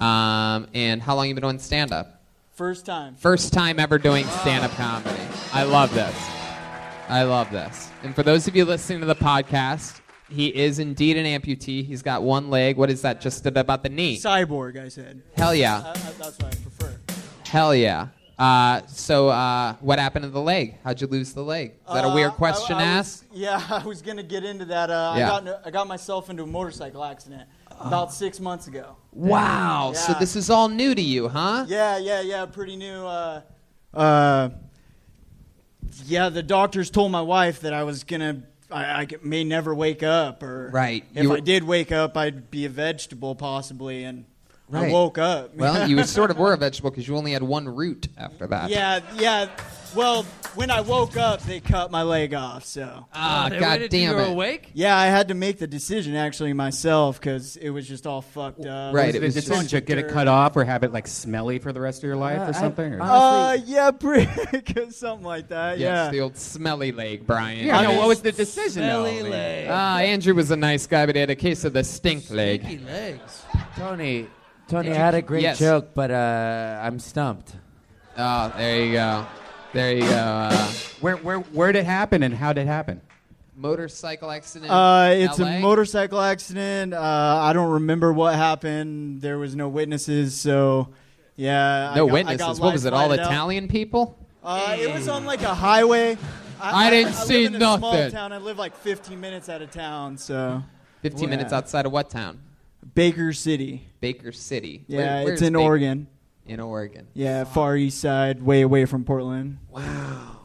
C: Um, and how long you been doing stand up?
W: First time.
C: First time ever doing stand up comedy. I love this. I love this. And for those of you listening to the podcast, he is indeed an amputee. He's got one leg. What is that? Just at about the knee.
W: Cyborg, I said.
C: Hell yeah.
W: I- I- that's what I prefer.
C: Hell yeah. Uh, so, uh, what happened to the leg? How'd you lose the leg? Is that a weird
W: Uh,
C: question
W: I-
C: to
W: I
C: ask?
W: was- yeah, I was gonna get into that. Uh,
C: Yeah.
W: I got in a- I got myself into a motorcycle accident about six months ago.
C: Wow. So
W: Yeah.
C: this is all new to you, huh?
W: Yeah, yeah, yeah. Pretty new. Uh, Uh, yeah, the doctors told my wife that I was gonna. I, I c- may never wake up, or
C: Right,
W: If
C: you
W: I
C: were-
W: did wake up, I'd be a vegetable possibly, and
C: Right.
W: I woke up.
C: Well, you sort of were a vegetable because you only had one root after that.
W: Yeah, yeah. Well, when I woke up, they cut my leg off. So
C: Ah,
B: Oh,
C: They God waited till damn you were it. awake?
W: Yeah, I had to make the decision actually myself because it was just all fucked up.
B: Right, it was the decision to get it cut off or have it like smelly for the rest of your life
W: Uh, I-
B: or something? or-
W: Uh, yeah, pretty, something like that.
C: Yes,
W: yeah.
C: the old smelly leg, Brian.
B: Yeah, I know, what was the decision though? I mean-
C: Ah, Andrew was a nice guy, but he had a case of the stink leg.
K: legs.
N: Tony, Tony, I
C: Did
N: had
C: you-
N: a great
C: Yes.
N: joke, but uh, I'm stumped.
C: Oh, there you go. There you go. Uh,
B: where, where, where did it happen and how did it happen?
C: motorcycle accident.
W: Uh, it's
C: LA?
W: a motorcycle accident. Uh, I don't remember what happened. There was no witnesses, so yeah. I
C: No
W: got- I
C: witnesses.
W: got
C: What was it, all
W: light-lighted out.
C: Italian people?
W: Uh, it was on like a highway.
C: I didn't see
W: live in a Small
C: nothing.
W: town. I live like 15 minutes out of town, so
C: 15 minutes outside of what town?
W: Baker City.
C: Baker City.
W: Yeah,
C: Where- where
W: it's
C: is
W: in
C: Baker?
W: Oregon.
C: In Oregon.
W: Yeah, far east side, way away from Portland.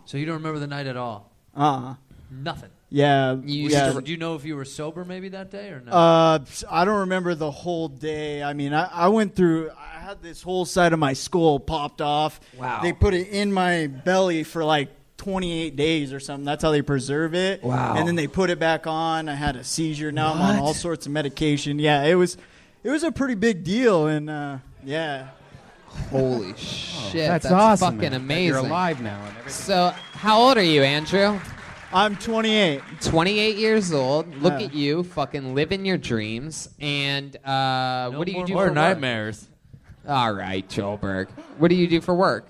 K: So you don't remember the night at all?
W: Uh.
C: Uh-huh.
W: uh
K: Nothing.
W: Yeah. yeah.
K: Do you know if you were sober maybe that day or no?
W: Uh, I don't remember the whole day. I mean, I, I went through. I had this whole side of my skull popped off.
K: Wow.
W: They put it in my belly for like 28 days or something. That's how they preserve it.
K: Wow.
W: And then they put it back on. I had a seizure. Now I'm on all sorts of medication. Yeah, it was, it was a pretty big deal. And uh, yeah.
C: Holy shit!
W: Oh, that's
C: That's,
W: awesome,
C: Fucking
W: man, that
C: amazing.
W: you're alive
B: now and
C: So, how old are you, Andrew?
W: I'm 28.
C: 28 years old. Look
W: Yeah.
C: at you, fucking living your dreams. And uh, what do you
K: more
C: do
K: more
C: for
K: nightmares.
C: Work? All right, Joelberg. What do you do for work?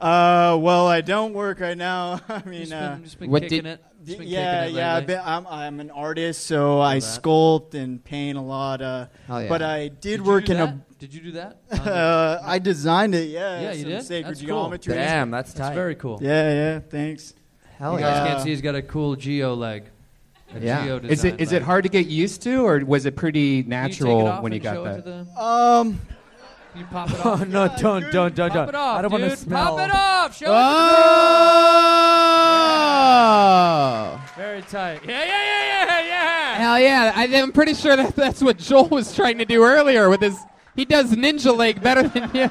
W: Uh, well, I don't work right now. I mean, uh,
K: been What kicking did- it. Just been
W: yeah,
K: kicking it
W: yeah. I've
K: lately.
W: been, I'm, I'm an artist, so I
K: that.
W: sculpt and paint a lot. Uh,
C: Oh,
K: Hell yeah.
W: but I did,
K: Did you
W: work
K: do
W: in a.
K: that? Did you do that?
W: Uh, I designed it. Yeah.
K: Yeah, you
W: some
K: did?
W: Sacred
K: That's cool.
W: geometry.
K: Damn, that's That's tight. very cool.
W: Yeah, yeah. Thanks.
K: you guys can't see he's got a cool geo leg. A geo
B: Is it is it hard to get used to or was it pretty natural when you got that?
W: Um.
K: You pop it
N: Oh
K: off.
N: no! Don't don't don't
K: Pop
N: don't!
K: it off,
N: I don't want to
K: dude.
N: smell.
K: Pop it off. Show
N: Uh,
C: Oh!
K: it. Very tight. Yeah, yeah, yeah, yeah, yeah.
C: Hell yeah! I, I'm pretty sure that that's what Joel was trying to do earlier with his. He does ninja leg better than you.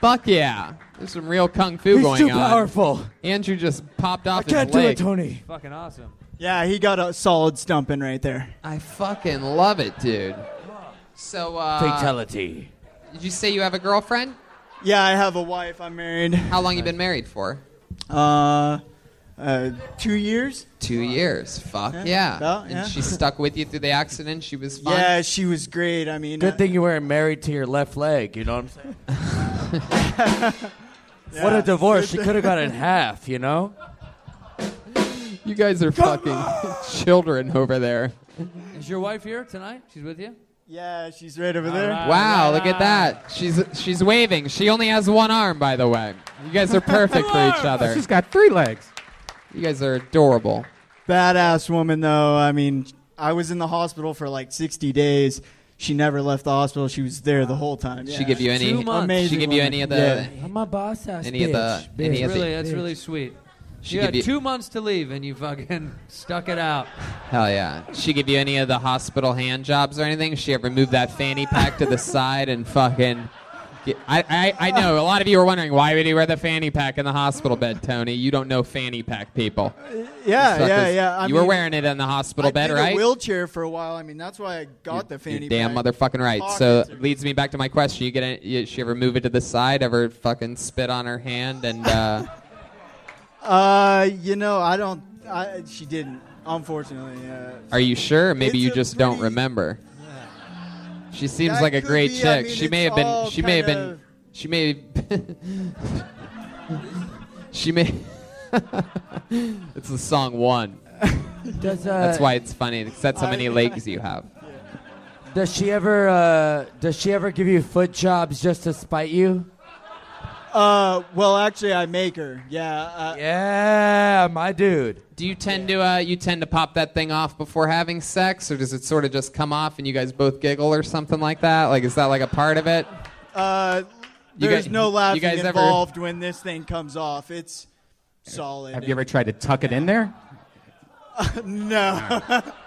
C: Fuck yeah! There's some real kung fu
N: He's
C: going
N: too
C: on.
N: powerful.
C: Andrew just popped off. his leg.
K: Fucking awesome.
W: Yeah, he got a solid stumping right there.
C: I fucking love it, dude. So uh,
W: Fatality.
C: Did you say you have a girlfriend?
W: Yeah, I have a wife. I'm married.
C: How long you been married for?
W: Uh, uh, two years.
C: Two years. Fuck yeah.
W: about, yeah.
C: And she stuck with you through the accident. She was fine.
W: Yeah, she was great. I mean, uh,
N: Good thing you weren't married to your left leg. You know what I'm saying? What
W: Yeah.
N: a divorce! She could have got it in half. You know?
C: You guys are fucking children over there.
K: Is your wife here tonight? She's with you.
W: Yeah, she's right over there.
C: Wow, look at that. She's she's waving. She only has one arm, by the way. You guys are perfect for each other.
B: She's got three legs.
C: You guys are adorable.
W: Badass woman, though. I mean, I was in the hospital for like 60 days. She never left the hospital. She was there the whole time.
C: She give you any- Two months.
W: Amazing
C: she give you
W: woman.
C: any of the-
W: Yeah.
N: I'm a boss ass
C: Any of the-
N: bitch,
C: any
N: bitch,
C: of the-
K: Really, that's
N: bitch.
K: really sweet.
C: She
K: you
C: could
K: had
C: be-
K: two months to leave, and you fucking stuck it out.
C: Hell yeah. She give you any of the hospital hand jobs or anything? She ever moved that fanny pack to the side and fucking. get- I, I, I know a lot of you are wondering why would he wear the fanny pack in the hospital bed, Tony? You don't know fanny pack people.
W: Yeah,
C: Suckers.
W: yeah, yeah. I
C: you
W: mean,
C: were wearing it in the hospital
W: I
C: bed,
W: did
C: right?
W: A wheelchair for a while. I mean, that's why I got the fanny
C: You're damn
W: pack.
C: motherfucking right. So
W: Pockets
C: leads me back to my question. You get any, you, she ever move it to the side? Ever fucking spit on her hand? And uh,
W: Uh, you know, I don't. I, she didn't. Unfortunately, yeah.
C: are you sure? Maybe
W: It's
C: you
W: a
C: just don't remember. She seems
W: That
C: like a
W: could
C: great
W: be, I
C: chick.
W: mean,
C: she may
W: it's
C: have been.
W: all
C: She may have
W: kinda-
C: been. She may. she may. it's the song one.
N: Does, uh,
C: that's why it's funny. 'cause that's how many
N: I-
C: legs you have.
N: Does she ever? Uh, does she ever give you foot jobs just to spite you?
W: Uh, well, actually, I make her. Yeah. Uh,
N: yeah, my dude.
C: Do you tend to uh, you tend to pop that thing off before having sex, or does it sort of just come off and you guys both giggle or something like that? Like, is that like a part of it?
W: Uh,
C: You
W: there's
C: guys-
W: no
C: you
W: laughing
C: guys ever-
W: involved when this thing comes off. It's solid.
B: Have you ever tried to tuck it in there?
W: no.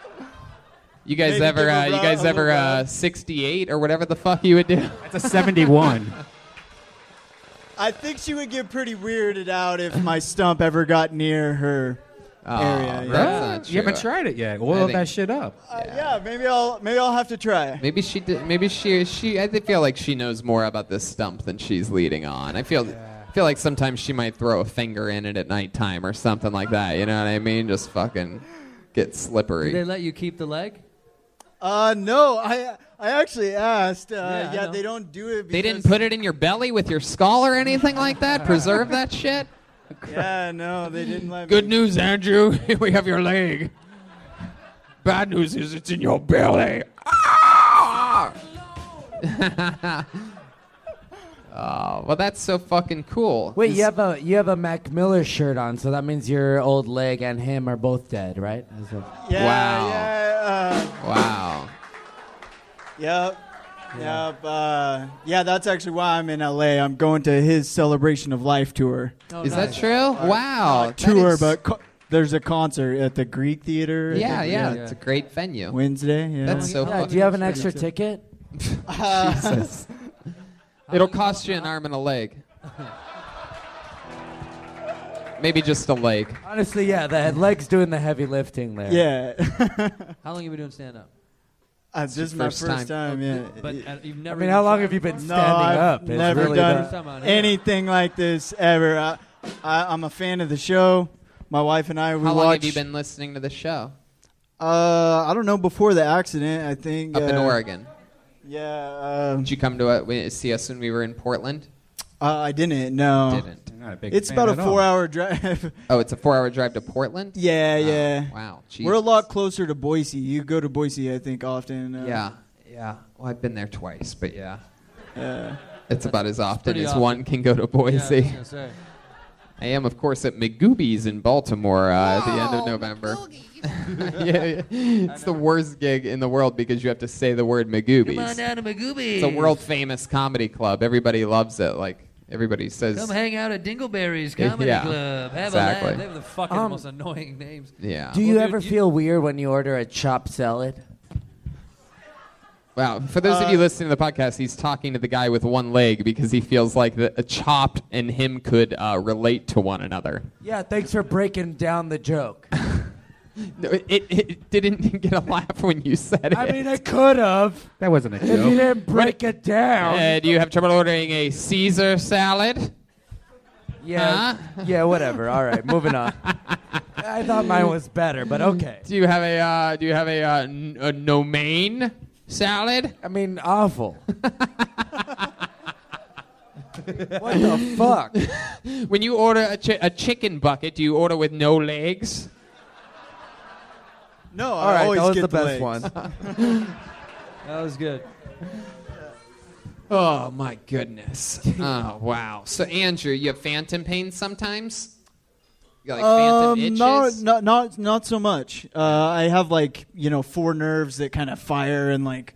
C: You guys
W: Maybe give
C: ever
W: a
C: uh, you
W: ru-
C: guys
W: a
C: ever
W: little
C: uh, 68 or whatever the fuck you would do?
B: That's a 71.
W: I think she would get pretty weirded out if my stump ever got near her area. yeah.
B: You haven't tried it yet. Oil that shit up.
W: Uh, yeah, maybe I'll maybe I'll have to try.
C: Maybe she did. Maybe she she. I feel like she knows more about this stump than she's leading on. I feel I feel like sometimes she might throw a finger in it at nighttime or something like that. You know what I mean? Just fucking get
E: Do they
C: slippery.
E: let you keep the leg?
W: Uh, no, I I actually asked. Uh,
E: Yeah,
W: yeah,
E: I know.
W: they don't do it. Because,
C: They didn't put it in your belly with your skull or anything like that. Preserve that shit.
W: Yeah, no, they didn't let
C: Good
W: me.
C: news, Andrew. we have your leg. Bad news is it's in your belly. Ah! oh, well, that's so fucking cool.
N: Wait,
C: Is-
N: you have a you have a Mac Miller shirt on, so that means your old leg and him are both dead, right? That's what-
W: Yeah,
C: Wow.
W: yeah. Uh,
C: Wow.
W: Yep. Yep. Uh, yeah, that's actually why I'm in LA. I'm going to his Celebration of Life tour.
C: Is that nice. true? Wow,
W: Uh,
C: that
W: tour,
C: is-
W: but co- there's a concert at the Greek Theater. I
C: Yeah,
W: think.
C: yeah, it's a great venue.
W: Wednesday. Yeah.
C: That's so.
N: Yeah,
C: fucking
N: do you have an
C: exciting.
N: extra ticket?
W: Uh,
C: Jesus. It'll cost you an arm and a leg. Maybe just a leg.
N: Honestly, yeah, the leg's doing the heavy lifting there.
W: Yeah.
E: How long have you been doing stand up?
W: Uh, this
E: your
W: is my
E: first
W: first
E: time.
W: time.
E: Oh,
W: yeah.
E: but,
W: Yeah.
E: uh, you've never I mean, how even long tried have you been before?
W: no,
E: standing
W: I've
E: up? It's
W: Never
E: really the- First time
W: done
E: out here.
W: anything like this ever. I, I, I'm a fan of the show. My wife and I we
C: How long
W: watched.
C: have you been listening to the show?
W: Uh, I don't know. Before the accident, I think
C: Up in
W: uh,
C: Oregon.
W: Yeah. Uh,
C: Did you come to uh, we- see us when we were in Portland?
W: Uh, I didn't. No.
C: Didn't. You're not a big
W: it's
C: fan
W: about
C: at
W: a
C: all.
W: four-hour drive.
C: Oh, it's a four-hour drive to Portland.
W: yeah,
C: Oh,
W: yeah.
C: Wow.
W: We're a lot closer to Boise. You go to Boise, I think, often. Uh,
C: Yeah, yeah. Well, I've been there twice, but yeah.
W: Yeah.
C: It's about as often
W: pretty
C: as
W: often.
C: one can go to
W: Yeah, I
C: Boise.
W: was gonna say.
C: I am, of course, at McGoobies in Baltimore uh, at the end of November. yeah, yeah. It's the worst gig in the world because you have to say the word McGoobies.
R: Come on down to
C: It's a
R: Magoobies.
C: world famous comedy club. Everybody loves it. Like everybody says.
R: Come hang out at Dingleberry's Comedy
C: Yeah,
R: Club. Have
C: exactly.
R: a laugh.
E: They have the fucking
R: Um,
E: most annoying names.
C: Yeah.
N: Do you ever feel weird when you order a chopped salad?
C: Wow. For those
W: Uh,
C: of you listening to the podcast, he's talking to the guy with one leg because he feels like the, a chopped and him could uh, relate to one another.
N: Yeah, thanks for breaking down the joke.
C: No, it, it, it didn't get a laugh when you said it.
N: I mean, I could have.
B: That wasn't
N: If
B: a
N: you didn't break it down.
C: Uh, do you have trouble ordering a Caesar salad?
N: Yeah, yeah, whatever. All right, moving on. I thought mine was better, but okay.
C: Do you have a uh, Do you have a, uh, n- a nomain salad?
N: I mean, awful. what the fuck?
C: when you order a, chi- a chicken bucket, do you order with no legs?
W: No,
N: All
W: I
N: right,
W: always
N: that was
W: get
N: the
W: the
N: best
W: legs.
N: one.
E: That was good.
C: Oh my goodness! oh wow! So Andrew, you have phantom pains sometimes. You got like phantom
N: Um,
C: itches.
W: Um, no, not not not so much. Uh, I have like you know four nerves that kind of fire, and like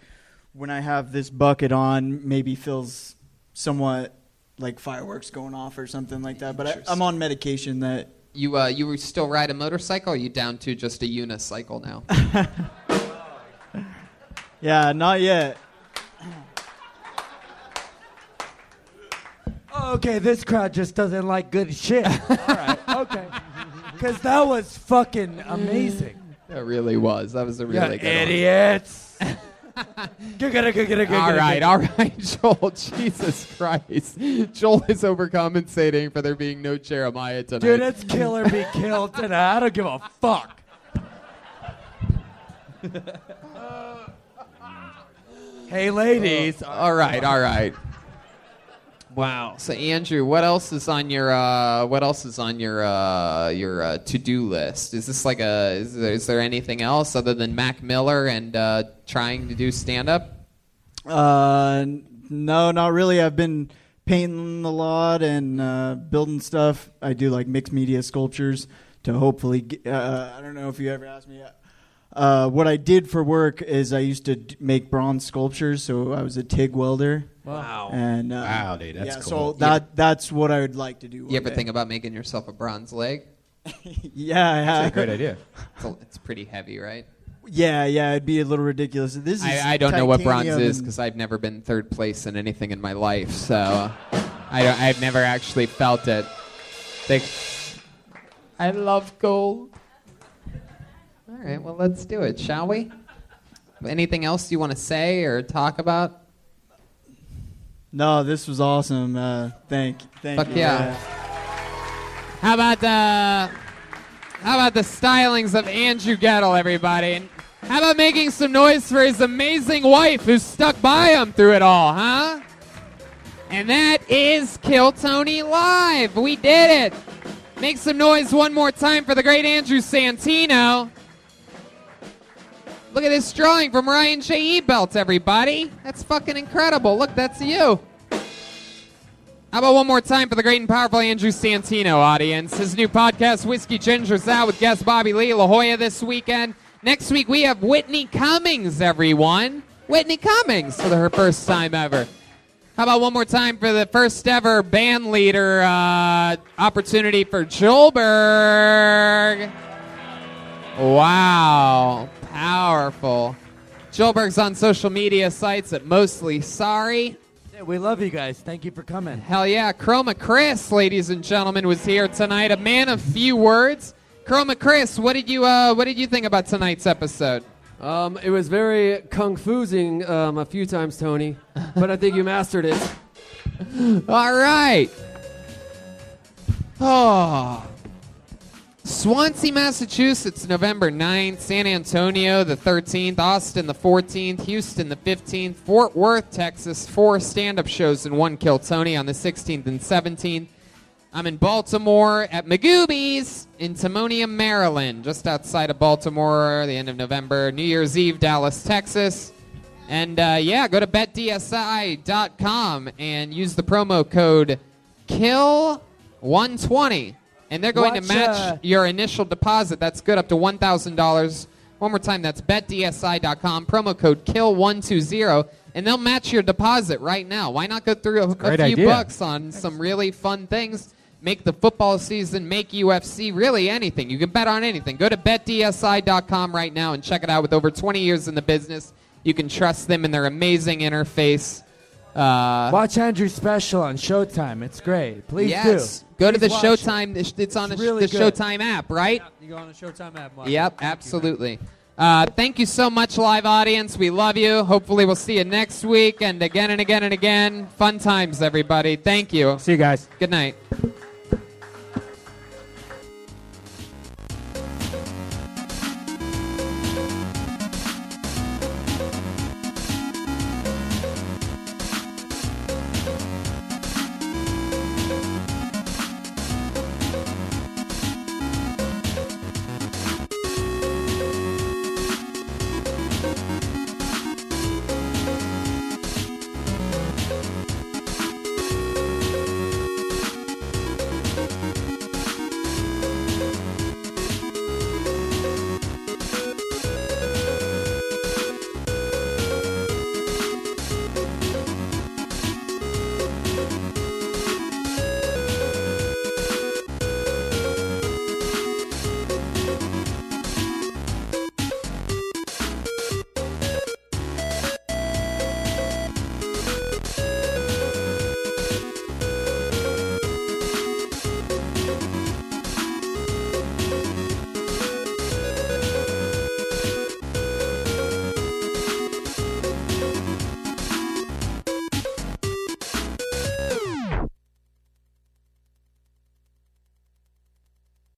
W: when I have this bucket on, maybe feels somewhat like fireworks going off or something like that. But I, I'm on medication that
C: You uh, you still ride a motorcycle? Or you down to just a unicycle now?
W: yeah, not yet.
N: Okay, this crowd just doesn't like good shit. All right, okay. Because that was fucking amazing.
C: That really was. That was a
N: Yeah,
C: really good
N: idiots.
C: All right, all right, Joel. Jesus Christ. Joel is overcompensating for there being no Jeremiah tonight.
N: Dude, it's kill or be killed tonight. I don't give a fuck. hey, ladies.
C: Oh. all right, all right. Wow. So Andrew, what else is on your uh, what else is on your uh, your uh, to do list? Is this like a is there, is there anything else other than Mac Miller and uh, trying to do stand up?
W: Uh, n- no, not really. I've been painting a lot and uh, building stuff. I do like mixed media sculptures to hopefully. Get, uh, I don't know if you ever asked me. Uh, what I did for work is I used to d- make bronze sculptures, so I was a TIG welder.
C: Wow.
W: And uh,
C: Wow, dude, that's
W: yeah,
C: cool.
W: So that that's what I would like to do.
C: You ever think about making yourself a bronze leg?
W: Yeah, I have.
C: It's, a- it's pretty heavy, right?
W: Yeah, yeah, it'd be a little ridiculous. This is
C: I, I don't know what bronze
W: titanium
C: is
W: and-
C: because I've never been third place in anything in my life, so I don't, I've never actually felt it. They, I love gold. All right, well, let's do it, shall we? Anything else you want to say or talk about?
W: No, this was awesome. Uh, thank, thank
C: Fuck
W: you.
C: yeah. How about the how about the stylings of Andrew Gettle, everybody? And how about making some noise for his amazing wife who stuck by him through it all, huh? And that is Kill Tony Live. We did it. Make some noise one more time for the great Andrew Santino. Look at this drawing from Ryan J.E. Belt, everybody. That's fucking incredible. Look, that's you. How about one more time for the great and powerful Andrew Santino audience? His new podcast, Whiskey Ginger's out with guest Bobby Lee La Jolla this weekend. Next week, we have Whitney Cummings, everyone. Whitney Cummings for her first time ever. How about one more time for the first ever band leader uh, opportunity for Joelberg? Wow, powerful. Joelberg's on social media sites at Mostly Sorry.
N: we love you guys. Thank you for coming.
C: Hell yeah. Chroma Chris, ladies and gentlemen, was here tonight. A man of few words. Chroma Chris, what did you uh, what did you think about tonight's episode?
S: Um, it was very kung fusing um, a few times, Tony, but I think you mastered it.
C: All right. Oh. Swansea, Massachusetts, November 9th, San Antonio the 13th, Austin the 14th, Houston the 15th, Fort Worth, Texas, four stand up shows and one Kill Tony on the 16th and 17th. I'm in Baltimore at Magoobies in Timonium, Maryland, just outside of Baltimore, the end of November. New Year's Eve, Dallas, Texas. And uh, yeah, go to betdsi.com and use the promo code KILL120. And they're going to
N: Watch,
C: match
N: uh,
C: your initial deposit. That's good up to $1,000. One more time, that's betdsi.com, promo code KILL120. And they'll match your deposit right now. Why not go through a, a
B: great
C: few
B: idea.
C: bucks on some really fun things? Make the football season, make UFC, really anything. You can bet on anything. Go to betdsi.com right now and check it out. With over 20 years in the business, you can trust them and their amazing interface. Uh,
N: Watch Andrew's special on Showtime. It's great. Please
C: yes.
N: do.
C: Go to
N: Please
C: the
N: watch it.
C: Showtime. It's- It's on
N: It's
C: the,
N: really
C: the
N: good.
C: Showtime app, right?
E: You go on the Showtime app. Mark.
C: Yep, absolutely. Uh, thank you so much, live audience. We love you. Hopefully, we'll see you next week and again and again and again. Fun times, everybody. Thank you. See
B: you guys.
C: Good night.